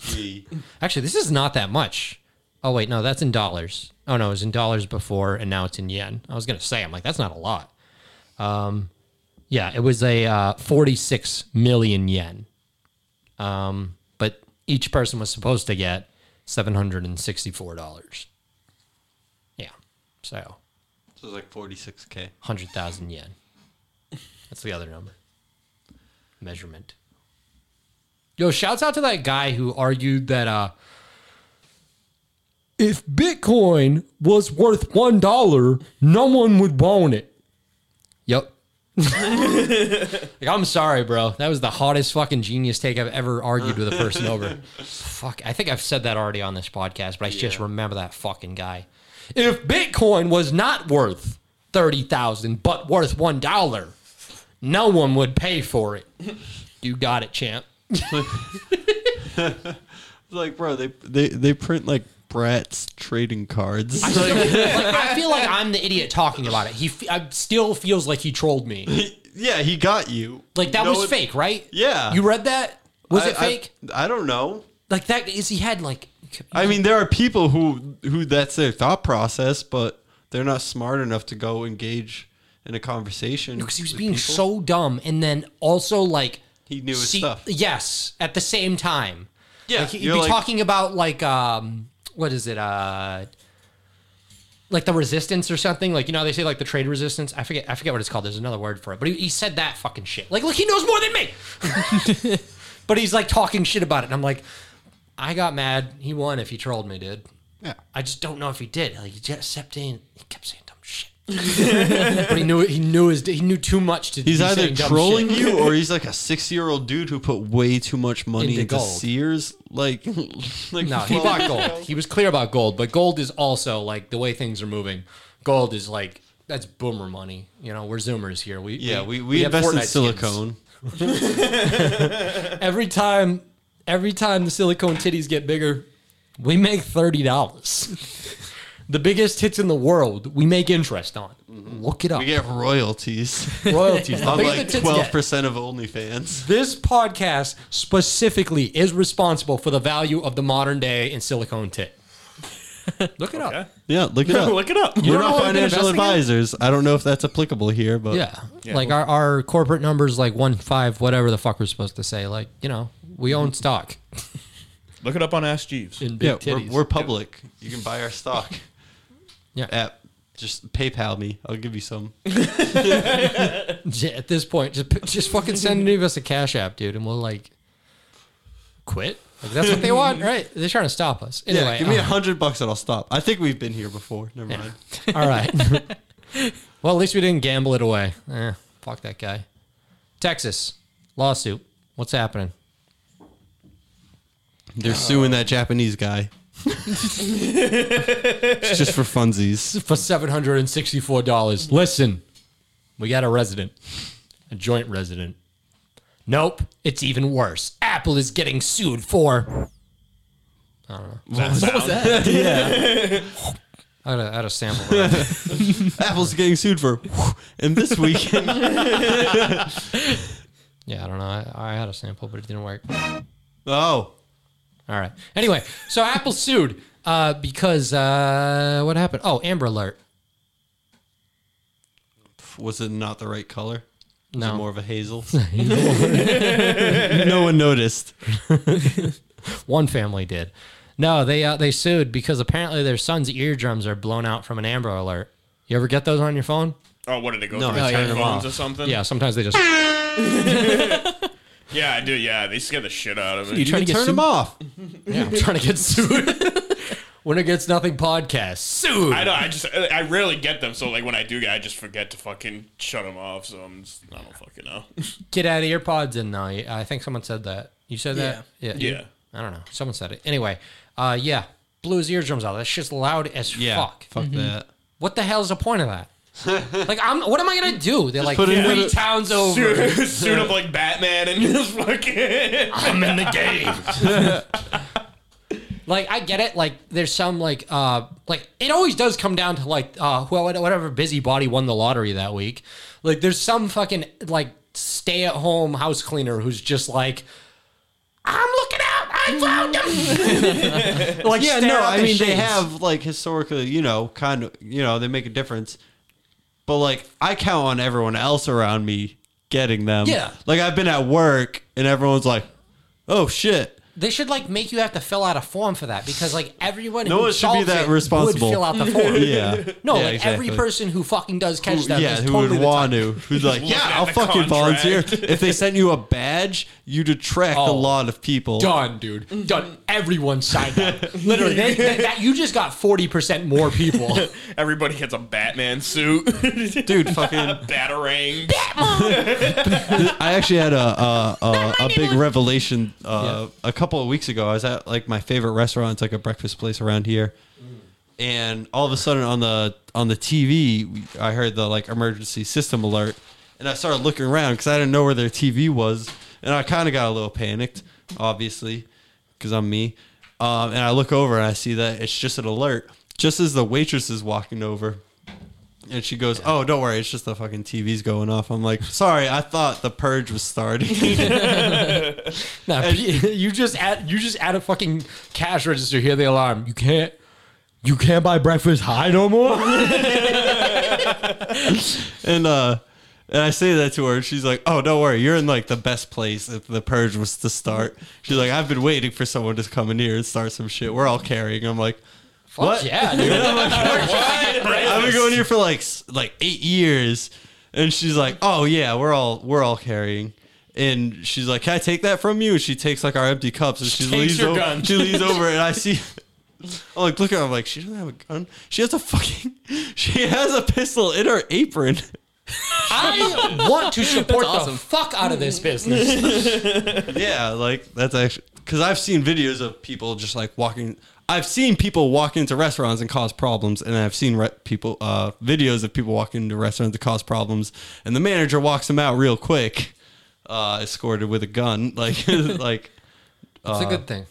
Speaker 2: Gee.
Speaker 9: Actually, this is not that much. Oh wait, no, that's in dollars. Oh no, it was in dollars before, and now it's in yen. I was gonna say, I'm like, that's not a lot. Um, yeah, it was a uh, 46 million yen. Um, but each person was supposed to get 764 dollars. Yeah, so
Speaker 2: This is like 46k.
Speaker 9: 100,000 yen. That's the other number. Measurement. Yo, shouts out to that guy who argued that uh if Bitcoin was worth one dollar, no one would want it. Yep. like, I'm sorry, bro. That was the hottest fucking genius take I've ever argued with a person over. Fuck, I think I've said that already on this podcast, but I just remember that fucking guy. If Bitcoin was not worth thirty thousand, but worth one dollar, no one would pay for it. You got it, champ.
Speaker 2: Like, bro, they, they, they print like Bratz trading cards.
Speaker 9: Like, I feel like I'm the idiot talking about it. He f- I still feels like he trolled me.
Speaker 2: yeah, he got you.
Speaker 9: Like that
Speaker 2: No
Speaker 9: was
Speaker 2: one-
Speaker 9: fake, right?
Speaker 2: Yeah.
Speaker 9: You read that? Was
Speaker 2: I-
Speaker 9: it fake?
Speaker 2: I, I don't know.
Speaker 9: like that is he had like
Speaker 2: I mean, there are people who who that's their thought process, but they're not smart enough to go engage in a conversation.
Speaker 9: because he was
Speaker 2: with
Speaker 9: being
Speaker 2: people.
Speaker 9: so dumb and then also like
Speaker 2: He knew his
Speaker 9: see-
Speaker 2: stuff.
Speaker 9: Yes, at the same time.
Speaker 2: Yeah,
Speaker 9: Like, he'd be
Speaker 2: you're like-
Speaker 9: talking about like um what is it uh like the resistance or something like you know how they say like the trade resistance I forget I forget what it's called there's another word for it but he, he said that fucking shit like look he knows more than me but he's like talking shit about it and I'm like I got mad he won if he trolled me dude
Speaker 2: Yeah.
Speaker 9: I just don't know if he did like he just kept saying he kept saying dumb shit but he knew he knew his he knew too much to
Speaker 2: He's
Speaker 9: be
Speaker 2: either
Speaker 9: saying dumb
Speaker 2: trolling
Speaker 9: shit.
Speaker 2: you or he's like a six year old dude who put way too much money
Speaker 9: Into
Speaker 2: into,
Speaker 9: gold.
Speaker 2: Sears. Like, like
Speaker 9: No, he bought gold. He was clear about gold, but gold is also like the way things are moving. Gold is like that's boomer money. You know, we're zoomers here. We
Speaker 2: Yeah, we, we,
Speaker 9: have
Speaker 2: invest
Speaker 9: Fortnite
Speaker 2: in
Speaker 9: skins.
Speaker 2: silicone.
Speaker 9: Every time every time the silicone titties get bigger, we make thirty dollars. the biggest hits in the world, we make interest on. Look it up.
Speaker 2: We get royalties
Speaker 9: royalties. The
Speaker 2: on
Speaker 9: bigger the
Speaker 2: like
Speaker 9: tits get.
Speaker 2: twelve percent of OnlyFans.
Speaker 9: This podcast specifically is responsible for the value of the modern day in silicone tit. Look it up.
Speaker 2: Yeah, look it up.
Speaker 4: Look it up.
Speaker 2: We're
Speaker 9: don't know
Speaker 2: not
Speaker 9: what they're investing
Speaker 2: financial
Speaker 9: in?
Speaker 2: advisors. I don't know if that's applicable here, but
Speaker 9: Yeah. Like our, our corporate numbers like one five, whatever the fuck we're supposed to say. Like, you know, we own stock
Speaker 4: Look it up on Ask Jeeves.
Speaker 9: in big
Speaker 2: yeah, we're,
Speaker 9: titties.
Speaker 2: we're public. You can buy our stock.
Speaker 9: Yeah.
Speaker 2: At just PayPal me. I'll give you some.
Speaker 9: J- At this point, just p- just fucking send any of us a cash app, dude, and we'll like quit. Like that's what they want, right? They're trying to stop us. Anyway,
Speaker 2: yeah, give me a
Speaker 9: uh,
Speaker 2: hundred bucks and I'll stop. I think we've been here before. Never mind.
Speaker 9: All right. well, at least we didn't gamble it away. Eh, fuck that guy. Texas lawsuit. What's happening?
Speaker 2: They're suing that Japanese guy. it's just for funsies.
Speaker 9: for seven hundred and sixty-four dollars. Listen, we got a resident, a joint resident. Nope, it's even worse. Apple is getting sued for.
Speaker 4: That sound.
Speaker 12: What's that?
Speaker 9: I had a, I had a sample. of that.
Speaker 2: Apple's getting sued for, and this weekend.
Speaker 9: yeah, I don't know. I, I had a sample, but it didn't work.
Speaker 2: oh,
Speaker 9: All right. Anyway, so Apple sued uh, because uh, what happened? Oh, Amber Alert.
Speaker 2: was it not the right color? Was
Speaker 9: No.
Speaker 2: it more of a hazel. no one noticed.
Speaker 9: One family did. No, they uh, they sued because apparently their son's eardrums are blown out from an Amber Alert. You ever get those on your phone?
Speaker 4: Oh, what did it go
Speaker 2: No,
Speaker 4: through?
Speaker 2: I
Speaker 4: His
Speaker 2: turned them
Speaker 4: headphones
Speaker 2: off.
Speaker 4: or something?
Speaker 9: Yeah, sometimes they just.
Speaker 4: Yeah, I do. Yeah, they scare the shit out of me.
Speaker 3: You trying to get
Speaker 2: Turn
Speaker 3: sued?
Speaker 2: them off.
Speaker 9: Yeah, I'm trying to get sued. Winner gets nothing podcast sued.
Speaker 4: I don't. I just. I rarely get them. So like when I do, get, I just forget to fucking shut them off. So I'm. Just, I don't fucking know.
Speaker 9: Get out of your pods and now. I think someone said that. You said that. Yeah. you-
Speaker 4: Yeah.
Speaker 9: I don't know. Someone said it. Anyway, uh, yeah, blew his eardrums out. That shit's loud as
Speaker 2: Yeah,
Speaker 9: fuck. Mm-hmm.
Speaker 2: fuck that.
Speaker 9: What the hell's the point of that? like, I'm. What am I gonna do? They're like
Speaker 2: put it in
Speaker 9: three
Speaker 2: the-
Speaker 9: towns over.
Speaker 4: Suit, suit up like Batman and just fucking.
Speaker 9: I'm in the game. like I get it. Like there's some like uh like it always does come down to like uh whoever whatever busybody won the lottery that week. Like there's some fucking like stay at home house cleaner who's just like I'm looking out. I found him. like
Speaker 2: Yeah,
Speaker 9: stare
Speaker 2: no,
Speaker 9: out
Speaker 2: I
Speaker 9: the
Speaker 2: mean they
Speaker 9: shades.
Speaker 2: have like historically, you know, kind of, you know, they make a difference. But like I count on everyone else around me getting them.
Speaker 9: Yeah.
Speaker 2: Like I've been at work and everyone's like, "Oh shit."
Speaker 9: They should like make you have to fill out a form for that because like everyone
Speaker 2: No
Speaker 9: who
Speaker 2: one should be
Speaker 9: solves
Speaker 2: that
Speaker 9: it
Speaker 2: responsible.
Speaker 9: would fill out the form.
Speaker 2: Yeah.
Speaker 9: No,
Speaker 2: Yeah,
Speaker 9: like
Speaker 2: exactly.
Speaker 9: every person who fucking does catch
Speaker 2: Who-
Speaker 9: that.
Speaker 2: yeah,
Speaker 9: is
Speaker 2: who
Speaker 9: totally
Speaker 2: would
Speaker 9: the
Speaker 2: want
Speaker 9: type.
Speaker 2: to? Who's like,
Speaker 4: Looking at
Speaker 2: yeah, I'll
Speaker 4: the
Speaker 2: fucking
Speaker 4: contract."
Speaker 2: volunteer. If they sent you a badge, you'd attract a
Speaker 9: Oh.
Speaker 2: lot of people.
Speaker 9: Done, dude. Done. Everyone signed up. Mm-hmm. Literally, they, that, that- you just got forty percent more people.
Speaker 4: Everybody gets a Batman suit.
Speaker 2: Dude, fucking.
Speaker 4: Batarang.
Speaker 2: I actually had a a, a, a big revelation uh, a couple of weeks ago. I was at like my favorite restaurant. It's like a breakfast place around here, and all of a sudden on the on the TV, we- I heard the like emergency system alert, and I started looking around because I didn't know where their TV was, and I kind of got a little panicked, obviously, because I'm me. Um, and I look over and I see that it's just an alert. Just as the waitress is walking over, and she goes, "Oh, don't worry, it's just the fucking TV's going off." I'm like, "Sorry, I thought the purge was starting."
Speaker 9: Nah, you just add you just add a fucking cash register. Hear the alarm. You can't. You can't buy breakfast high no more.
Speaker 2: and uh and I say that to her, and she's like, "Oh, don't worry, you're in like the best place if the purge was to start." She's like, "I've been waiting for someone to come in here and start some shit. We're all carrying." I'm like, "What?
Speaker 9: Yeah, dude.
Speaker 2: I've been going here for like s- like eight years." And she's like, "Oh yeah, we're all we're all carrying." And she's like, "Can I take that from you?" And she takes like our empty cups, and she,
Speaker 4: takes
Speaker 2: leans
Speaker 4: your
Speaker 2: over.
Speaker 4: gun.
Speaker 2: She leans over, and I see. I'm like, look at her. I'm like, she doesn't have a gun. She has a fucking. She has a pistol in her apron.
Speaker 9: I want to support the fuck out of this business.
Speaker 2: Yeah, like that's actually because I've seen videos of people just like walking. I've seen people walk into restaurants and cause problems, and I've seen re- people uh, videos of people walking into restaurants to cause problems, and the manager walks them out real quick, uh, escorted with a gun. Like, like
Speaker 9: It's a good thing.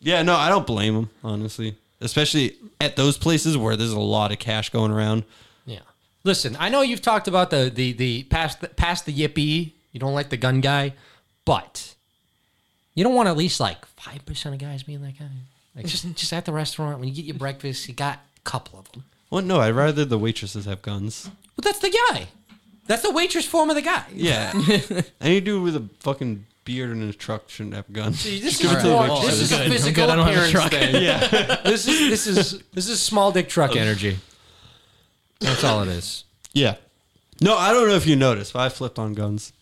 Speaker 2: yeah, no, I don't blame them honestly, especially at those places where there's a lot of cash going around.
Speaker 9: Yeah. Listen, I know you've talked about the the the past the, past the yippee. You don't like the gun guy, but you don't want at least like five percent of guys being that guy. Like just just at the restaurant when you get your breakfast, you got a couple of them.
Speaker 2: Well, no, I'd rather the waitresses have guns.
Speaker 9: Well, that's the guy. That's the waitress form of the guy.
Speaker 2: Yeah, any dude with a fucking beard and a truck shouldn't have guns.
Speaker 9: This is,
Speaker 2: give it to the
Speaker 9: more-
Speaker 2: waitress.
Speaker 9: this is
Speaker 3: I'm good.
Speaker 9: a
Speaker 3: I'm
Speaker 9: physical
Speaker 3: good. I don't have a
Speaker 9: appearance
Speaker 3: truck.
Speaker 9: thing. Yeah. this is this is this is small dick truck energy. That's all it is.
Speaker 2: Yeah. No, I don't know if you noticed, but I flipped on guns.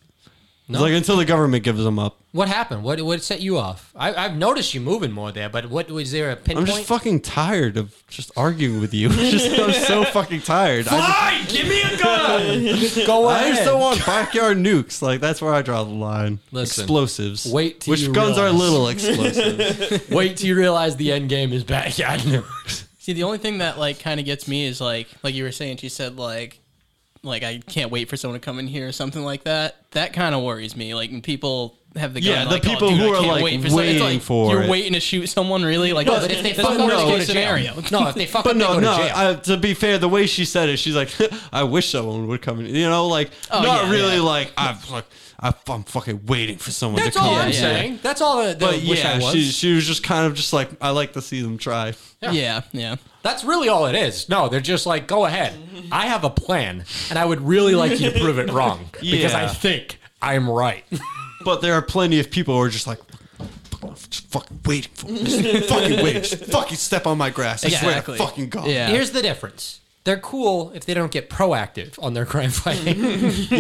Speaker 2: It's like until the government gives them up.
Speaker 9: What happened? What what set you off? I, I've noticed you moving more there, but what was there a
Speaker 2: I'm
Speaker 9: pinpoint?
Speaker 2: just fucking tired of just arguing with you. just, I'm so fucking tired. I,
Speaker 4: Fine, give me a gun.
Speaker 9: Go
Speaker 2: I just
Speaker 9: ahead.
Speaker 2: don't want backyard nukes. Like that's where I draw the line.
Speaker 9: Listen,
Speaker 2: explosives.
Speaker 9: wait till
Speaker 2: which
Speaker 9: you
Speaker 2: guns are
Speaker 9: realize.
Speaker 2: little explosives.
Speaker 9: Wait till you realize the end game is backyard nukes.
Speaker 3: See, the only thing that like kind of gets me is like, like you were saying, she said like, like I can't wait for someone to come in here or something like that. That kind of worries me. Like when people have the gun.
Speaker 2: Yeah, the
Speaker 3: like, oh,
Speaker 2: people
Speaker 3: dude, I
Speaker 2: who are,
Speaker 3: can't
Speaker 2: like,
Speaker 3: wait for some- it's like
Speaker 2: waiting for
Speaker 3: you're
Speaker 2: it.
Speaker 3: waiting to shoot someone really like
Speaker 2: But-
Speaker 3: if they
Speaker 2: but
Speaker 3: fuck up,
Speaker 2: no,
Speaker 3: worst
Speaker 2: no,
Speaker 3: case
Speaker 9: to
Speaker 3: scenario.
Speaker 9: jail. No, if they fuck
Speaker 2: But
Speaker 9: up, they
Speaker 2: no,
Speaker 9: go to
Speaker 2: no.
Speaker 9: jail.
Speaker 2: I, to be fair, the way she said it, she's like, "I wish someone would come in." You know, like
Speaker 9: Oh,
Speaker 2: not
Speaker 9: yeah,
Speaker 2: really
Speaker 9: yeah.
Speaker 2: like I like I, am fucking waiting for someone
Speaker 9: That's
Speaker 2: to come.
Speaker 9: all I'm
Speaker 2: in.
Speaker 9: saying. That's all that, that
Speaker 2: But
Speaker 9: I wish
Speaker 2: yeah,
Speaker 9: I was.
Speaker 2: she she was just kind of just like, "I like to see them try."
Speaker 9: Yeah.
Speaker 3: yeah, yeah.
Speaker 9: That's really all it is. No, they're just like, go ahead. I have a plan, and I would really like you to prove it wrong because I
Speaker 2: Yeah.
Speaker 9: think I'm right.
Speaker 2: But there are plenty of people who are just like, just fucking waiting for me. Just fucking wait. Just fucking step on my grass. I
Speaker 3: Exactly.
Speaker 2: swear to fucking God.
Speaker 3: Yeah.
Speaker 9: Here's the difference. They're cool if they don't get proactive on their crime fighting.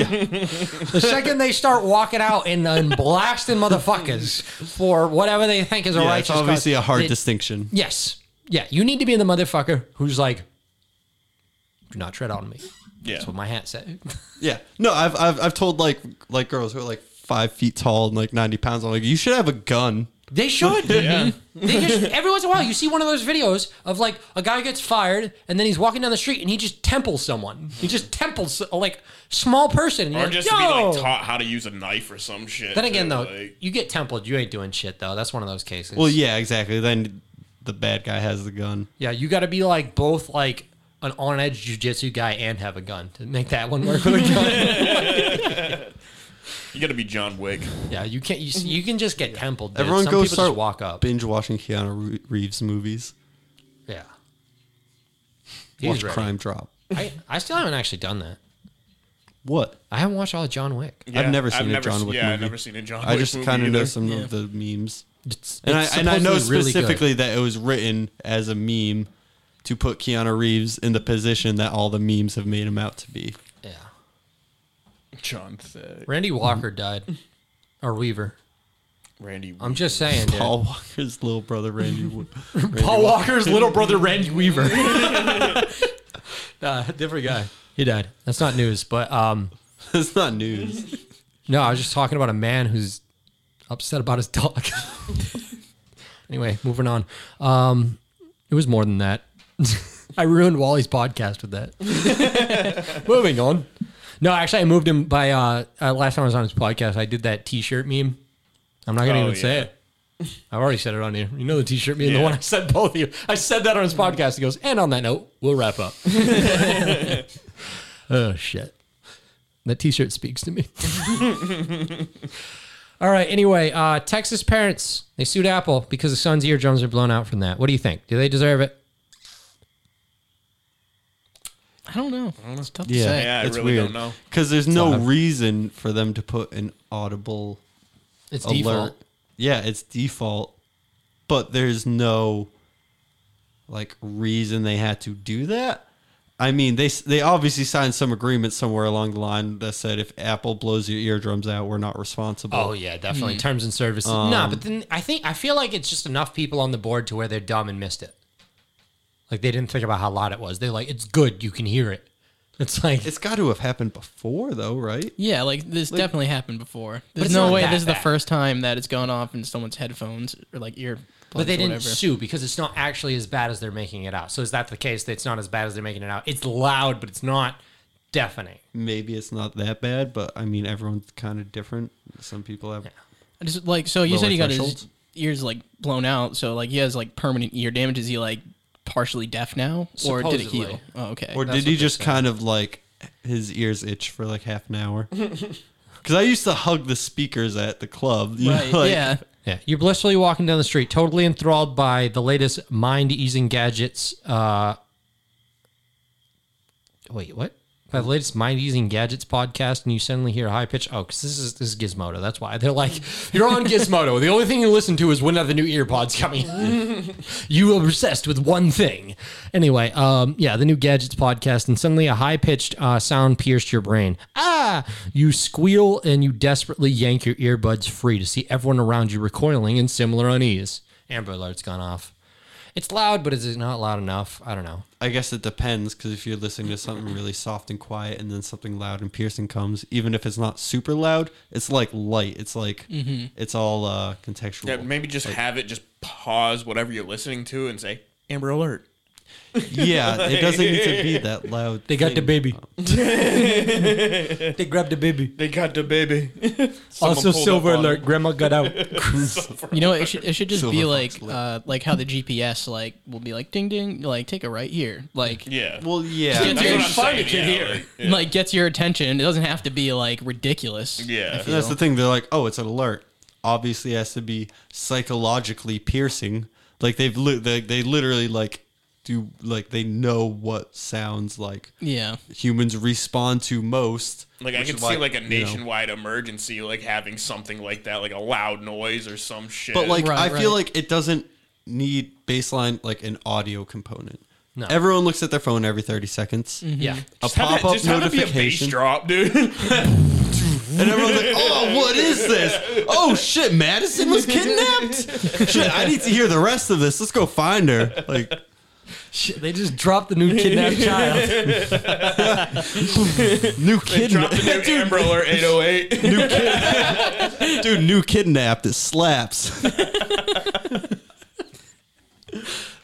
Speaker 9: The second they start walking out and, and blasting motherfuckers for whatever they think is a
Speaker 2: Yeah,
Speaker 9: righteous
Speaker 2: it's obviously
Speaker 9: cause,
Speaker 2: a hard
Speaker 9: it-
Speaker 2: distinction.
Speaker 9: Yes. Yeah. You need to be the motherfucker who's like, do not tread on me.
Speaker 4: Yeah.
Speaker 9: That's what my hat said.
Speaker 2: Yeah. No, I've, I've I've told like like girls who are like five feet tall and like ninety pounds. I'm like, you should have a gun.
Speaker 9: They should. They just every once in a while you see one of those videos of like a guy gets fired and then he's walking down the street and he just temples someone. He just temples a, like small person. And
Speaker 4: Or
Speaker 9: you're
Speaker 4: just
Speaker 9: like,
Speaker 4: to be
Speaker 9: "Yo!"
Speaker 4: like taught how to use a knife or some shit.
Speaker 9: Then again
Speaker 4: too,
Speaker 9: though,
Speaker 4: like-
Speaker 9: you get templed, you ain't doing shit though. That's one of those cases.
Speaker 2: Well, yeah, exactly. Then the bad guy has the gun.
Speaker 9: yeah, you got to be like both like an on edge jujitsu guy and have a gun to make that one work with a gun.
Speaker 4: you got to be John Wick.
Speaker 9: yeah, you can't. You, s- you can just get templed. Dude.
Speaker 2: Mm-hmm. Everyone
Speaker 9: Some
Speaker 2: go
Speaker 9: people
Speaker 2: start
Speaker 9: just walk up.
Speaker 2: binge watching Keanu Re- Reeves movies.
Speaker 9: Yeah,
Speaker 2: Watch
Speaker 9: he's ready.
Speaker 2: Crime Drop.
Speaker 9: I, I still haven't actually done that.
Speaker 2: What?
Speaker 9: I haven't watched all of John Wick.
Speaker 4: Yeah,
Speaker 2: I've never seen a John
Speaker 4: s-
Speaker 2: Wick
Speaker 4: yeah,
Speaker 2: movie.
Speaker 4: I've never seen a John Wick
Speaker 2: I just
Speaker 4: movie
Speaker 2: kind of know
Speaker 4: either.
Speaker 2: some of the memes.
Speaker 9: It's-
Speaker 2: And I,
Speaker 9: it's
Speaker 2: and I know
Speaker 9: supposedly really good.
Speaker 2: specifically that it was written as a meme to put Keanu Reeves in the position that all the memes have made him out to be.
Speaker 9: yeah.
Speaker 4: John Thick.
Speaker 9: Randy Walker died, or Weaver.
Speaker 4: Randy.
Speaker 9: I'm just saying, dude.
Speaker 2: Paul Walker's little brother Randy. Wo- Randy
Speaker 9: Paul
Speaker 2: Wa-
Speaker 9: Walker's little brother, Randy Weaver. nah, different guy. He died. That's not news, but um,
Speaker 2: That's not news.
Speaker 9: no, I was just talking about a man who's upset about his dog. anyway, moving on. Um, it was more than that. I ruined Wally's podcast with that. moving on. No, actually, I moved him by uh, uh, last time I was on his podcast. I did that T-shirt meme. I'm not gonna
Speaker 4: Oh,
Speaker 9: even say
Speaker 4: yeah.
Speaker 9: it. I've already said it on here. You know the T-shirt meme, the
Speaker 4: Yeah.
Speaker 9: one I said both of you. I said that on his podcast. He goes, and on that note, we'll wrap up. oh shit, that T-shirt speaks to me. All right. Anyway, uh, Texas parents they sued Apple because the son's eardrums are blown out from that. What do you think? Do they deserve it?
Speaker 3: I don't know. It's tough to
Speaker 2: Yeah,
Speaker 3: say.
Speaker 4: Yeah, I
Speaker 2: it's
Speaker 4: really
Speaker 2: weird.
Speaker 4: don't know.
Speaker 2: Because there's no reason for them to put an audible
Speaker 9: It's
Speaker 2: alert.
Speaker 9: default.
Speaker 2: Yeah, it's default, but there's no like reason they had to do that. I mean, they they obviously signed some agreement somewhere along the line that said if Apple blows your eardrums out, we're not responsible.
Speaker 9: Oh yeah, definitely
Speaker 4: Mm.
Speaker 9: terms and services.
Speaker 4: Um,
Speaker 9: no, but then I think I feel like it's just enough people on the board to where they're dumb and missed it. Like they didn't think about how loud it was. They're like, it's good, you can hear it. It's like
Speaker 2: It's got to have happened before, though, right?
Speaker 3: Yeah, like this definitely happened before.
Speaker 9: it's
Speaker 3: There's
Speaker 9: not
Speaker 3: no way
Speaker 9: that
Speaker 3: this is the
Speaker 9: bad.
Speaker 3: first time that it's gone off in someone's headphones or like ear.
Speaker 9: but they
Speaker 3: or
Speaker 9: didn't
Speaker 3: whatever.
Speaker 9: sue because it's not actually as bad as they're making it out. So is that the case that it's not as bad as they're making it out? It's loud, but it's not deafening.
Speaker 2: Maybe it's not that bad, but I mean, everyone's kind of different. Some people have.
Speaker 3: I just like so you said
Speaker 2: Lower
Speaker 3: he got his
Speaker 2: thresholds?
Speaker 3: ears like blown out, so like he has like permanent ear damage. Is he like partially deaf now, or did it
Speaker 9: Supposedly.
Speaker 3: heal? Oh, okay.
Speaker 2: Or did he just kind of like his ears itch for like half an hour? Because I used to hug the speakers at the club. You
Speaker 3: right?
Speaker 2: know, like,
Speaker 3: yeah.
Speaker 9: Yeah, you're blissfully walking down the street, totally enthralled by the latest mind-easing gadgets. Uh, wait, what? By the latest mind-easing gadgets podcast, and you suddenly hear a high pitch. Oh, because this is this is Gizmodo. That's why they're like, you're on Gizmodo. The only thing you listen to is when are the new earpods coming? you are obsessed with one thing. Anyway, um, yeah, the new gadgets podcast, and suddenly a high-pitched uh, sound pierced your brain. Ah! You squeal and you desperately yank your earbuds free to see everyone around you recoiling in similar unease. Amber Alert's gone off. It's loud, but is it not loud enough? I don't know.
Speaker 2: I guess it depends because if you're listening to something really soft and quiet and then something loud and piercing comes, even if it's not super loud, it's like light. It's like it's all uh, contextual.
Speaker 4: Yeah, maybe just have it just pause whatever you're listening to and say Amber Alert.
Speaker 2: Yeah, it doesn't need to be that loud.
Speaker 1: They got the
Speaker 2: thing.
Speaker 1: baby.
Speaker 4: they
Speaker 1: grabbed the baby.
Speaker 4: They got the baby. Someone
Speaker 1: also,
Speaker 4: pulled
Speaker 1: silver
Speaker 4: up on
Speaker 1: alert.
Speaker 4: it.
Speaker 1: Grandma got out.
Speaker 3: You know, it should, it should just
Speaker 1: Silver
Speaker 3: be
Speaker 1: fox
Speaker 3: like uh, like how the GPS like will be like ding ding like take a right here like
Speaker 4: yeah
Speaker 2: well yeah
Speaker 3: gets
Speaker 2: That's
Speaker 3: your,
Speaker 2: what I'm
Speaker 4: saying, yeah, like, yeah.
Speaker 3: like gets your attention it doesn't have to be like ridiculous
Speaker 2: And
Speaker 3: I
Speaker 2: that's
Speaker 3: feel.
Speaker 2: the thing. They're like, oh, it's an alert. Obviously, it has to be psychologically piercing. Like they've li- they, they literally like do like they know what sounds like
Speaker 3: Yeah.
Speaker 2: humans respond to most.
Speaker 4: Like I
Speaker 2: which
Speaker 4: could
Speaker 2: is
Speaker 4: see
Speaker 2: why,
Speaker 4: like a
Speaker 2: you know.
Speaker 4: nationwide emergency, like having something like that, like a loud noise or some shit.
Speaker 2: But like I feel like it doesn't need baseline like an audio component.
Speaker 4: No.
Speaker 2: Everyone looks at their phone every thirty seconds.
Speaker 4: Yeah.
Speaker 2: a
Speaker 4: Just have it-
Speaker 2: pop up
Speaker 4: just have it be a bass
Speaker 2: notification
Speaker 4: drop, dude.
Speaker 2: And everyone's like, oh, what is this? Oh, shit, Madison was kidnapped? Shit, I need to hear the rest of this. Let's go find her. Like,
Speaker 1: shit, they just dropped the new kidnapped child.
Speaker 2: new
Speaker 4: They dropped the new Amber Alert 808.
Speaker 2: New kid- Dude, new kidnapped. It slaps.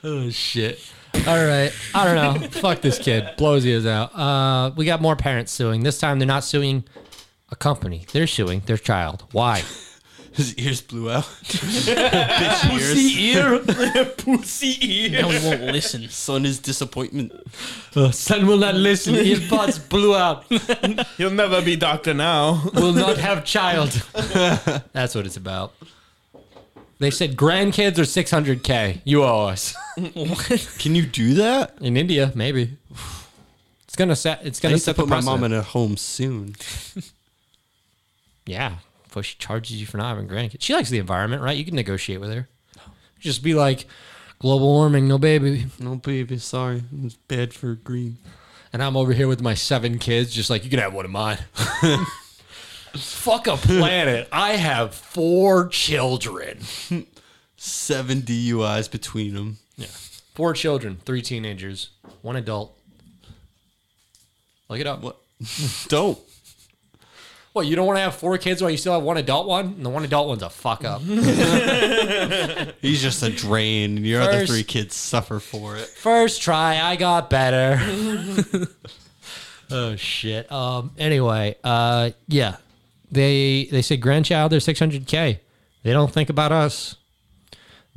Speaker 1: oh shit. All right. I don't know. Fuck this kid. Blows his out. Uh, we got more parents suing. This time they're not suing a company. They're suing their child. Why?
Speaker 2: His ears blew out.
Speaker 1: Pussy ear.
Speaker 4: Pussy ear.
Speaker 3: Now he won't listen.
Speaker 2: Son is disappointment.
Speaker 1: son will not listen. His buds blew out.
Speaker 4: He'll never be doctor now.
Speaker 1: Will not have child. That's what it's about. They said grandkids are 600k. You owe us.
Speaker 2: Can you do that
Speaker 1: in India? Maybe. It's gonna set. It's
Speaker 2: I
Speaker 1: gonna
Speaker 2: need to
Speaker 1: set the
Speaker 2: put my mom
Speaker 1: precedent.
Speaker 2: in a home soon.
Speaker 1: Yeah. Before she charges you for not having grandkids. She likes the environment, right? You can negotiate with her. Just be like, global warming, no baby.
Speaker 2: No baby, sorry. It's bad for green.
Speaker 1: And I'm over here with my seven kids, just like, you can have one of mine. Fuck a planet. I have four children.
Speaker 2: Seven DUIs between them.
Speaker 1: Yeah. Four children, three teenagers, one adult. Look it up. What?
Speaker 2: Don't.
Speaker 1: What, you don't want to have four kids while you still have one adult one? And the one adult one's a fuck up.
Speaker 2: He's just a drain, and your other
Speaker 1: First-
Speaker 2: three kids suffer for it.
Speaker 1: First try, I got better. oh shit. Um. Anyway. Uh. Yeah. They they say grandchild they're six hundred k. They don't think about us.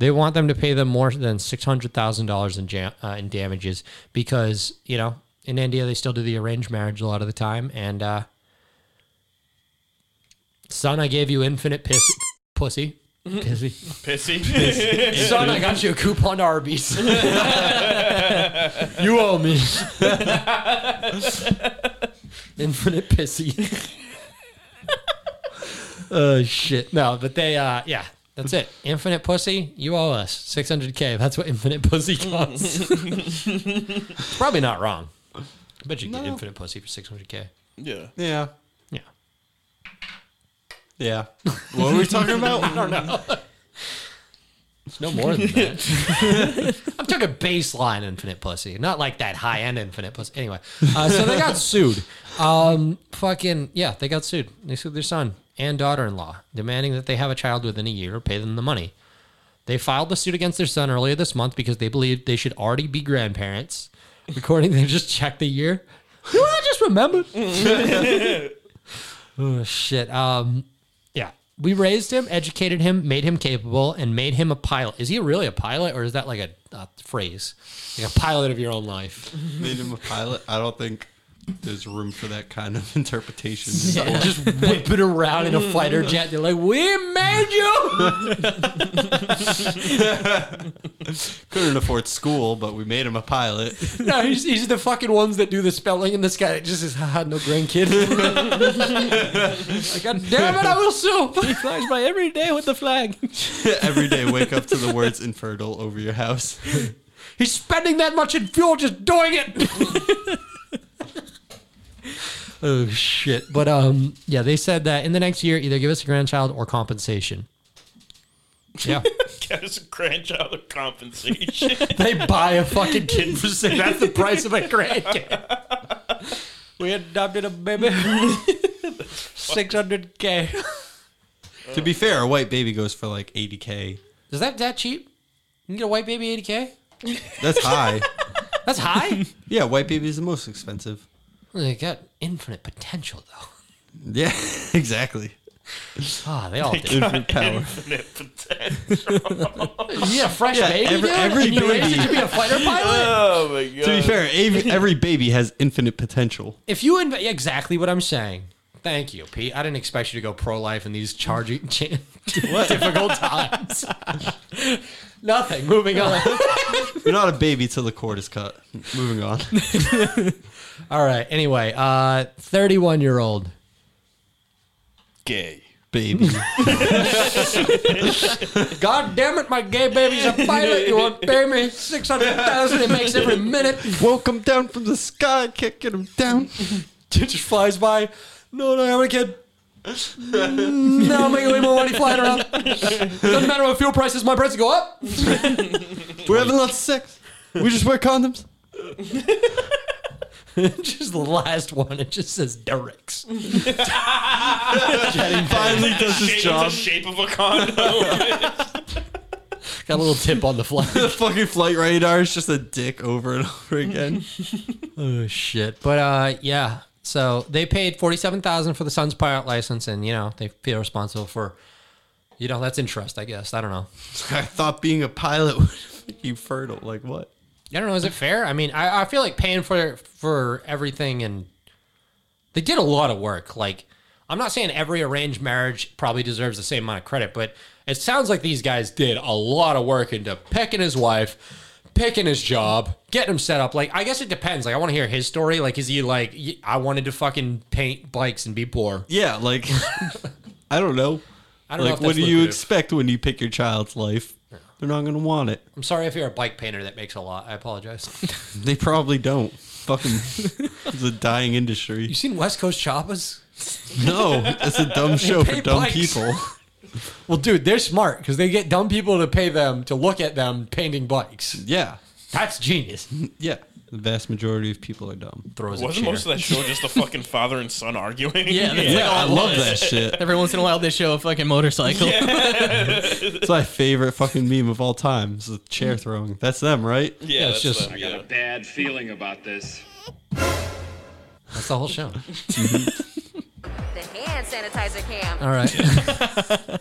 Speaker 1: They want them to pay them more than six hundred thousand dollars in jam, uh, in damages because you know in India they still do the arranged marriage a lot of the time and uh, son I gave you infinite piss pussy pissy
Speaker 4: Pissy.
Speaker 1: son I got you a coupon to Arby's. You owe me. Infinite pissy. Oh shit. No, but they uh yeah, that's it. Infinite pussy, you owe us. Six hundred K. That's what infinite pussy costs. It's Probably not wrong. I bet you can get
Speaker 2: No.
Speaker 1: infinite pussy for six hundred K.
Speaker 4: Yeah.
Speaker 2: Yeah.
Speaker 1: Yeah.
Speaker 2: Yeah. What were we talking about? I don't
Speaker 1: know. It's no more than that. I'm talking baseline infinite pussy, not like that high end infinite pussy. Anyway, uh, so they got sued. Um, fucking yeah, they got sued. They sued their son and daughter-in-law, demanding that they have a child within a year, pay them the money. They filed the suit against their son earlier this month because they believed they should already be grandparents. According, they just checked the year. You know what I just remembered. oh shit. Um, yeah, we raised him, educated him, made him capable, and made him a pilot. Is he really a pilot, or is that like a, a phrase? Like a pilot of your own life.
Speaker 2: Made him a pilot. I don't think there's room for that kind of interpretation.
Speaker 1: Yeah, just whipping around in a fighter jet. They're like, "We made you."
Speaker 2: Couldn't afford school, but we made him a pilot.
Speaker 1: no, he's, he's the fucking ones that do the spelling, and this guy just is, "Haha, no grandkid." like, God damn it, I will sue.
Speaker 3: he flies by every day with the flag
Speaker 2: Every day, wake up to the words infertile over your house.
Speaker 1: He's spending that much in fuel just doing it. oh shit! But um, yeah, they said that in the next year, either give us a grandchild or compensation. Yeah,
Speaker 4: Got his grandchild of compensation.
Speaker 1: they buy a fucking kid for six. That's the price of a grandkid. We uh, adopted a baby. Six hundred k.
Speaker 2: to be fair, a white baby goes for like 80k.
Speaker 1: Is that that cheap? You can get a white baby eighty k.
Speaker 2: That's high.
Speaker 9: That's high.
Speaker 2: yeah, white baby is the most expensive.
Speaker 9: They got infinite potential, though.
Speaker 2: Yeah, exactly.
Speaker 9: Ah, they all
Speaker 4: They
Speaker 9: do.
Speaker 4: got infinite potential.
Speaker 9: Yeah, fresh
Speaker 2: Yeah,
Speaker 9: baby.
Speaker 2: every-
Speaker 9: dude?
Speaker 2: every
Speaker 9: Can you raise it
Speaker 2: baby-
Speaker 9: to be a fighter pilot?
Speaker 4: oh my god.
Speaker 2: To be fair, every, every baby has infinite potential.
Speaker 9: If you inv- exactly what I'm saying. Thank you, Pete. I didn't expect you to go pro life in these charging ch- difficult times. Nothing. Moving on.
Speaker 2: You're not a baby till the cord is cut. Moving on.
Speaker 9: All right. Anyway, uh, 31 year old.
Speaker 4: gay.
Speaker 2: Baby.
Speaker 9: God damn it, my gay baby's a pilot. You want to pay me 600000 It makes every minute.
Speaker 2: Woke him down from the sky. Can't get him down.
Speaker 9: Just flies by. No, no, I'm a kid. now I'm making way more money flying around. Doesn't matter what fuel prices, my prices go up.
Speaker 2: We're having lots of sex. We just wear condoms.
Speaker 9: just the last one. It just says Derek's.
Speaker 2: Finally does his job.
Speaker 4: shape of a condom.
Speaker 9: Got a little tip on the fly.
Speaker 2: The fucking flight radar is just a dick over and over again.
Speaker 9: oh shit! But uh, yeah. So they paid forty-seven thousand for the son's pilot license, and you know they feel responsible for. You know that's interest, I guess. I don't know.
Speaker 2: I thought being a pilot would make you fertile. Like what?
Speaker 9: I don't know. Is it fair? I mean, I, I feel like paying for for everything, and they did a lot of work. Like, I'm not saying every arranged marriage probably deserves the same amount of credit, but it sounds like these guys did a lot of work into picking his wife, picking his job, getting him set up. Like, I guess it depends. Like, I want to hear his story. Like, is he like, "Y- I wanted to fucking paint bikes and be poor?
Speaker 2: Yeah, like I don't know.
Speaker 9: I don't know
Speaker 2: like
Speaker 9: if
Speaker 2: what
Speaker 9: that's
Speaker 2: do you
Speaker 9: lucrative.
Speaker 2: expect when you pick your child's life? They're not gonna want it.
Speaker 9: I'm sorry if you're a bike painter that makes a lot. I apologize.
Speaker 2: They probably don't. Fucking, it's a dying
Speaker 9: you
Speaker 2: industry.
Speaker 9: seen West Coast Choppers?
Speaker 2: No, it's a dumb show for
Speaker 9: pay
Speaker 2: dumb
Speaker 9: bikes.
Speaker 2: people.
Speaker 9: Well, dude, they're smart because they get dumb people to pay them to look at them painting bikes.
Speaker 2: Yeah,
Speaker 9: That's genius.
Speaker 2: yeah. The vast majority of people are dumb.
Speaker 9: Throws a
Speaker 4: Wasn't
Speaker 9: chair.
Speaker 4: most of that show just the fucking father and son arguing?
Speaker 3: Yeah, that's like
Speaker 2: Yeah,
Speaker 3: all
Speaker 2: I
Speaker 3: it
Speaker 2: love
Speaker 3: was.
Speaker 2: that shit.
Speaker 3: Every once in a while, they show a fucking motorcycle.
Speaker 2: It's my favorite fucking meme of all time. It's the chair throwing. That's them, right?
Speaker 4: yeah,
Speaker 9: it's
Speaker 4: that's
Speaker 9: just-
Speaker 4: them,
Speaker 9: I
Speaker 4: yeah.
Speaker 5: bad feeling about this.
Speaker 9: That's the whole show.
Speaker 8: The hand sanitizer cam.
Speaker 9: All right.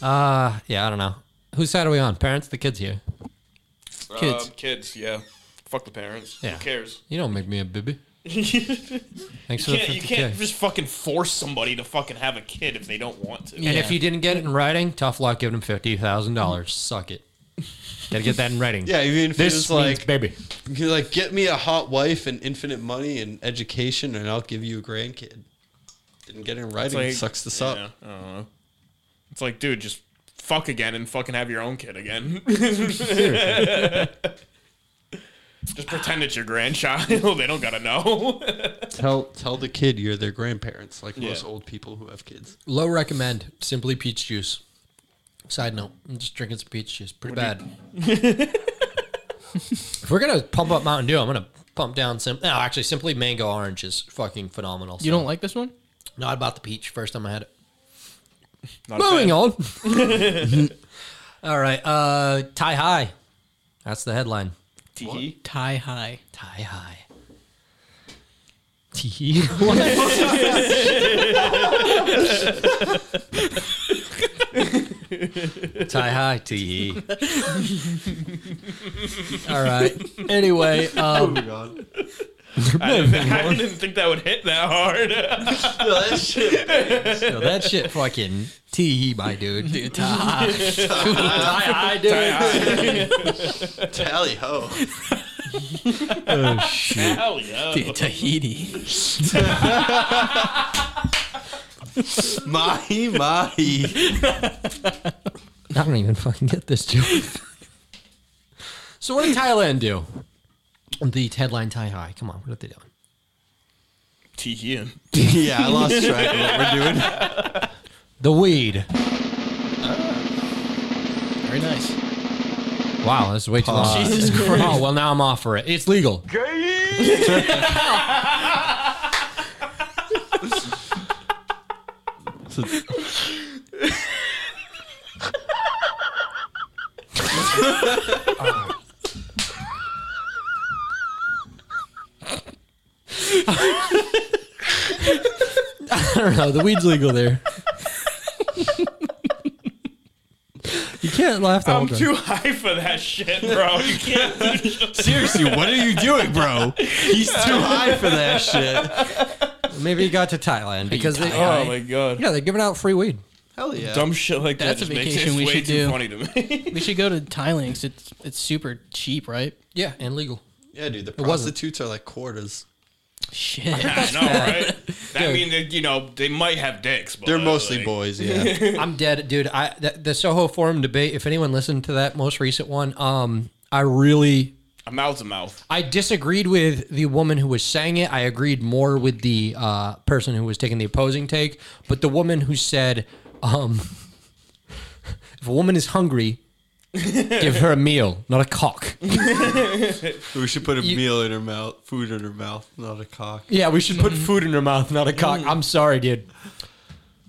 Speaker 9: uh, yeah, I don't know. Whose side are we on? Parents, the kids here.
Speaker 3: Kids.
Speaker 4: Um, kids, yeah. Fuck the parents.
Speaker 9: Yeah.
Speaker 4: Who cares?
Speaker 9: You don't make me a bibby. Thanks
Speaker 4: You
Speaker 9: for
Speaker 4: can't,
Speaker 9: the
Speaker 4: you
Speaker 9: 50k.
Speaker 4: can't just fucking force somebody to fucking have a kid if they don't want to.
Speaker 9: And if you didn't get it in writing, tough luck giving him fifty thousand dollars. Suck it. Gotta get that in writing.
Speaker 2: Yeah, even if
Speaker 9: this
Speaker 2: it's
Speaker 9: means
Speaker 2: like-
Speaker 9: baby.
Speaker 2: You're like, get me a hot wife and infinite money and education, and I'll give you a grandkid. Didn't get it in writing.
Speaker 4: like-
Speaker 2: Sucks this
Speaker 4: Yeah,
Speaker 2: up.
Speaker 4: I don't know. It's like, dude, just fuck again and fucking have your own kid again. just pretend it's your grandchild. they don't gotta know.
Speaker 2: Tell tell the kid you're their grandparents, like most
Speaker 4: Yeah.
Speaker 2: old people who have kids.
Speaker 9: Low recommend. Simply peach juice. Side note: I'm just drinking some peach juice. Pretty bad. if we're gonna pump up Mountain Dew, I'm gonna pump down some. No, actually, simply mango orange is fucking phenomenal.
Speaker 3: You
Speaker 9: so-
Speaker 3: don't like this one?
Speaker 9: No, I bought the peach first time I had it.
Speaker 4: Not
Speaker 9: Moving
Speaker 4: bad.
Speaker 9: on. All right. Uh, tie high. That's the headline.
Speaker 4: Tee-hee.
Speaker 3: Tie high.
Speaker 9: Tie high. Tee. What? tie high. Tee. E. All right. Anyway, um,
Speaker 4: I, didn't, I didn't think that would hit that hard.
Speaker 9: so that shit fucking tee, my dude. dude tie high. tie high, dude.
Speaker 2: Tally ho.
Speaker 4: Hell yeah.
Speaker 3: Tahiti.
Speaker 2: Mahi mahi.
Speaker 9: E, I don't even fucking get this joke. so what did Thailand do? The headline tie high. Come on, what are they doing?
Speaker 4: Tee-hee.
Speaker 2: yeah, I lost track of what we're doing.
Speaker 9: The weed.
Speaker 3: Very nice.
Speaker 9: Wow, that's way too long.
Speaker 3: Jesus Christ.
Speaker 9: Oh well, now I'm off for it. It's legal. I don't know. The weed's legal there. you can't laugh that
Speaker 4: I'm too high for that shit, bro. You can't.
Speaker 2: Seriously, what are you doing, bro? He's too high for that shit.
Speaker 9: Maybe he got to Thailand because they.
Speaker 4: Oh my god.
Speaker 9: Yeah, they're giving out free weed.
Speaker 2: Hell yeah.
Speaker 4: Dumb shit like that
Speaker 3: That's a
Speaker 4: just makes
Speaker 3: vacation
Speaker 4: it
Speaker 3: we
Speaker 4: way
Speaker 3: should
Speaker 4: too
Speaker 3: do.
Speaker 4: funny to me.
Speaker 3: we should go to Thailand. 'cause It's it's super cheap, right?
Speaker 9: Yeah, and legal.
Speaker 2: Yeah, dude, the
Speaker 3: It wasn't.
Speaker 2: prostitutes are like quarters.
Speaker 3: Shit.
Speaker 4: I know, right? That means that you know they might have dicks, but uh,
Speaker 2: They're mostly
Speaker 4: like-
Speaker 2: boys, yeah.
Speaker 9: I'm dead, dude. I the, the Soho Forum debate. If anyone listened to that most recent one, um, I really
Speaker 4: A mouth to mouth.
Speaker 9: I disagreed with the woman who was saying it. I agreed more with the uh, person who was taking the opposing take. But the woman who said, um, "If a woman is hungry, give her a meal, not a cock."
Speaker 2: we should put a meal in her mouth, food in her mouth, not a cock. Mm.
Speaker 9: Yeah, we should put food in her mouth, not a cock. I'm sorry, dude.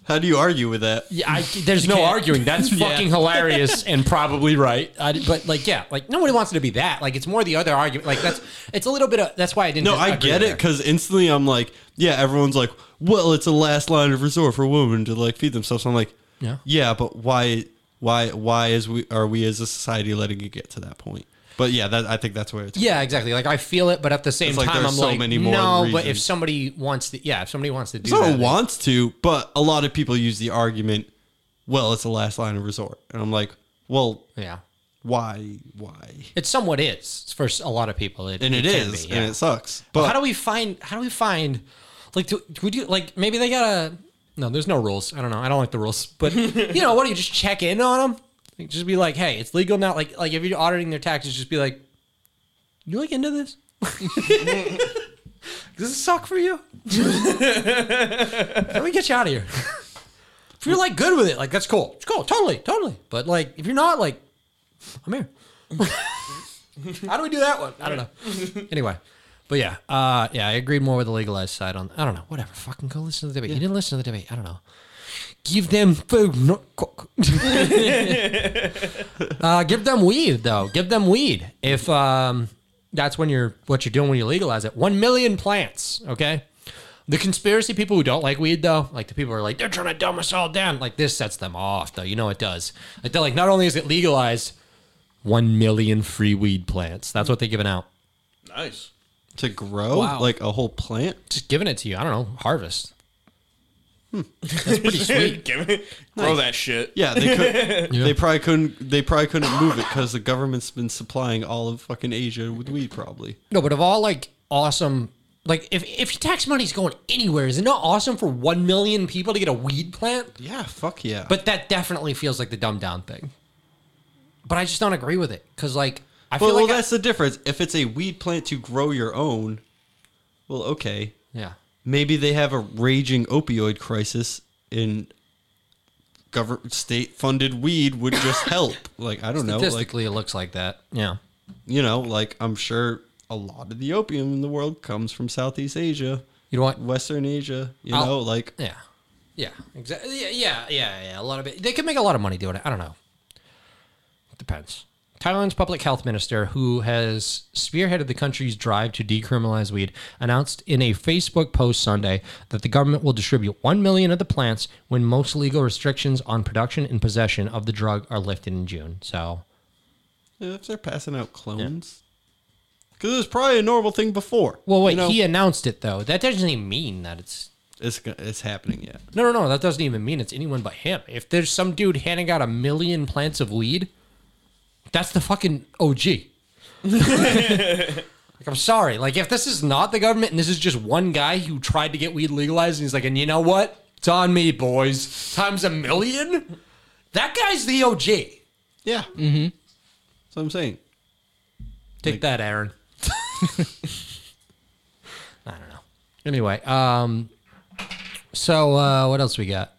Speaker 2: How do you argue with that?
Speaker 9: Yeah, I, there's no
Speaker 2: can't.
Speaker 9: arguing. That's
Speaker 2: Yeah.
Speaker 9: fucking hilarious and probably right. I, Uh, but like, yeah, like nobody wants it to be that. Like, it's more the other argument. Like that's it's a little bit of that's why I didn't.
Speaker 2: No,
Speaker 9: dis-
Speaker 2: I
Speaker 9: agree
Speaker 2: get
Speaker 9: with
Speaker 2: it
Speaker 9: her.
Speaker 2: because instantly I'm like, yeah, everyone's like, well, it's a last line of resort for women to like feed themselves. I'm like,
Speaker 9: Yeah.
Speaker 2: yeah, but why, why, why is we are we as a society letting it get to that point? But yeah, that I think that's where it's.
Speaker 9: Yeah, exactly. Like I feel it, but at the same
Speaker 2: It's like
Speaker 9: time,
Speaker 2: there's
Speaker 9: I'm
Speaker 2: so
Speaker 9: like,
Speaker 2: many more
Speaker 9: no. But if
Speaker 2: reasons.
Speaker 9: somebody wants to, yeah, if somebody wants to do
Speaker 2: Someone
Speaker 9: that,
Speaker 2: wants to, but a lot of people use the argument, well, it's a last line of resort, and I'm like, well,
Speaker 9: yeah,
Speaker 2: why, why?
Speaker 9: it somewhat is for a lot of people, it,
Speaker 2: And it
Speaker 9: can
Speaker 2: is,
Speaker 9: be,
Speaker 2: and
Speaker 9: yeah.
Speaker 2: it sucks.
Speaker 9: But
Speaker 2: But
Speaker 9: how do we find? How do we find? Like, do, do we do like maybe they gotta? No, there's no rules. I don't know. I don't like the rules, but you know, what do you just check in on them? Like, just be like, hey, it's legal now. Like, like if you're auditing their taxes, just be like, you like into this? Does this suck for you? Let me get you out of here. if you're like good with it, like that's cool. It's cool, totally, totally. But like, if you're not, like, I'm here. How do we do that one? I don't know. Mm. Anyway, but yeah, uh, yeah, I agreed more with the legalized side on. I don't know, whatever. Fucking go listen to the debate. You didn't listen to the debate. I don't know. Give them food, not cook. uh, give them weed though. Give them weed. If um, that's when you're what you're doing when you legalize it. One million plants. Okay. The conspiracy people who don't like weed though, like the people who are like they're trying to dumb us all down. Like this sets them off though. You know it does. Like they're like not only is it legalized, one million free weed plants. That's what they're giving out.
Speaker 4: Nice.
Speaker 2: to grow
Speaker 9: Wow.
Speaker 2: like a whole plant?
Speaker 9: Just giving it to you. I don't know. Harvest.
Speaker 2: Hmm.
Speaker 9: That's pretty sweet.
Speaker 4: Give it, grow that shit.
Speaker 2: Yeah, they could, they probably couldn't they probably couldn't move it because the government's been supplying all of fucking Asia with weed, probably.
Speaker 9: No, but of all like awesome, like if if your tax money's going anywhere, is it not awesome for one million people to get a weed plant?
Speaker 2: Yeah, fuck yeah.
Speaker 9: But that definitely feels like the dumbed down thing. But I just don't agree with it because like I feel
Speaker 2: well,
Speaker 9: like
Speaker 2: well,
Speaker 9: I-
Speaker 2: that's the difference. If it's a weed plant to grow your own, well, okay,
Speaker 9: yeah.
Speaker 2: maybe they have a raging opioid crisis in government state funded weed would just help. Like I don't know, like
Speaker 9: Statistically, it looks like that. Yeah.
Speaker 2: you know, like I'm sure a lot of the opium in the world comes from Southeast Asia,
Speaker 9: You know what?
Speaker 2: Western Asia. You
Speaker 9: I'll-
Speaker 2: know, like
Speaker 9: Yeah. Yeah. Exactly. Yeah, yeah. Yeah. Yeah. A lot of it. They could make a lot of money doing it. I don't know. It depends. Thailand's public health minister, who has spearheaded the country's drive to decriminalize weed, announced in a Facebook post Sunday that the government will distribute 1 million of the plants when most legal restrictions on production and possession of the drug are lifted in June. So,
Speaker 2: if they're passing out clones. Because it was probably a normal thing before.
Speaker 9: well, wait,
Speaker 2: You know,
Speaker 9: he announced it though. That doesn't even mean that it's
Speaker 2: it's go- it's happening yet.
Speaker 9: No, no, no. That doesn't even mean it's anyone but him. If there's some dude handing out a million plants of weed, that's the fucking OG. like, I'm sorry. Like, if this is not the government and this is just one guy who tried to get weed legalized and he's like, and you know what? It's on me, boys. Times a million? That guy's the OG. Take
Speaker 2: Yeah. Mm-hmm. That's what I'm saying.
Speaker 9: that, Aaron. I don't know. Anyway, um, so uh, what else we got?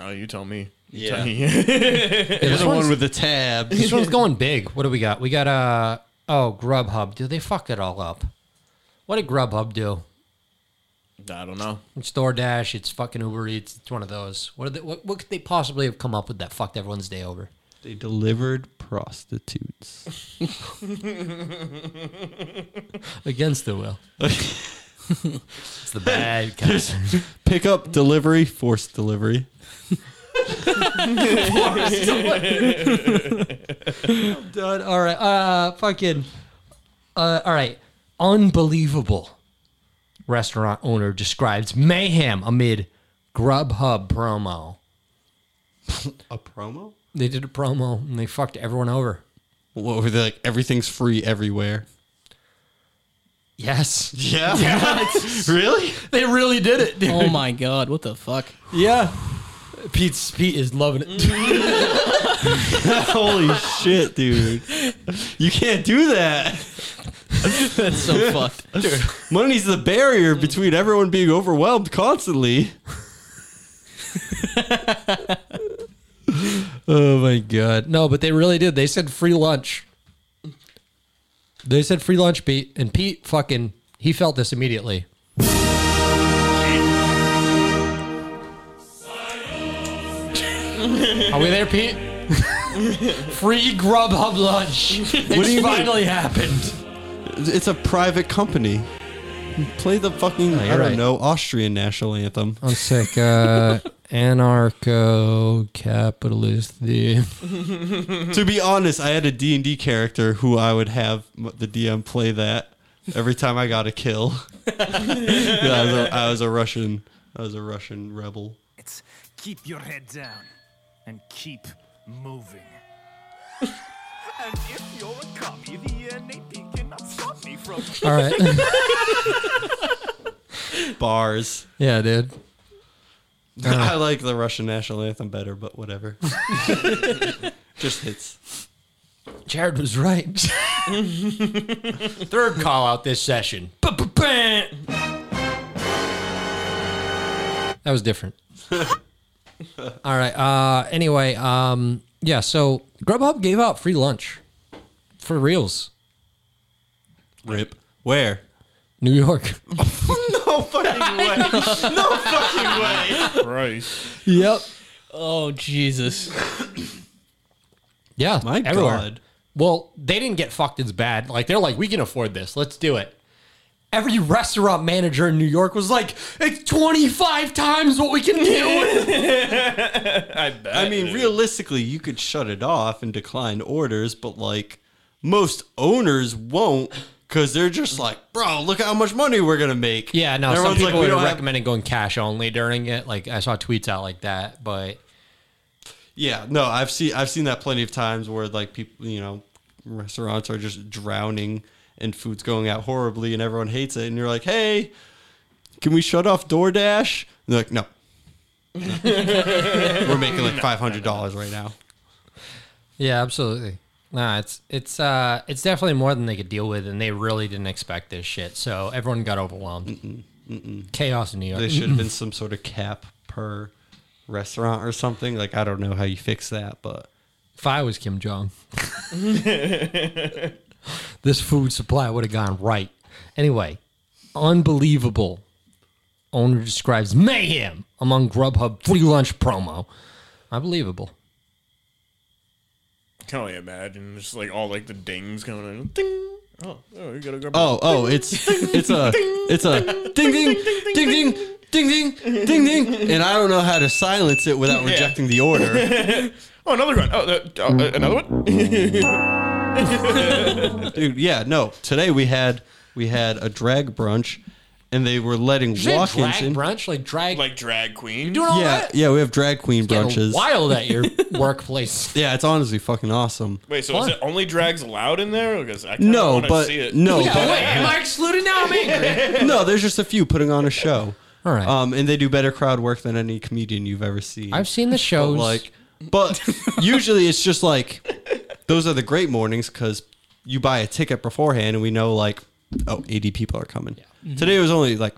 Speaker 4: Oh, you tell me.
Speaker 2: Yeah.
Speaker 9: Yeah, this
Speaker 2: the
Speaker 9: one's-
Speaker 2: one with the tab.
Speaker 9: This one's going big. What do we got? We got uh oh Grubhub. Did they fuck it all up? What did Grubhub do?
Speaker 4: I don't know.
Speaker 9: It's DoorDash. It's fucking Uber Eats. It's one of those. What did they, what, what could they possibly have come up with that fucked everyone's day over?
Speaker 2: They delivered prostitutes.
Speaker 9: Against the will.
Speaker 2: it's the bad kind. Pick up delivery, forced delivery.
Speaker 9: I'm done. All right. Uh, fucking. Uh, all right. Unbelievable. Restaurant owner describes mayhem amid Grubhub promo.
Speaker 2: A promo?
Speaker 9: They did a promo and they fucked everyone over.
Speaker 2: What were they like? Everything's free everywhere.
Speaker 9: Yes.
Speaker 2: Yeah. really?
Speaker 9: They really did it, dude.
Speaker 3: Oh my god, what the fuck?
Speaker 9: Yeah. Pete's, Pete is loving it.
Speaker 2: Holy shit, dude. You can't do that.
Speaker 3: That's so fucked.
Speaker 2: Dude, money's the barrier between everyone being overwhelmed constantly.
Speaker 9: oh my god. No, but they really did. They said free lunch. They said free lunch, Pete, and Pete fucking he felt this immediately. Are we there, Pete? Free Grubhub lunch.
Speaker 2: What do you
Speaker 9: It
Speaker 2: mean?
Speaker 9: finally happened.
Speaker 2: It's a private company. Play the fucking, I
Speaker 9: you're
Speaker 2: don't
Speaker 9: right.
Speaker 2: know, Austrian national anthem.
Speaker 9: I'm sick. Uh, anarcho capitalist theme.
Speaker 2: to be honest, I had a D&D character who I would have m- the DM play that every time I got a kill. Yeah, I, was a, I was a Russian, I was a Russian rebel.
Speaker 10: It's keep your head down and keep moving. and if you're a commie, the NAP cannot stop me from.
Speaker 9: All right.
Speaker 2: Bars.
Speaker 9: Yeah, dude.
Speaker 2: I like the Russian national anthem better, but whatever. Just hits.
Speaker 9: Jared was right. Third call out this session. That was different. All right. Uh, anyway, um, yeah. So Grubhub gave out free lunch for reals.
Speaker 2: Rip. Where?
Speaker 9: New York.
Speaker 2: no fucking way. No fucking way.
Speaker 4: Christ.
Speaker 9: yep.
Speaker 3: Oh Jesus.
Speaker 9: Yeah.
Speaker 2: My
Speaker 9: everywhere.
Speaker 2: God.
Speaker 9: Well, they didn't get fucked as bad. Like they're like, we can afford this. Let's do it. Every restaurant manager in New York was like, it's twenty five times what we can do.
Speaker 4: I bet.
Speaker 2: I mean, realistically, you could shut it off and decline orders, but like most owners won't because they're just like, bro, look how much money we're gonna make.
Speaker 9: yeah. No.
Speaker 2: And
Speaker 9: Some
Speaker 2: everyone's
Speaker 9: people
Speaker 2: we
Speaker 9: were
Speaker 2: don't have-
Speaker 9: recommending going cash only during it. Like I saw tweets out like that, but
Speaker 2: Yeah, no, I've seen I've seen that plenty of times where like people, you know, restaurants are just drowning and food's going out horribly and everyone hates it, and you're like, hey, can we shut off DoorDash? And they're like, no. No. We're making like five hundred dollars right now.
Speaker 9: Yeah, absolutely. Nah, it's it's uh it's definitely more than they could deal with, and they really didn't expect this shit. So everyone got overwhelmed. Chaos in New York.
Speaker 2: There should have been some sort of cap per restaurant or something. Like I don't know how you fix that, but
Speaker 9: if I was Kim Jong, this food supply would have gone right. Anyway, unbelievable. Owner describes mayhem among Grubhub free lunch promo. Unbelievable.
Speaker 4: Can only imagine just like all like the dings going in. Ding. Oh, oh, you gotta go.
Speaker 2: Oh, oh, it's it's a it's a ding ding ding ding ding ding ding ding, and I don't know how to silence it without
Speaker 4: Yeah.
Speaker 2: rejecting the order.
Speaker 4: oh, another one. Oh, uh, oh, uh, another one.
Speaker 2: Dude, yeah, no. Today we had we had a drag brunch, and they were letting
Speaker 9: Is it
Speaker 2: walk-ins
Speaker 9: drag
Speaker 2: in.
Speaker 9: brunch? Like drag
Speaker 4: like drag queen.
Speaker 9: You doing all
Speaker 2: yeah,
Speaker 9: that?
Speaker 2: yeah, we have drag queen brunches.
Speaker 9: Getting wild at your workplace.
Speaker 2: Yeah, it's honestly fucking awesome.
Speaker 4: Wait, so is it only drags allowed in there? Because I kinda
Speaker 2: No,
Speaker 4: wanna
Speaker 2: but
Speaker 4: see it.
Speaker 2: no, but
Speaker 9: Am I excluded now? I'm angry.
Speaker 2: no, there's just a few putting on a show.
Speaker 9: All right.
Speaker 2: Um, and they do better crowd work than any comedian you've ever seen.
Speaker 9: I've seen the shows.
Speaker 2: But like, but usually it's just like those are the great mornings because you buy a ticket beforehand and we know like oh 80 people are coming.
Speaker 13: Mhm.
Speaker 2: Today it was only like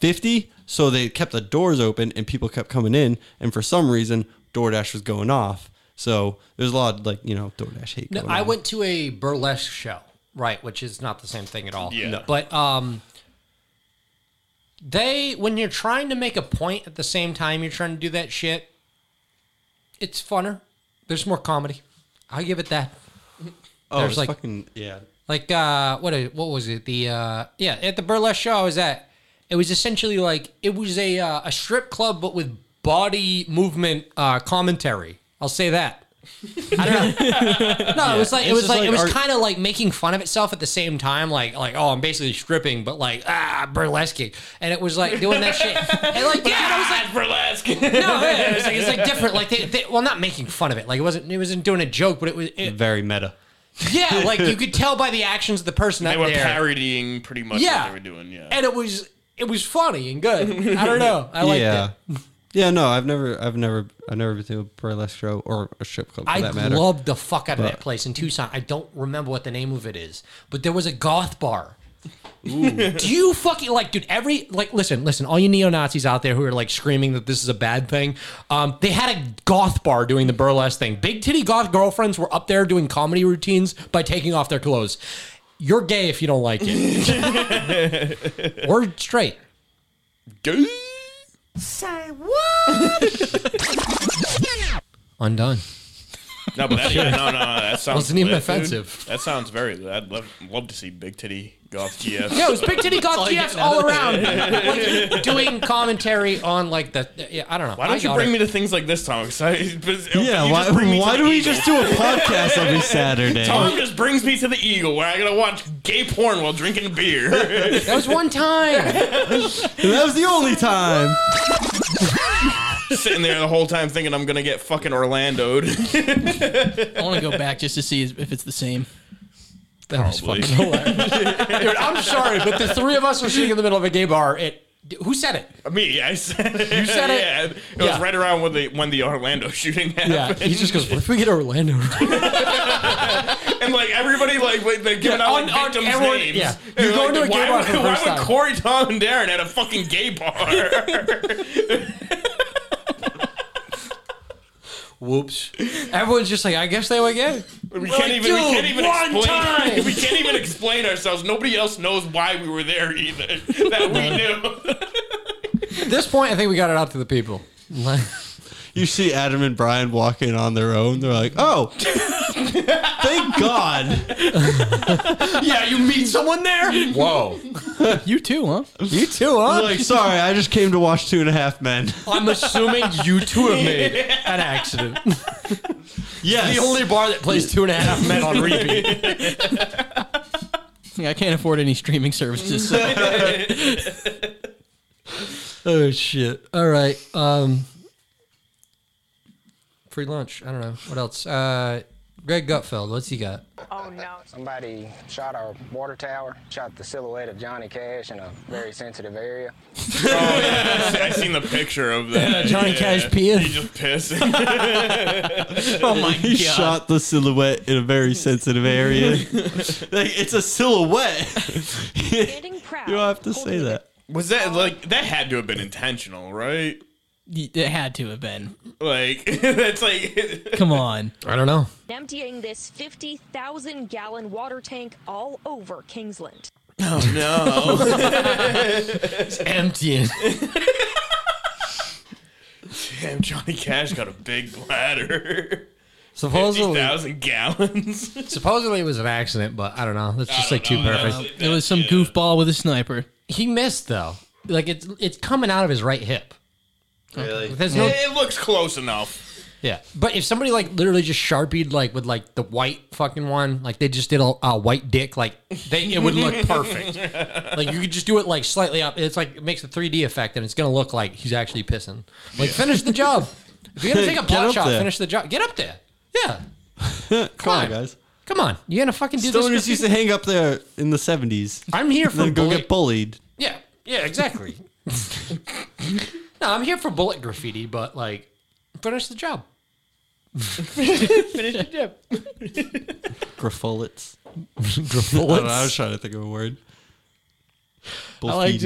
Speaker 2: 50, so they kept the doors open and people kept coming in, and for some reason DoorDash was going off. So there's a lot of like you know DoorDash hate.
Speaker 9: No,
Speaker 2: going
Speaker 9: I
Speaker 2: on.
Speaker 9: went to a burlesque show, right, which is not the same thing at all.
Speaker 2: Yeah. No.
Speaker 9: But um, they when you're trying to make a point at the same time you're trying to do that shit, it's funner. There's more comedy. I give it that.
Speaker 2: Oh,
Speaker 9: There's
Speaker 2: it's
Speaker 9: like
Speaker 2: fucking yeah.
Speaker 9: like uh, what what was it? The uh, yeah, at the burlesque show I was at, It was essentially like it was a uh, a strip club, but with body movement uh, commentary. I'll say that. I don't know. No, it was
Speaker 2: Yeah,
Speaker 9: like it
Speaker 2: it's
Speaker 9: was
Speaker 2: just
Speaker 9: like,
Speaker 2: like
Speaker 9: it was
Speaker 2: art-
Speaker 9: kind of like making fun of itself at the same time. Like like oh, I'm basically stripping, but like ah, burlesque, and it was like doing that shit. And like yeah, I was like
Speaker 4: burlesque.
Speaker 9: no, yeah, it was like it's like different. Like they, they well, not making fun of it. Like it wasn't it wasn't doing a joke, but it was it,
Speaker 2: Very meta. Mm.
Speaker 9: yeah, like you could tell by the actions of the person
Speaker 4: They
Speaker 9: out
Speaker 4: were
Speaker 9: there.
Speaker 4: parodying pretty much
Speaker 9: Yeah.
Speaker 4: what they were doing. Yeah.
Speaker 9: and it was it was funny and good. I don't know. I liked
Speaker 2: yeah.
Speaker 9: it.
Speaker 2: Yeah, no, I've never, I've never, I've never been to a burlesque show or a strip club for
Speaker 9: I
Speaker 2: that matter.
Speaker 9: loved the fuck out of
Speaker 2: But-
Speaker 9: that place in Tucson. I don't remember what the name of it is, but there was a goth bar. Do you fucking like, dude? Every like, listen, listen. All you neo Nazis out there who are like screaming that this is a bad thing, um, they had a goth bar doing the burlesque thing. Big titty goth girlfriends were up there doing comedy routines by taking off their clothes. You're gay if you don't like it, or straight.
Speaker 4: Gay.
Speaker 14: Say what?
Speaker 9: Undone.
Speaker 4: No, but that, yeah, no, no, that sounds
Speaker 9: Wasn't even
Speaker 4: lit, dude.
Speaker 9: offensive.
Speaker 4: That sounds very. lit. I'd love, love to see big titty goth GF.
Speaker 9: Yeah, it was big titty
Speaker 4: That's all
Speaker 9: goth
Speaker 4: you
Speaker 9: GFs
Speaker 4: get out
Speaker 9: all
Speaker 4: of it.
Speaker 9: around, like, doing commentary on like the. Yeah, I don't know.
Speaker 4: Why
Speaker 9: I
Speaker 4: don't you
Speaker 9: got
Speaker 4: bring
Speaker 9: it.
Speaker 4: me to things like this, Tom? 'Cause I-
Speaker 2: Yeah,
Speaker 4: you
Speaker 2: why-
Speaker 4: just bring me to
Speaker 2: why
Speaker 4: the
Speaker 2: do we
Speaker 4: Eagle.
Speaker 2: just do a podcast every Saturday?
Speaker 4: Tom just brings me to the Eagle, where I gotta watch gay porn while drinking beer.
Speaker 9: That was one time.
Speaker 2: that was the only time.
Speaker 4: Sitting there the whole time thinking I'm gonna get fucking Orlandoed.
Speaker 3: I want to go back just to see if it's the same.
Speaker 9: That was fucking Dude, I'm sorry, but the three of us were sitting in the middle of a gay bar. It. Who said it?
Speaker 4: Me, I said it.
Speaker 9: You said it?
Speaker 4: Yeah, it was
Speaker 9: Yeah.
Speaker 4: right around when the when the Orlando shooting happened.
Speaker 9: Yeah, he just goes. What if we get Orlando?
Speaker 4: and like everybody like wait, they're giving
Speaker 9: Yeah,
Speaker 4: out
Speaker 9: on-
Speaker 4: like,
Speaker 9: on
Speaker 4: victims'
Speaker 9: everyone-
Speaker 4: names.
Speaker 9: yeah.
Speaker 4: They're
Speaker 9: You go
Speaker 4: like,
Speaker 9: into a gay
Speaker 4: why
Speaker 9: bar
Speaker 4: would-
Speaker 9: for the
Speaker 4: Why
Speaker 9: first
Speaker 4: would
Speaker 9: time."
Speaker 4: Corey, Tom, and Darren at a fucking gay bar?
Speaker 9: Whoops. Everyone's just like, I guess they were gay.
Speaker 4: We
Speaker 9: We're
Speaker 4: can't
Speaker 9: like,
Speaker 4: even.
Speaker 9: "Dude,
Speaker 4: we can't even
Speaker 9: one
Speaker 4: explain.
Speaker 9: time."
Speaker 4: We can't even explain ourselves. Nobody else knows why we were there either. That we knew.
Speaker 9: At this point, I think we got it out to the people.
Speaker 2: You see Adam and Brian walking on their own. They're like, oh, thank God.
Speaker 4: yeah, you meet someone there.
Speaker 9: Whoa.
Speaker 3: you too, huh?
Speaker 9: You too, huh?
Speaker 2: Like, sorry, I just came to watch Two and a Half Men.
Speaker 9: I'm assuming you two have made an accident.
Speaker 2: Yes.
Speaker 9: The only bar that plays two and a half men on repeat.
Speaker 3: Yeah, I can't afford any streaming services. so-
Speaker 9: Oh shit! All right. Um, free lunch. I don't know what else. Uh, Greg Gutfeld. What's he got?
Speaker 10: Oh no. Somebody shot our water tower, shot the silhouette of Johnny Cash in a very sensitive area.
Speaker 4: I seen the picture of that.
Speaker 10: Yeah, Johnny
Speaker 9: Cash peeing.
Speaker 4: He just pissed.
Speaker 3: Oh
Speaker 2: he shot the silhouette in a very sensitive area. like, it's a silhouette. you don't have to say that.
Speaker 4: Was that like that had to have been intentional, right?
Speaker 3: It had to have been.
Speaker 4: Like that's like
Speaker 3: Come on.
Speaker 9: I don't know.
Speaker 8: Emptying this 50,000 gallon water tank all over Kingsland.
Speaker 4: Oh no.
Speaker 9: It's emptying.
Speaker 4: Damn, Johnny Cash got a big bladder.
Speaker 9: Supposedly-
Speaker 4: 50,000 gallons.
Speaker 9: Supposedly it was an accident, but I don't know. That's just like too perfect.
Speaker 3: Um, It was some goofball with a sniper.
Speaker 9: He missed though. Like it's it's coming out of his right hip.
Speaker 4: Really?
Speaker 9: There's no-
Speaker 4: it looks close enough.
Speaker 9: Yeah, but if somebody like literally just sharpied like with like the white fucking one, like they just did a, a white dick, like they it would look perfect. like you could just do it like slightly up. It's like it makes a 3D effect, and it's gonna look like he's actually pissing. Like finish the job. If you're gonna take a
Speaker 2: Get
Speaker 9: pot
Speaker 2: up
Speaker 9: shot,
Speaker 2: there.
Speaker 9: finish the job. Get up there. Yeah,
Speaker 2: Come,
Speaker 9: on.
Speaker 2: on, guys.
Speaker 9: come on. You're gonna fucking do this.
Speaker 2: Stoners used to hang up there in the 70s.
Speaker 9: I'm here
Speaker 2: and then
Speaker 9: for
Speaker 2: go
Speaker 9: bully-
Speaker 2: get bullied.
Speaker 9: Yeah, yeah, exactly. no, I'm here for bullet graffiti, but like finish the job. finish the job.
Speaker 2: Graffolets.
Speaker 9: Graffolets?
Speaker 2: I, don't know, I was trying to think of a word.
Speaker 9: I liked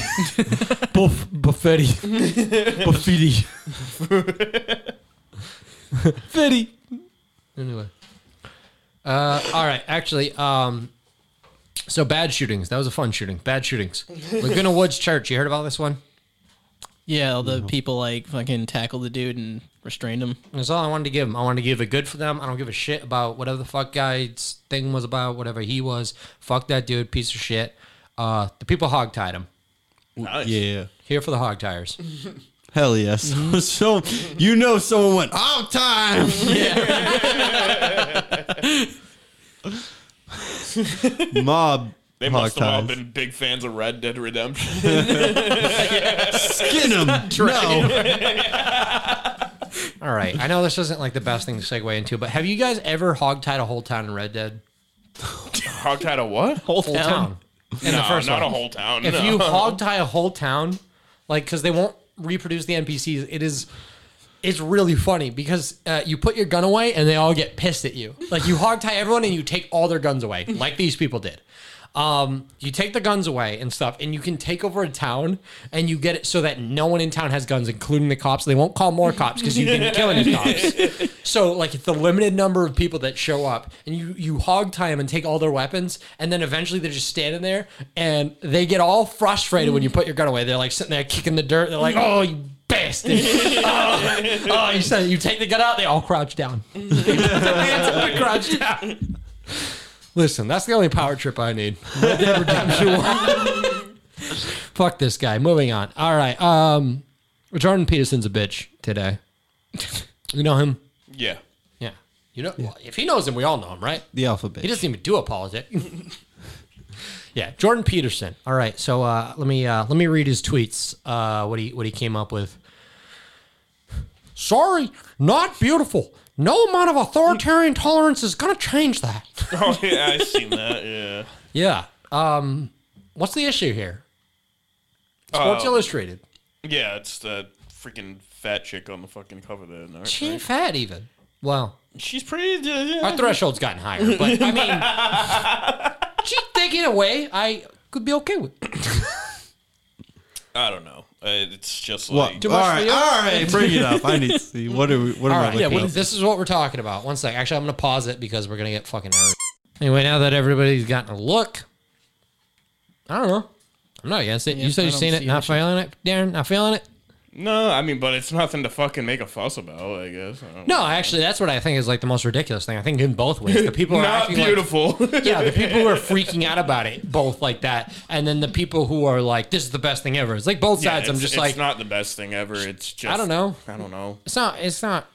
Speaker 9: it. Buffini? Buff Buffetti. Buffini. Fitty. Anyway. Uh, all right. Actually, um, so bad shootings. That was a fun shooting. Bad shootings. Laguna Woods Church. You heard about this one?
Speaker 3: Yeah, all
Speaker 9: Mm-hmm.
Speaker 3: the people like fucking tackled the dude and restrained him.
Speaker 9: That's all I wanted to give him. I wanted to give it good for them. I don't give a shit about whatever the fuck guy's thing was about, whatever he was. Fuck that dude, piece of shit. Uh, the people hogtied him.
Speaker 2: Nice. Yeah.
Speaker 9: Here for the hog tires.
Speaker 2: Hell yes. so you know someone went out time. Mob.
Speaker 4: They
Speaker 2: hog
Speaker 4: must have all
Speaker 2: ties.
Speaker 4: been big fans of Red Dead Redemption.
Speaker 2: Skin 'em.
Speaker 9: All right. I know this isn't like the best thing to segue into, but have you guys ever hogtied a whole town in Red Dead?
Speaker 4: Hogtied a what?
Speaker 9: Whole, town. In the
Speaker 4: No,
Speaker 9: first
Speaker 4: not
Speaker 9: one.
Speaker 4: a whole town,
Speaker 9: If
Speaker 4: no.
Speaker 9: you hogtie a whole town, like because they won't reproduce the NPCs, it is. It's really funny because uh, you put your gun away and they all get pissed at you. Like you hogtie everyone and you take all their guns away, like these people did. Um, you take the guns away and stuff, and you can take over a town and you get it so that no one in town has guns, including the cops. They won't call more cops because you didn't kill any cops. So like it's the limited number of people that show up, and you you hog tie them and take all their weapons, and then eventually they're just standing there, and they get all frustrated when you put your gun away. They're like sitting there kicking the dirt. They're like, "Oh, you bastard! oh, oh, you said you take the gun out." They all crouch down. They crouch down. Listen, that's the only power trip I need. Red Dead Redemption One. Fuck this guy. Moving on. All right. Um, Jordan Peterson's a bitch today. You know him.
Speaker 4: yeah.
Speaker 9: Yeah. You know, well, if he knows him, we all know him, right?
Speaker 2: The alphabet.
Speaker 9: He doesn't even do a politic. yeah, Jordan Peterson. All right, so uh, let me uh, let me read his tweets. Uh, what he what he came up with. Sorry, not beautiful. No amount of authoritarian tolerance is gonna change that.
Speaker 4: Oh yeah, I seen that. Yeah.
Speaker 9: Yeah. Um, what's the issue here? Sports
Speaker 4: Oh.
Speaker 9: Illustrated.
Speaker 4: Yeah, it's the freaking fat chick on the fucking cover there. No,
Speaker 9: She ain't fat even. Well,
Speaker 4: She's pretty.
Speaker 9: our threshold's gotten higher, but I mean, she taking away, I could be okay with.
Speaker 4: I don't know. Uh, It's just
Speaker 2: What?
Speaker 4: like
Speaker 2: Too much All right, for you? all right, bring it up. I need to see. What are we- what am I
Speaker 9: yeah,
Speaker 2: looking
Speaker 9: well,
Speaker 2: up?
Speaker 9: this is what we're talking about. One sec. Actually, I'm going to pause it because we're going to get fucking hurt. Anyway, now that everybody's gotten a look, I don't know. I'm not against it.
Speaker 4: Yeah,
Speaker 9: you said
Speaker 4: I
Speaker 9: you've
Speaker 4: don't
Speaker 9: seen it,
Speaker 4: see
Speaker 9: not feeling it, Darren, not feeling it.
Speaker 4: No, I mean, but it's nothing to fucking make a fuss about. I guess. I don't
Speaker 9: No, actually, that's what I think is like the most ridiculous thing. I think in both ways, the people are
Speaker 4: Not
Speaker 9: acting like-
Speaker 4: beautiful.
Speaker 9: yeah, the people who are freaking out about it, both like that, and then the people who are like, "This is the best thing ever." It's like both
Speaker 4: Yeah,
Speaker 9: sides. I'm
Speaker 4: it's-
Speaker 9: just
Speaker 4: it's
Speaker 9: like,
Speaker 4: not the best thing ever. It's just
Speaker 9: I don't know.
Speaker 4: I don't know.
Speaker 9: It's not. It's not.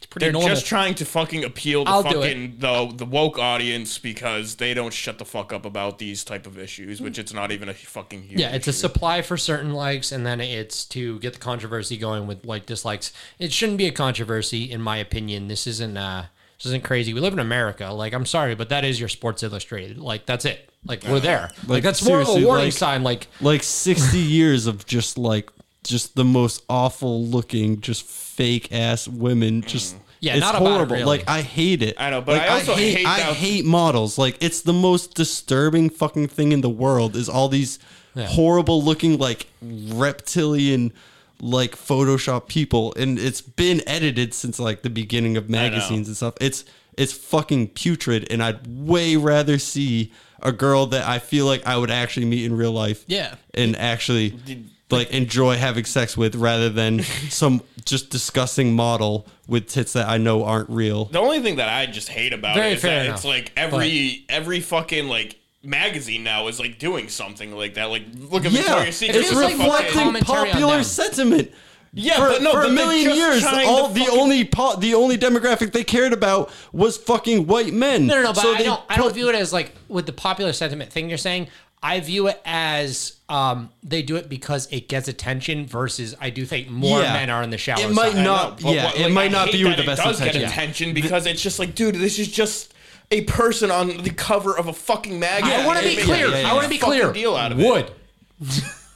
Speaker 9: It's pretty
Speaker 4: They're
Speaker 9: normal.
Speaker 4: just trying to fucking appeal to
Speaker 9: I'll do
Speaker 4: fucking the the woke audience because they don't shut the fuck up about these type of issues, which it's not even a fucking huge.
Speaker 9: yeah, it's a supply for certain likes, and then it's to get the controversy going with like dislikes. It shouldn't be a controversy, in my opinion. This isn't uh, this isn't crazy. We live in America. Like, I'm sorry, but that is your Sports Illustrated. Like, that's it. Like, we're there. Like, that's more of a
Speaker 2: seriously,
Speaker 9: warning sign. Like,
Speaker 2: like sixty years of just like just the most awful looking, just fake ass women. Just
Speaker 9: Mm. Yeah,
Speaker 2: it's
Speaker 9: not about it,
Speaker 2: horrible.
Speaker 9: really.
Speaker 2: Like I hate it. I
Speaker 4: know, but I also hate
Speaker 2: I
Speaker 4: how-
Speaker 2: hate models. Like it's the most disturbing fucking thing in the world. Is all these horrible looking like reptilian. Like Photoshop people, and it's been edited since like the beginning of magazines and stuff. It's it's fucking putrid, and I'd way rather see a girl that I feel like I would actually meet in real life.
Speaker 3: Yeah.
Speaker 2: and actually like enjoy having sex with rather than some just disgusting model with tits that I know aren't real.
Speaker 4: The only thing that I just hate about
Speaker 2: Very
Speaker 4: it is
Speaker 2: fair
Speaker 4: that
Speaker 2: enough,
Speaker 4: it's like every every fucking like magazine now is like doing something like that. Like look at Victoria's Secret.
Speaker 2: it's
Speaker 4: with the fucking-
Speaker 2: reflecting popular sentiment.
Speaker 4: Yeah,
Speaker 2: for,
Speaker 4: but no,
Speaker 2: for
Speaker 4: but
Speaker 2: a
Speaker 4: they're
Speaker 2: million
Speaker 4: just
Speaker 2: years,
Speaker 4: trying
Speaker 2: all
Speaker 4: to
Speaker 2: the only po- the only demographic they cared about was fucking white men.
Speaker 9: No, no, no. But
Speaker 2: So
Speaker 9: I
Speaker 2: they
Speaker 9: don't. I don't view it as like with the popular sentiment thing you're saying. I view it as um, they do it because it gets attention. Versus, I do think more
Speaker 2: Yeah.
Speaker 9: men are in the shower.
Speaker 2: It might
Speaker 9: side.
Speaker 2: not- yeah, it might
Speaker 4: I
Speaker 2: not
Speaker 4: hate
Speaker 2: be with
Speaker 4: that
Speaker 2: the
Speaker 4: it
Speaker 2: best
Speaker 4: does get
Speaker 2: intentions.
Speaker 4: attention because it's just like, dude, this is just a person on the cover of a fucking magazine.
Speaker 9: I want to
Speaker 4: It
Speaker 9: be
Speaker 4: makes
Speaker 9: clear.
Speaker 4: no
Speaker 9: I want to be
Speaker 4: fucking
Speaker 9: clear.
Speaker 4: Deal out of it.
Speaker 9: Would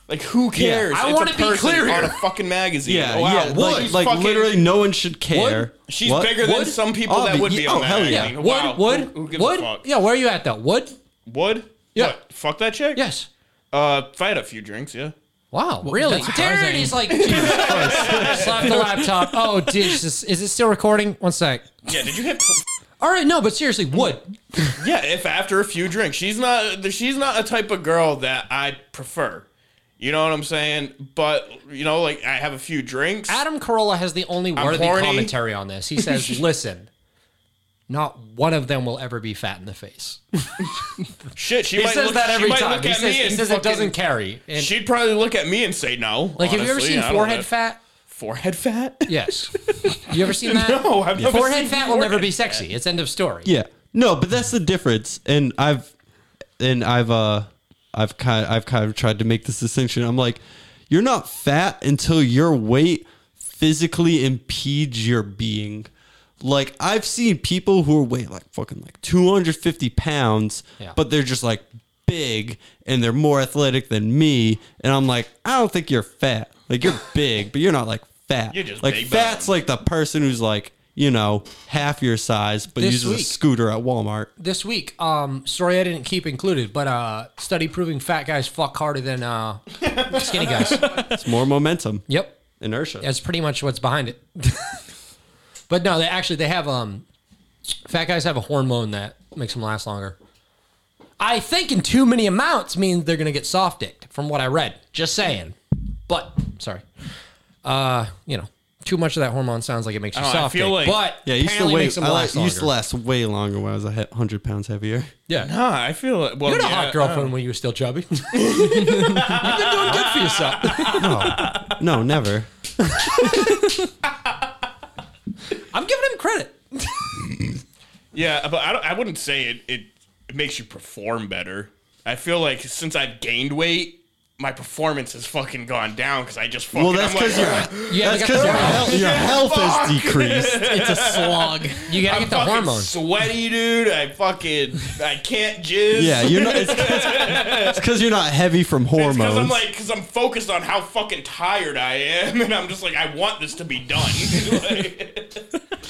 Speaker 4: Like who cares?
Speaker 9: I
Speaker 4: It's
Speaker 9: wanna
Speaker 4: a
Speaker 9: be
Speaker 4: person
Speaker 9: clear
Speaker 4: on a
Speaker 9: here.
Speaker 4: fucking magazine.
Speaker 2: Yeah,
Speaker 4: Wow,
Speaker 2: yeah,
Speaker 4: what?
Speaker 2: like,
Speaker 4: She's
Speaker 2: like
Speaker 4: fucking-
Speaker 2: literally no one should care.
Speaker 4: She's
Speaker 2: What?
Speaker 4: bigger than
Speaker 2: Would?
Speaker 4: some people that
Speaker 2: Obvi-
Speaker 4: would be
Speaker 2: Oh
Speaker 4: on that
Speaker 2: hell yeah!
Speaker 4: magazine.
Speaker 9: Wood,
Speaker 4: Wow,
Speaker 9: wood,
Speaker 4: who- who gives a
Speaker 9: wood.
Speaker 4: fuck?
Speaker 9: Yeah, where are you at though? Wood.
Speaker 4: Wood?
Speaker 9: Yeah.
Speaker 4: What? Fuck that chick?
Speaker 9: Yes.
Speaker 4: Uh, if I had a few drinks, yeah.
Speaker 9: Wow, really? Darren, he's like, Jesus Christ. slapped the laptop. Oh, geez, is, is it still recording? One sec.
Speaker 4: Yeah, did you hit?
Speaker 9: All right, no, but seriously, wood.
Speaker 4: yeah, if after a few drinks, she's not she's not a type of girl that I prefer. You know what I'm saying? But you know, like I have a few drinks.
Speaker 9: Adam Carolla has the only
Speaker 4: I'm
Speaker 9: worthy
Speaker 4: horny.
Speaker 9: commentary on this. He says, "Listen, Not one of them will ever be fat in the face.
Speaker 4: Shit, she
Speaker 9: He
Speaker 4: might
Speaker 9: says
Speaker 4: look,
Speaker 9: that every
Speaker 4: she might
Speaker 9: time.
Speaker 4: Look
Speaker 9: He
Speaker 4: at
Speaker 9: says-
Speaker 4: me
Speaker 9: he
Speaker 4: and
Speaker 9: says it
Speaker 4: fucking-
Speaker 9: doesn't carry, and-
Speaker 4: she'd probably look at me and say no.
Speaker 9: Like, have you ever
Speaker 4: honestly,
Speaker 9: seen
Speaker 4: I don't
Speaker 9: forehead
Speaker 4: know.
Speaker 9: fat?
Speaker 4: Forehead fat?
Speaker 9: Yes. You ever seen that?
Speaker 4: No, I've never
Speaker 9: Forehead
Speaker 4: seen
Speaker 9: fat will never be sexy. It's end of story.
Speaker 2: Yeah. No, but that's the difference. And I've and I've uh I've kind I've kind of tried to make this distinction. I'm like, you're not fat until your weight physically impedes your being. Like I've seen people who are weigh like fucking like 250 pounds,
Speaker 9: Yeah.
Speaker 2: but they're just like big and they're more athletic than me. And I'm like, I don't think you're fat. Like you're big, but you're not like fat.
Speaker 4: You're just
Speaker 2: like
Speaker 4: big
Speaker 2: fat's like the person who's like you know half your size, but
Speaker 9: This
Speaker 2: uses a
Speaker 9: week.
Speaker 2: scooter at Walmart.
Speaker 9: This week, um, story I didn't keep included, but uh, study proving fat guys fuck harder than uh, skinny guys.
Speaker 2: It's more momentum.
Speaker 9: Yep.
Speaker 2: Inertia.
Speaker 9: That's pretty much what's behind it. but no, they actually they have um, fat guys have a hormone that makes them last longer. I think in too many amounts means they're gonna get soft dicked, from what I read. Just saying. But sorry, uh, you know, too much of that hormone sounds like it makes you soft dicked. but
Speaker 2: yeah, you used to
Speaker 9: apparently
Speaker 2: wait.
Speaker 9: makes them
Speaker 2: I
Speaker 9: last
Speaker 2: used to
Speaker 9: longer.
Speaker 2: last way longer when I was a hundred pounds heavier.
Speaker 9: Yeah.
Speaker 4: Nah, I feel it. Well,
Speaker 9: you had a
Speaker 4: yeah,
Speaker 9: hot girlfriend when you were still chubby. You've been doing good for yourself.
Speaker 2: No, never.
Speaker 9: I'm giving him credit.
Speaker 4: Yeah, but I, don't, I wouldn't say it, it it makes you perform better. I feel like since I've gained weight, my performance has fucking gone down because I just fucking.
Speaker 2: Well, that's
Speaker 4: I'm like,
Speaker 2: because your
Speaker 9: Yeah,
Speaker 2: that's
Speaker 9: they got
Speaker 2: because
Speaker 9: the
Speaker 2: your health,
Speaker 9: hormones.
Speaker 2: your health has
Speaker 4: Fuck.
Speaker 2: decreased.
Speaker 4: It's a
Speaker 15: slog.
Speaker 9: You gotta
Speaker 4: I'm
Speaker 9: get the
Speaker 4: fucking
Speaker 9: hormones.
Speaker 4: Sweaty, dude. I fucking I can't jizz.
Speaker 2: Yeah, you're not. It's because you're not heavy from hormones.
Speaker 4: Because I'm like, because I'm focused on how fucking tired I am, and I'm just like, I want this to be done.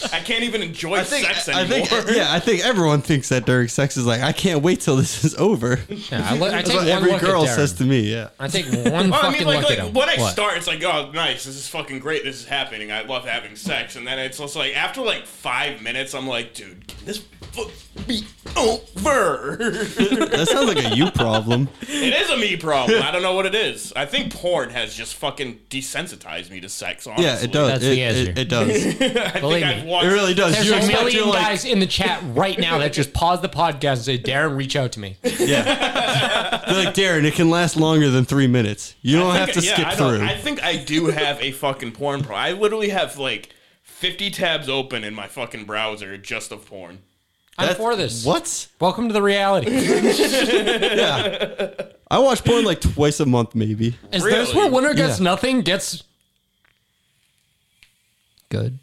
Speaker 4: Like, I can't even enjoy sex
Speaker 2: I
Speaker 4: anymore.
Speaker 2: think yeah, I think everyone thinks that during sex is like, I can't wait till this is over.
Speaker 9: Yeah, I, look- I
Speaker 2: That's
Speaker 9: take
Speaker 2: what
Speaker 9: one
Speaker 2: every
Speaker 9: look at
Speaker 2: girl
Speaker 9: Darren.
Speaker 2: says to me. Yeah,
Speaker 9: I take one
Speaker 4: Well, I
Speaker 9: fucking
Speaker 4: mean, like,
Speaker 9: look
Speaker 4: like
Speaker 9: at him.
Speaker 4: when I
Speaker 9: What?
Speaker 4: start, it's like, oh, nice, this is fucking great, this is happening, I love having sex, and then it's just like after like five minutes, I'm like, dude, can this fu- be over.
Speaker 2: that sounds like a you problem.
Speaker 4: it is a me problem. I don't know what it is. I think porn has just fucking desensitized me to sex. Honestly,
Speaker 2: Yeah, it does. That's the It- answer. it- it does.
Speaker 4: I
Speaker 9: Believe
Speaker 4: think I've
Speaker 9: me.
Speaker 4: watched.
Speaker 2: It really does.
Speaker 9: There's
Speaker 2: You
Speaker 9: a
Speaker 2: expect
Speaker 9: million
Speaker 2: you're like-
Speaker 9: guys in the chat right now that just pause the podcast and say, "Darren, reach out to me."
Speaker 2: They're like Darren, it can last longer than three minutes. You don't
Speaker 4: I
Speaker 2: have
Speaker 4: think-
Speaker 2: to
Speaker 4: yeah,
Speaker 2: skip
Speaker 4: I don't-
Speaker 2: through.
Speaker 4: I think I do have a fucking porn problem. I literally have like 50 tabs open in my fucking browser just of porn.
Speaker 9: I'm for this.
Speaker 2: What?
Speaker 9: Welcome to the reality.
Speaker 2: yeah. I watch porn like twice a month, maybe.
Speaker 9: Is this where winner gets
Speaker 2: Yeah.
Speaker 9: nothing? Gets good.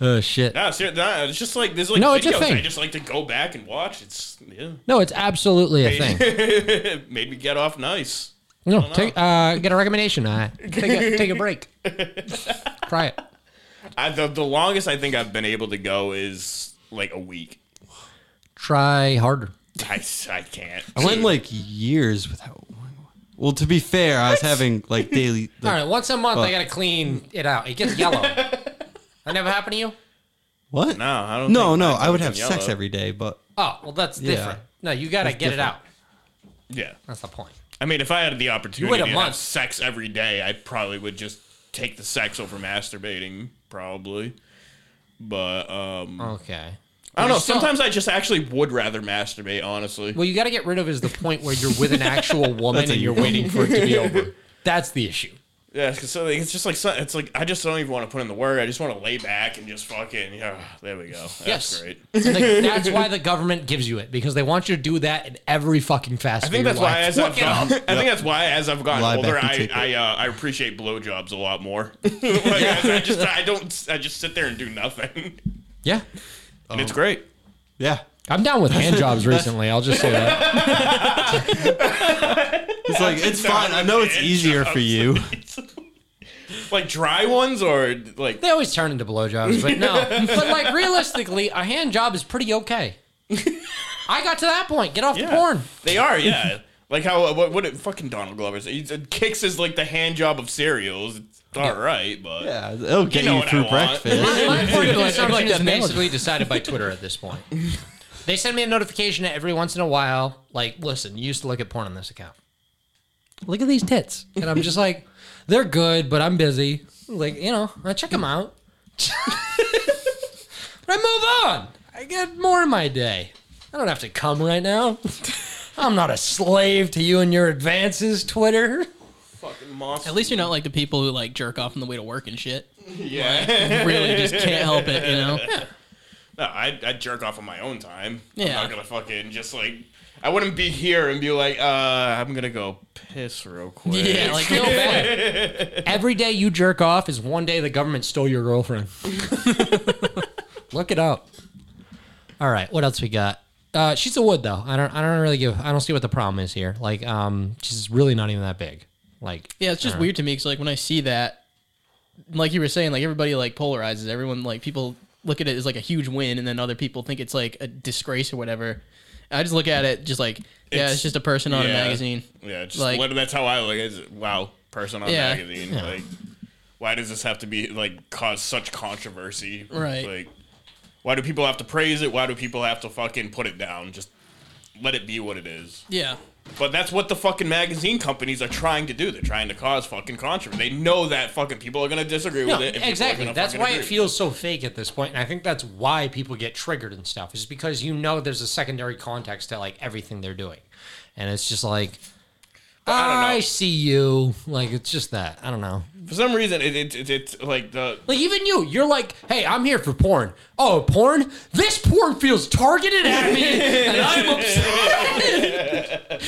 Speaker 9: oh shit.
Speaker 4: No, ser- no, it's just like there's like
Speaker 9: No,
Speaker 4: videos
Speaker 9: it's a thing.
Speaker 4: I just like to go back and watch. It's yeah.
Speaker 9: No, it's absolutely a thing.
Speaker 4: thing. Maybe get off nice.
Speaker 9: No, take uh, get a recommendation. I take a, take a break. Try it.
Speaker 4: I, the, the longest I think I've been able to go is like a week.
Speaker 9: Try harder.
Speaker 4: I, s- I can't.
Speaker 2: I went like years without. Well, to be fair, I was having like daily.
Speaker 9: All right, once a month I
Speaker 2: Fuck.
Speaker 9: gotta clean it out. It gets yellow. that never happened to you?
Speaker 2: What?
Speaker 4: No, I don't.
Speaker 2: No,
Speaker 4: think
Speaker 2: no,
Speaker 4: I've
Speaker 2: I would
Speaker 4: been
Speaker 2: have sex
Speaker 4: yellow.
Speaker 2: every day, but
Speaker 9: Oh, well, that's
Speaker 2: Yeah.
Speaker 9: different. No, you gotta
Speaker 2: That's
Speaker 9: get it
Speaker 2: different.
Speaker 9: out.
Speaker 4: Yeah.
Speaker 9: That's the point.
Speaker 4: I mean, if I had the opportunity
Speaker 9: a
Speaker 4: to
Speaker 9: month.
Speaker 4: have sex every day, I probably would just take the sex over masturbating, probably. But um
Speaker 9: Okay.
Speaker 4: I don't
Speaker 9: Well,
Speaker 4: know.
Speaker 9: you still-
Speaker 4: Sometimes I just actually would rather masturbate, honestly.
Speaker 9: Well, you gotta get rid of is the point where you're with an actual woman
Speaker 2: That's a
Speaker 9: and you're
Speaker 2: you.
Speaker 9: waiting for it to be over. That's the issue.
Speaker 4: Yeah, because so it's just like so- it's like I just don't even want to put in the work. I just want to lay back and just fucking yeah. There we go. That's
Speaker 9: Yes.
Speaker 4: great.
Speaker 9: And, like, that's why the government gives you it because they want you to do that in every fucking fast.
Speaker 4: I think that's why as I've
Speaker 9: Look it
Speaker 4: gotten,
Speaker 9: up.
Speaker 4: I think that's why as I've gotten
Speaker 2: Lie back
Speaker 4: older,
Speaker 2: and
Speaker 4: I
Speaker 2: take it.
Speaker 4: I, uh, I appreciate blowjobs a lot more. like, I, I just I don't I just sit there and do nothing,
Speaker 9: Yeah,
Speaker 4: and
Speaker 2: Uh-huh.
Speaker 4: it's great.
Speaker 2: yeah,
Speaker 9: I'm down with hand jobs recently. I'll just say that.
Speaker 2: it's like it's fine. I know it's easier for you.
Speaker 4: Like dry ones or like
Speaker 9: They always turn into blowjobs, but no. But like realistically, a hand job is pretty okay. I got to that point. Get off the
Speaker 4: Yeah.
Speaker 9: porn.
Speaker 4: they are, yeah. like how uh, what what it, fucking Donald Glover said. He said kicks is like the hand job of cereals. It's all right, but
Speaker 2: Yeah, it'll get
Speaker 4: know
Speaker 2: you,
Speaker 4: what I
Speaker 2: through
Speaker 4: want.
Speaker 2: breakfast.
Speaker 9: My
Speaker 15: Dude,
Speaker 9: porn
Speaker 15: it's
Speaker 9: consumption
Speaker 15: like
Speaker 9: is
Speaker 15: the mail.
Speaker 9: basically decided by Twitter at this point. They send me a notification every once in a while, like, listen, you used to look at porn on this account. Look at these tits. And I'm just like, they're good, but I'm busy. Like, you know, I check them out. But I move on. I get more in my day. I don't have to come right now. I'm not a slave to you and your advances, Twitter.
Speaker 4: Fucking monster.
Speaker 3: At least you're not like the people who like jerk off on the way to work and shit.
Speaker 4: Yeah.
Speaker 3: Like, really just can't help it, you know?
Speaker 4: No, I I jerk off on my own time.
Speaker 3: Yeah.
Speaker 4: I'm not gonna fucking just like. I wouldn't be here and be like, uh, I'm gonna go piss real quick.
Speaker 9: Yeah, like, no Every day you jerk off is one day the government stole your girlfriend. Look it up. All right, what else we got? Uh, she's a wood though. I don't. I don't really give. I don't see what the problem is here. Like, um, she's really not even that big. Like,
Speaker 3: Yeah, it's just
Speaker 9: I don't know.
Speaker 3: weird to me because like when I see that, like you were saying, like everybody like polarizes. Everyone like people look at it as like a huge win, and then other people think it's like a disgrace or whatever. I just look at it just like yeah, it's, just a person on a
Speaker 4: yeah.
Speaker 3: magazine.
Speaker 4: Yeah, just
Speaker 3: like
Speaker 4: what- that's how I look. at it. wow, person on a
Speaker 3: Yeah.
Speaker 4: magazine.
Speaker 3: Yeah.
Speaker 4: Like, why does this have to be like cause such controversy?
Speaker 3: Right.
Speaker 4: Like, why do people have to praise it? Why do people have to fucking put it down? Just let it be what it is.
Speaker 3: yeah,
Speaker 4: But that's what the fucking magazine companies are trying to do. They're trying to cause fucking controversy. They know that fucking people are gonna disagree
Speaker 9: No,
Speaker 4: with it. and people are
Speaker 9: exactly.
Speaker 4: gonna
Speaker 9: That's
Speaker 4: fucking
Speaker 9: why
Speaker 4: agree.
Speaker 9: it feels so fake at this point, and I think that's why people get triggered and stuff. Is because you know there's a secondary context to like everything they're doing, and it's just like,
Speaker 4: I don't know.
Speaker 9: I, see you. Like it's just that. I don't know.
Speaker 4: For some reason, it, it, it, it's like the
Speaker 9: Like even you, you're like, hey, I'm here for porn. Oh, porn? This porn feels targeted at me, and I'm upset.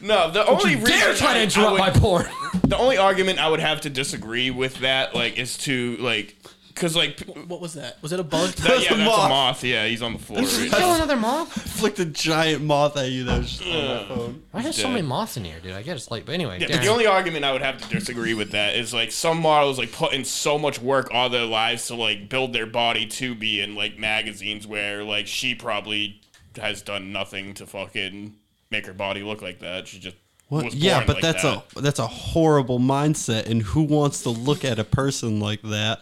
Speaker 4: No, the
Speaker 9: Don't
Speaker 4: only
Speaker 9: you dare
Speaker 4: reason
Speaker 9: try to
Speaker 4: I- I
Speaker 9: interrupt
Speaker 4: would-
Speaker 9: my porn.
Speaker 4: The only argument I would have to disagree with that, like, is to like, cause like, p-
Speaker 3: what was that? Was it a bug?
Speaker 4: that- yeah, that's a moth. Yeah, he's on the floor. Right
Speaker 9: Kill
Speaker 4: now.
Speaker 9: another moth?
Speaker 2: I flicked a giant moth at you. That was just on my
Speaker 4: Ugh.
Speaker 2: phone.
Speaker 9: Why there's so
Speaker 4: Dead.
Speaker 9: many moths in here, dude? I get it's like, but anyway,
Speaker 4: Yeah,
Speaker 9: damn.
Speaker 4: the only argument I would have to disagree with that is like some models like put in so much work all their lives to like build their body to be in like magazines where like she probably has done nothing to fucking make her body look like that. She just
Speaker 2: What?
Speaker 4: was
Speaker 2: Yeah,
Speaker 4: born
Speaker 2: but
Speaker 4: like
Speaker 2: that's
Speaker 4: that.
Speaker 2: a that's a horrible mindset. And who wants to look at a person like that?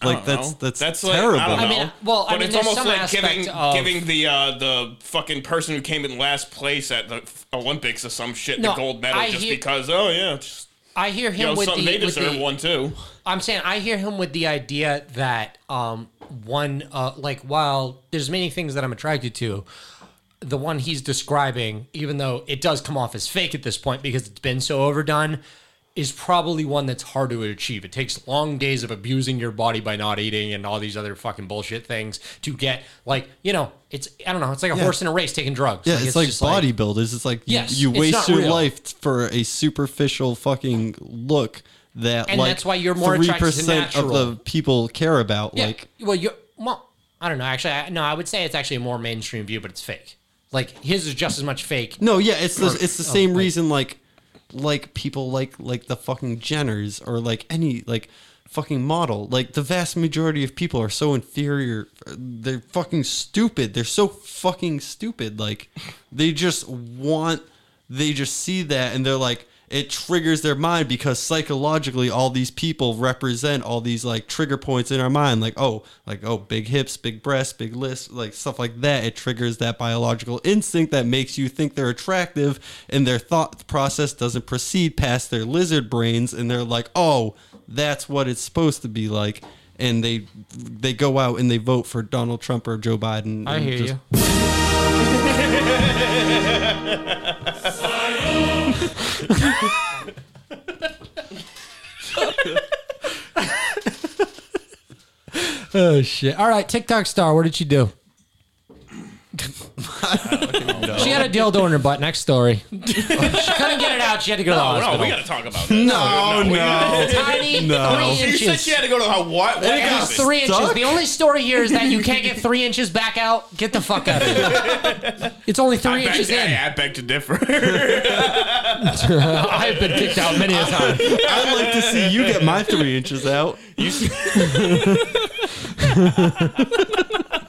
Speaker 4: I don't
Speaker 2: Like that's
Speaker 4: know.
Speaker 2: that's
Speaker 4: like,
Speaker 2: terrible.
Speaker 4: I, don't know.
Speaker 9: mean, well, I
Speaker 4: but
Speaker 9: mean,
Speaker 4: it's
Speaker 9: there's
Speaker 4: almost
Speaker 9: some
Speaker 4: like
Speaker 9: aspect
Speaker 4: giving
Speaker 9: of-
Speaker 4: giving the uh, the fucking person who came in last place at the Olympics or some shit
Speaker 9: No,
Speaker 4: the gold medal
Speaker 9: I
Speaker 4: just
Speaker 9: hear-
Speaker 4: because oh yeah, just,
Speaker 9: I hear him
Speaker 4: yo,
Speaker 9: with
Speaker 4: something
Speaker 9: the
Speaker 4: they
Speaker 9: with
Speaker 4: deserve
Speaker 9: the-
Speaker 4: one too.
Speaker 9: I'm saying I hear him with the idea that um one uh like while there's many things that I'm attracted to, the one he's describing, even though it does come off as fake at this point because it's been so overdone, is probably one that's hard to achieve. It takes long days of abusing your body by not eating and all these other fucking bullshit things to get like, you know, it's I don't know, it's like a
Speaker 2: Yeah.
Speaker 9: horse in a race taking drugs.
Speaker 2: Yeah, it's like
Speaker 9: just
Speaker 2: bodybuilders. it's like you,
Speaker 9: Yes,
Speaker 2: you
Speaker 9: it's
Speaker 2: waste
Speaker 9: not
Speaker 2: your
Speaker 9: real.
Speaker 2: life for a superficial fucking look that
Speaker 9: And
Speaker 2: like
Speaker 9: that's why you're more
Speaker 2: three
Speaker 9: attracted to
Speaker 2: percent of
Speaker 9: natural.
Speaker 2: the people care about.
Speaker 9: Yeah.
Speaker 2: Like
Speaker 9: well, you well, I don't know. Actually, I, no, I would say it's actually a more mainstream view, but it's fake. Like his is just as much fake.
Speaker 2: no, yeah, it's the,
Speaker 9: Or-
Speaker 2: it's the
Speaker 9: oh,
Speaker 2: same
Speaker 9: like-
Speaker 2: reason like like people like like the fucking Jenners or like any like fucking model. Like the vast majority of people are so inferior. They're fucking stupid. They're so fucking stupid. Like they just want they just see that and they're like it triggers their mind because psychologically all these people represent all these like trigger points in our mind like oh like oh big hips big breasts big lips like stuff like that it triggers that biological instinct that makes you think they're attractive and their thought process doesn't proceed past their lizard brains and they're like oh that's what it's supposed to be like and they they go out and they vote for Donald Trump or Joe Biden
Speaker 9: I
Speaker 2: and
Speaker 9: hear
Speaker 2: just-
Speaker 9: you. Oh shit! All right, TikTok star, what did she do? She had a dildo in her butt. Next story. she couldn't get it out. She had to go to the
Speaker 4: No,
Speaker 9: hospital.
Speaker 4: no, we gotta talk about that.
Speaker 2: No,
Speaker 4: we-
Speaker 2: no.
Speaker 9: Tiny
Speaker 2: No.
Speaker 9: three
Speaker 4: You said
Speaker 9: inches.
Speaker 4: she had to go to Hawaii. What
Speaker 9: It
Speaker 4: happened?
Speaker 9: was three inches.
Speaker 2: stuck?
Speaker 9: The only story here is that you can't get three inches back out. Get the fuck out of here. It's only three
Speaker 4: I beg,
Speaker 9: inches in.
Speaker 4: I, I beg to differ.
Speaker 9: I've been kicked out many a time.
Speaker 2: I'd like to see you get my three inches out.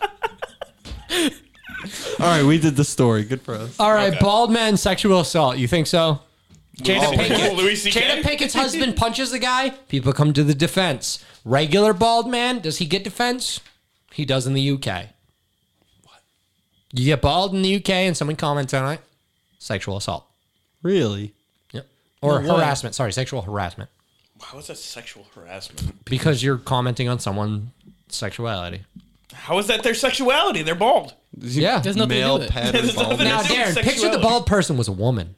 Speaker 2: All right, we did the story. Good for us.
Speaker 9: All right, bald man sexual assault. You think so? Jada
Speaker 2: Louis C.K.
Speaker 9: Pinkett.
Speaker 4: Louis C.K.?
Speaker 9: Jada Pinkett's husband punches the guy. People come to the defense. Regular bald man, does he get defense? He does in the UK. What? You get bald in the UK and someone comments on it. Sexual assault
Speaker 2: Really?
Speaker 9: or
Speaker 2: No way.
Speaker 9: harassment. Sorry, sexual harassment.
Speaker 4: How is that sexual harassment?
Speaker 9: because you're commenting on someone's sexuality.
Speaker 4: How is that their sexuality? They're bald.
Speaker 9: Yeah,
Speaker 4: There's nothing to do with it. There's nothing to
Speaker 9: Now,
Speaker 4: do with
Speaker 9: Darren, picture the
Speaker 4: sexuality.
Speaker 9: bald person was a woman.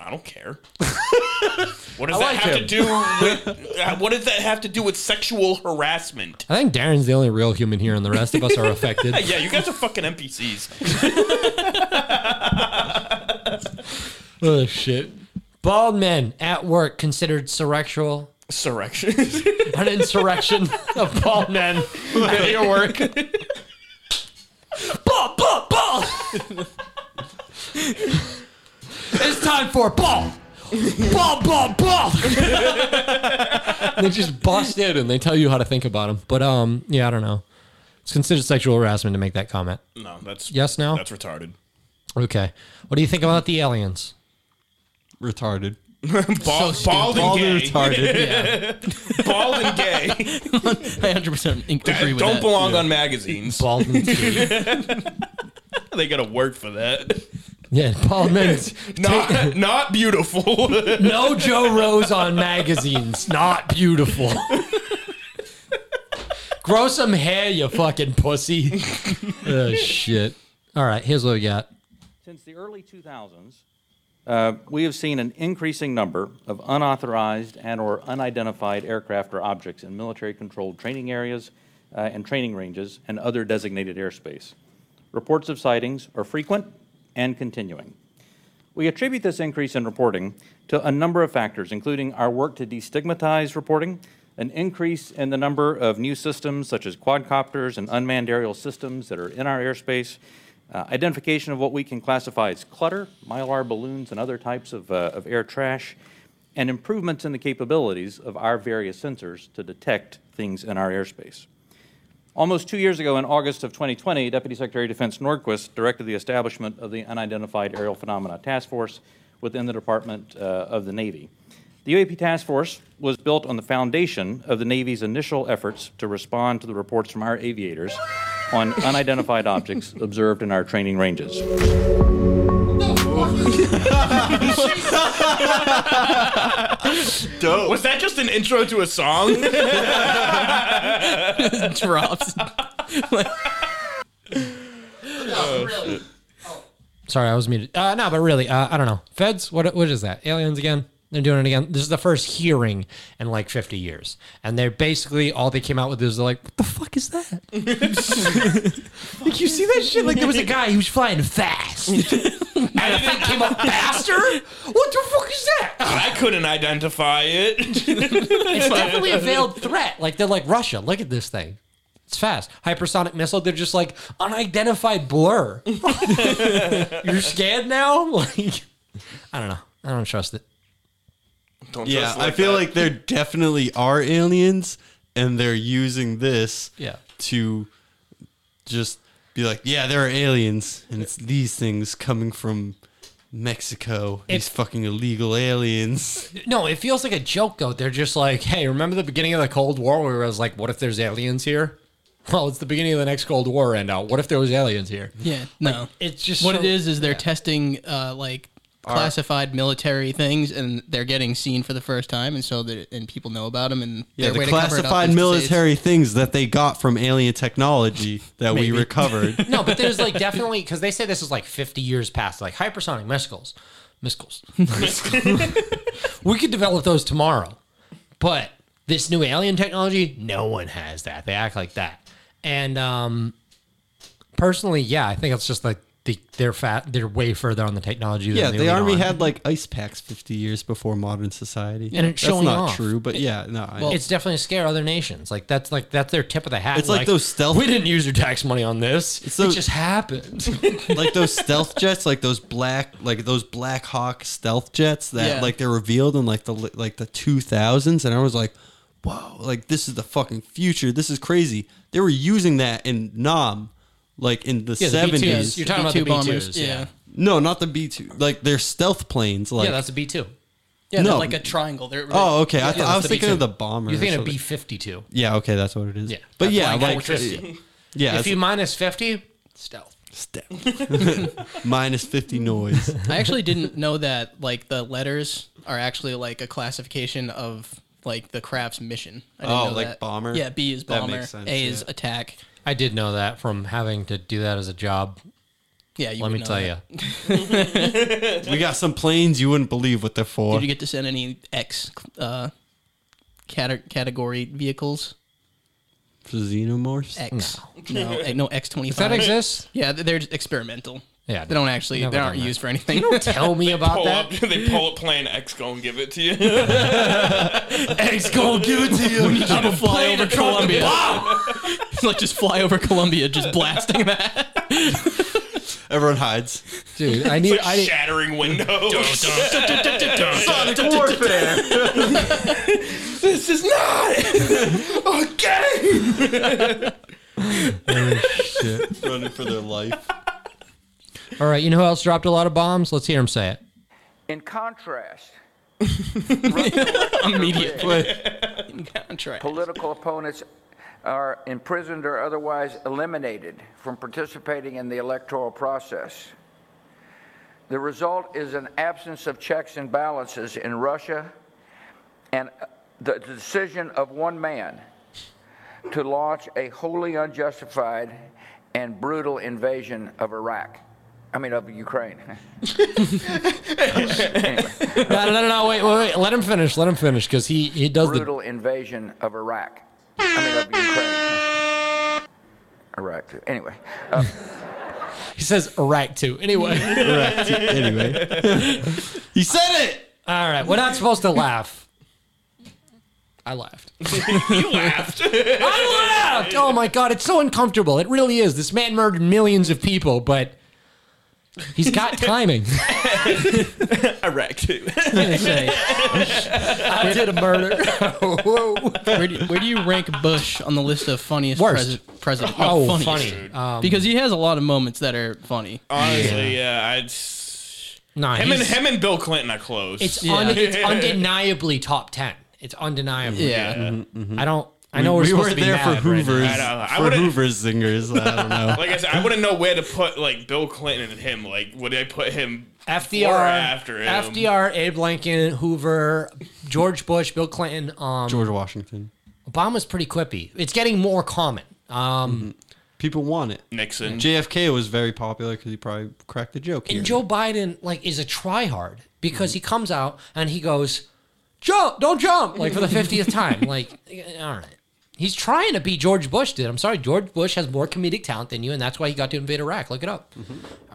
Speaker 4: I don't care. what does
Speaker 9: I
Speaker 4: that
Speaker 9: like
Speaker 4: have
Speaker 9: him.
Speaker 4: to do with uh, what does that have to do with sexual harassment?
Speaker 9: I think Darren's the only real human here, and the rest of us are affected.
Speaker 4: yeah, you guys are fucking NPCs.
Speaker 9: Oh shit! Bald men at work considered surrectual.
Speaker 4: Surrection.
Speaker 9: An insurrection of bald men at your work. Ball, ball, ball. it's time for ball, ball, ball, ball. they just bust in and they tell you how to think about them. But um, yeah, I don't know. It's considered sexual harassment to make that comment.
Speaker 4: No, that's
Speaker 9: yes. No,
Speaker 4: That's retarded.
Speaker 9: okay. What do you think about the aliens?
Speaker 2: Retarded.
Speaker 4: Bald,
Speaker 9: stupid.
Speaker 4: bald, and
Speaker 9: Bald
Speaker 4: gay.
Speaker 9: and retarded.
Speaker 4: Yeah. bald and gay.
Speaker 3: I hundred percent agree
Speaker 4: That
Speaker 3: with
Speaker 4: don't
Speaker 3: that.
Speaker 4: belong on magazines.
Speaker 9: Bald and
Speaker 4: they gotta work for that.
Speaker 9: Yeah, bald men.
Speaker 4: Not, not beautiful.
Speaker 9: no Joe Rose on magazines. Not beautiful. Grow some hair, you fucking pussy. oh, shit. All right, here's what we got.
Speaker 10: Since the early 2000s, uh, we have seen an increasing number of unauthorized and/or unidentified aircraft or objects in military-controlled training areas uh, and training ranges and other designated airspace. Reports of sightings are frequent and continuing. We attribute this increase in reporting to a number of factors, including our work to destigmatize reporting, an increase in the number of new systems such as quadcopters and unmanned aerial systems that are in our airspace, uh, identification of what we can classify as clutter, mylar balloons, and other types of, uh, of air trash, and improvements in the capabilities of our various sensors to detect things in our airspace. Almost two years ago, in August of 2020, Deputy Secretary of Defense Nordquist directed the establishment of the Unidentified Aerial Phenomena Task Force within the Department uh, of the Navy. The UAP Task Force was built on the foundation of the Navy's initial efforts to respond to the reports from our aviators on unidentified objects observed in our training ranges.
Speaker 4: Dope. Was that just an intro to a song?
Speaker 3: Drops.
Speaker 9: Sorry, I was muted. Uh, no, but really, uh, I don't know. Feds, what what is that? Aliens again? They're doing it again. This is the first hearing in like 50 years, and they're basically all they came out with is they're like, what the fuck is that? like you see that shit? Like there was a guy who was flying fast, and the thing came up faster. What the fuck is that?
Speaker 4: I couldn't identify it.
Speaker 9: It's definitely a veiled threat. Like they're like Russia. Look at this thing. It's fast. Hypersonic missile. They're just like unidentified blur. You're scared now. Like I don't know. I don't trust it.
Speaker 4: Don't
Speaker 2: yeah, I feel like there definitely are aliens, and they're using this
Speaker 9: Yeah.
Speaker 2: to just be like, yeah, there are aliens, and it's these things coming from Mexico. these fucking illegal aliens.
Speaker 9: No, it feels like a joke though. They're just like, hey, remember the beginning of the Cold War where I was like, what if there's aliens here? Well, it's the beginning of the next Cold War, and out. What if there was aliens here?
Speaker 3: Yeah, no.
Speaker 9: it's just
Speaker 3: what
Speaker 9: so-
Speaker 3: it is is they're testing uh, like
Speaker 9: Our-
Speaker 3: classified military things, and they're getting seen for the first time, and so that and people know about them, and
Speaker 2: Yeah,
Speaker 3: their
Speaker 2: the
Speaker 3: way to cover it up
Speaker 2: classified
Speaker 3: is to say it's-
Speaker 2: military things that they got from alien technology that we
Speaker 9: Maybe.
Speaker 2: recovered.
Speaker 9: no, but there's like definitely because they say this is like 50 years past, like hypersonic missiles, missiles. we could develop those tomorrow, but this new alien technology, no one has that. They act like that, and um, personally, yeah, I think it's just like the, they're fat, they're way further on the technology.
Speaker 2: Yeah,
Speaker 9: than
Speaker 2: the army
Speaker 9: on.
Speaker 2: had like ice packs 50 years before modern society.
Speaker 9: and it's
Speaker 2: That's
Speaker 9: showing
Speaker 2: not
Speaker 9: off.
Speaker 2: true, but yeah, no. I-
Speaker 9: it's definitely scare other nations. Like that's like that's their tip of the hat.
Speaker 2: It's like those stealth-
Speaker 9: We didn't use your tax money on this. it
Speaker 2: those-
Speaker 9: just happened.
Speaker 2: like those stealth jets, like those black, like those Black Hawk stealth jets that
Speaker 9: Yeah.
Speaker 2: like they're revealed in like the like the two thousands, and I was like, whoa, like this is the fucking future. This is crazy. They were using that in Nam, like in the
Speaker 9: Yeah, the B2s.
Speaker 2: seventies.
Speaker 9: You're talking about the B2 bombers, B2s, yeah. yeah.
Speaker 2: No, not the B two. Like they're stealth planes. Like
Speaker 9: yeah, that's a B two.
Speaker 3: Yeah, they're
Speaker 2: No.
Speaker 3: like a triangle. They're,
Speaker 2: Oh, okay. I,
Speaker 3: Yeah,
Speaker 2: thought-
Speaker 3: that's
Speaker 2: I was
Speaker 3: the
Speaker 2: thinking
Speaker 3: B2.
Speaker 2: of the bomber.
Speaker 9: You're thinking of
Speaker 2: or something.
Speaker 9: B fifty two.
Speaker 2: Yeah, okay, that's what it is.
Speaker 9: Yeah,
Speaker 2: but
Speaker 9: That's
Speaker 2: yeah,
Speaker 9: flying
Speaker 2: like uh,
Speaker 9: electricity.
Speaker 2: yeah,
Speaker 9: if
Speaker 2: it's-
Speaker 9: you minus fifty, stealth.
Speaker 2: Step. Minus 50 noise.
Speaker 3: I actually didn't know that like the letters are actually like a classification of like the craft's mission. I didn't
Speaker 2: Oh,
Speaker 3: know
Speaker 2: like
Speaker 3: that.
Speaker 2: bomber?
Speaker 3: Yeah, B is
Speaker 2: That
Speaker 3: bomber.
Speaker 2: makes sense,
Speaker 3: a is
Speaker 2: yeah.
Speaker 3: attack.
Speaker 9: I did know that from having to do that as a job.
Speaker 3: Yeah, you
Speaker 9: Let
Speaker 3: would
Speaker 9: me
Speaker 3: know
Speaker 9: tell
Speaker 3: that.
Speaker 9: you.
Speaker 2: we got some planes you wouldn't believe what they're for.
Speaker 3: Did you get to send any X uh, cate- category vehicles?
Speaker 2: For xenomorphs?
Speaker 3: X. No, eh, no X twenty five.
Speaker 9: Does that exist?
Speaker 3: Yeah, they- they're just experimental.
Speaker 9: Yeah,
Speaker 3: they don't actually.
Speaker 9: never
Speaker 3: They aren't
Speaker 9: done that.
Speaker 3: used for anything.
Speaker 9: You don't tell me about
Speaker 4: pull
Speaker 9: that.
Speaker 4: up, they pull up Plan X, go and give it to you.
Speaker 3: X gonna give it to you. We need you to fly over Columbia. like just fly over Columbia, just blasting that.
Speaker 2: Everyone hides.
Speaker 9: Dude, I
Speaker 4: It's
Speaker 9: need.
Speaker 4: like
Speaker 9: I need
Speaker 4: shattering windows.
Speaker 2: Sonic warfare.
Speaker 4: this is not a game.
Speaker 2: Shit. Running for their life.
Speaker 9: all right, you know who else dropped a lot of bombs? Let's hear him say it.
Speaker 16: In contrast,
Speaker 3: immediately. In contrast,
Speaker 16: political opponents are imprisoned or otherwise eliminated from participating in the electoral process. The result is an absence of checks and balances in Russia and uh, the decision of one man to launch a wholly unjustified and brutal invasion of Iraq. I mean, of Ukraine.
Speaker 9: No, no, no, no. Wait, wait, wait. Let him finish. Let him finish because he he does the
Speaker 16: brutal invasion of Iraq. I mean, of Ukraine. Iraq. Anyway. Uh,
Speaker 9: He says Iraq too. Anyway.
Speaker 16: Iraq too. Anyway.
Speaker 9: he said it. All right. We're not supposed to laugh. I laughed.
Speaker 4: you laughed.
Speaker 9: I laughed. Oh my god, it's so uncomfortable. It really is. This man murdered millions of people, but he's got timing.
Speaker 4: I wrecked too.
Speaker 9: I did a murder. Whoa.
Speaker 3: Where do, where do you rank Bush on the list of funniest
Speaker 9: Worst.
Speaker 3: pres- president?
Speaker 9: Oh,
Speaker 3: funniest.
Speaker 9: funny. Um,
Speaker 3: because he has a lot of moments that are funny.
Speaker 4: Oh, Honestly, yeah, I'd. s-
Speaker 9: Nah,
Speaker 4: him and
Speaker 9: he's-
Speaker 4: him and Bill Clinton are close.
Speaker 9: It's, un- it's undeniably top ten. It's undeniable.
Speaker 4: Yeah. Mhm,
Speaker 9: I don't. I
Speaker 2: We-
Speaker 9: know we're
Speaker 2: we
Speaker 9: supposed
Speaker 2: were
Speaker 9: to be
Speaker 2: there
Speaker 9: mad
Speaker 2: for
Speaker 9: right now.
Speaker 2: Hoovers,
Speaker 4: I don't know. I
Speaker 2: for
Speaker 4: wouldn't-
Speaker 2: Hoovers singers. I don't know.
Speaker 4: Like I said, I wouldn't know where to put like Bill Clinton and him. Like, would I put him
Speaker 9: FDR,
Speaker 4: before or after him?
Speaker 9: FDR, Abe Lincoln, Hoover, George Bush, Bill Clinton, um,
Speaker 2: George Washington.
Speaker 9: Obama's pretty quippy. It's getting more common.
Speaker 2: Mm-hmm.
Speaker 9: Um,
Speaker 2: People want it.
Speaker 4: Nixon.
Speaker 2: JFK was very popular because he probably cracked a joke. here.
Speaker 9: And Joe Biden like is a tryhard because
Speaker 2: Mm-hmm.
Speaker 9: he comes out and he goes, "Jump! Don't jump!" Like for the fiftieth time. Like, all right, he's trying to be George Bush did. I'm sorry, George Bush has more comedic talent than you, and that's why he got to invade Iraq. Look it up.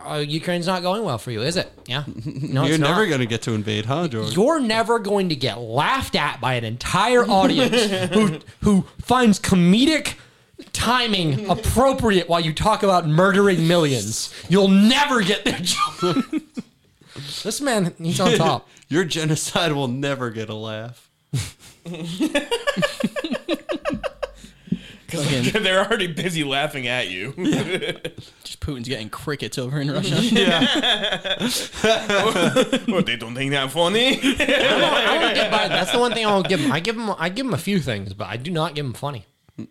Speaker 9: Uh, Ukraine's not going well for you, is it? Yeah. No,
Speaker 2: Mm-hmm. You're
Speaker 9: it's
Speaker 2: never
Speaker 9: not.
Speaker 2: going to get to invade, huh, George?
Speaker 9: You're never going to get laughed at by an entire audience who who finds comedic timing appropriate while you talk about murdering millions. You'll never get their joke. this man, he's on top.
Speaker 2: Your genocide will never get a laugh.
Speaker 3: Again.
Speaker 4: They're already busy laughing at you.
Speaker 3: Just Putin's getting crickets over in Russia.
Speaker 4: what, they don't think that funny?
Speaker 9: I don't give Biden. That's the one thing I won't give him. I give him. I give him a few things, but I do not give him funny. And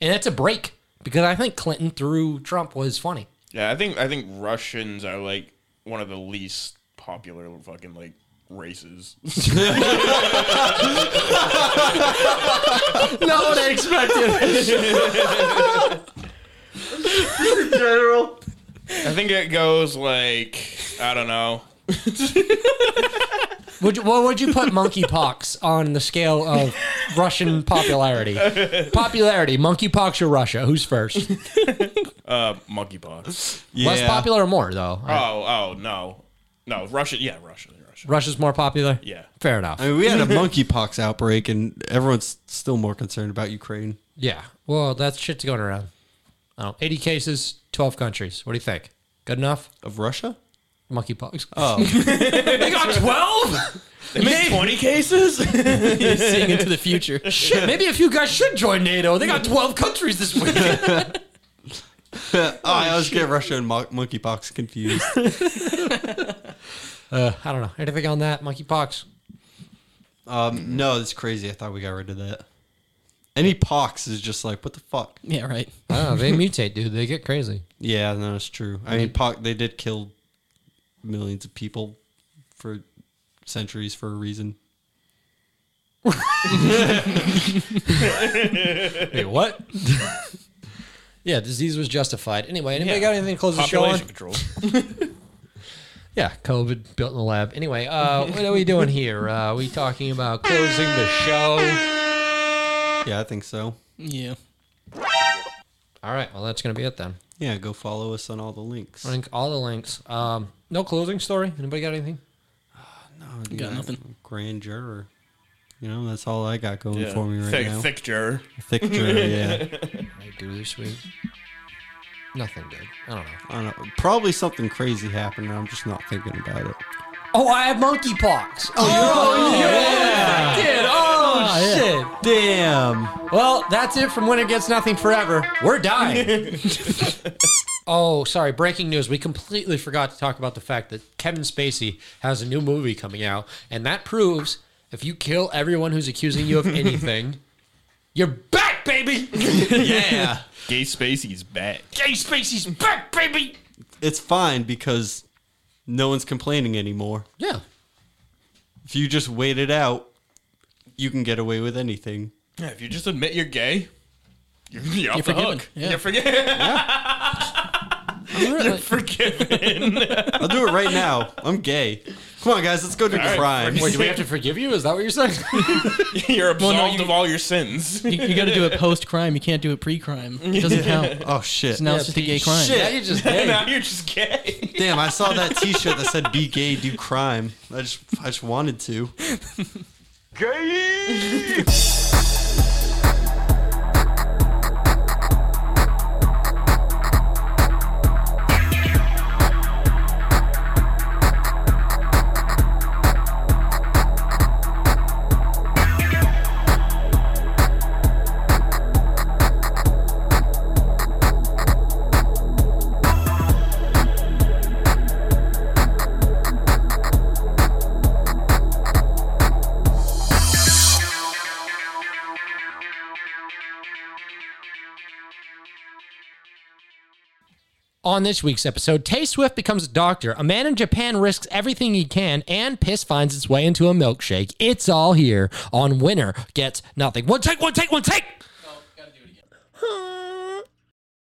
Speaker 9: that's a break because I think Clinton through Trump was funny.
Speaker 4: yeah, I think I think Russians are like one of the least popular fucking like races.
Speaker 7: Not what I expected.
Speaker 4: General. I think it goes like I don't know.
Speaker 9: Would you, what would you put monkeypox on the scale of Russian popularity? Popularity, monkeypox or Russia? Who's first?
Speaker 4: Uh, monkeypox.
Speaker 9: Less popular or more though?
Speaker 4: Oh, oh no, no Russia. Yeah, Russia.
Speaker 9: Russia's more popular.
Speaker 4: Yeah.
Speaker 9: fair enough.
Speaker 2: I mean, we had a monkeypox outbreak, and everyone's still more concerned about Ukraine.
Speaker 9: Yeah. Well, that shit's going around. I don't know. 80 cases, 12 countries. What do you think? Good enough?
Speaker 2: Of Russia?
Speaker 9: Monkeypox.
Speaker 2: Oh.
Speaker 9: they got 12?
Speaker 4: They made twenty cases.
Speaker 3: Seeing into the future.
Speaker 9: Shit, maybe a few guys should join NATO. They got 12 countries this week.
Speaker 2: oh, I always get Russia and mon- monkeypox confused.
Speaker 9: uh, I don't know. Anything on that? Monkeypox?
Speaker 2: Um, no, that's crazy. I thought we got rid of that. Any pox is just like, what the fuck?
Speaker 3: Yeah, right.
Speaker 9: I don't know. They mutate, dude. They get crazy.
Speaker 2: Yeah, no, it's true. I mean, po- they did kill millions of people for centuries for a reason.
Speaker 9: Wait, what? yeah, disease was justified. Anyway, anybody got anything to close the show on?
Speaker 4: Population control.
Speaker 9: Yeah, COVID built in the lab. Anyway, uh, what are we doing here? Uh, we talking about closing the show?
Speaker 2: Yeah, I think so.
Speaker 3: Yeah.
Speaker 9: All right, well that's gonna be it then.
Speaker 2: Yeah, go follow us on all the links.
Speaker 9: I think all the links. Um, no closing story. Anybody got anything?
Speaker 2: No,
Speaker 3: You got nothing.
Speaker 2: Grand juror. You know, that's all I got going
Speaker 4: Yeah.
Speaker 2: for me right
Speaker 4: Thick-
Speaker 2: now.
Speaker 4: thick juror.
Speaker 2: Thick juror, yeah.
Speaker 9: I do this week. Nothing good. I don't know.
Speaker 2: I don't know. Probably something crazy happened, and I'm just not thinking about it.
Speaker 9: Oh, I have monkeypox. Oh,
Speaker 17: Oh, yeah.
Speaker 9: Dude, oh,
Speaker 17: Ah, yeah.
Speaker 9: shit. Damn. Well, that's it from Winner Gets Nothing Forever. We're dying. oh, sorry. Breaking news. We completely forgot to talk about the fact that Kevin Spacey has a new movie coming out, and that proves if you kill everyone who's accusing you of anything, you're back, baby.
Speaker 2: yeah.
Speaker 4: Gay Spacey's back.
Speaker 9: Gay Spacey's back, baby.
Speaker 2: It's fine because no one's complaining anymore.
Speaker 9: Yeah.
Speaker 2: If you just wait it out, you can get away with anything.
Speaker 4: Yeah, if you just admit you're gay, you're, you're,
Speaker 2: You're
Speaker 4: off the
Speaker 2: forgiven,
Speaker 4: hook.
Speaker 2: yeah.
Speaker 4: You're forgiven. you're forgiven.
Speaker 2: I'll do it right now. I'm gay. Come on, guys, let's go do
Speaker 4: All right,
Speaker 2: crime.
Speaker 4: Wait, do we have to
Speaker 9: forgive you? Is that what you're saying?
Speaker 4: you're absolved of all your sins.
Speaker 3: You, you got to do it post crime. You can't do it pre crime. It doesn't count.
Speaker 2: Oh shit!
Speaker 3: So now it's just a gay crime.
Speaker 2: Shit.
Speaker 4: now you're just gay.
Speaker 2: Damn, I saw that T-shirt that said "Be gay, do crime." I just, I just wanted to.
Speaker 17: Gay.
Speaker 18: On this week's episode, Tay Swift becomes a doctor. A man in Japan risks everything he can, and piss finds its way into a milkshake. It's all here on Winner Gets Nothing. One take, one take, one take.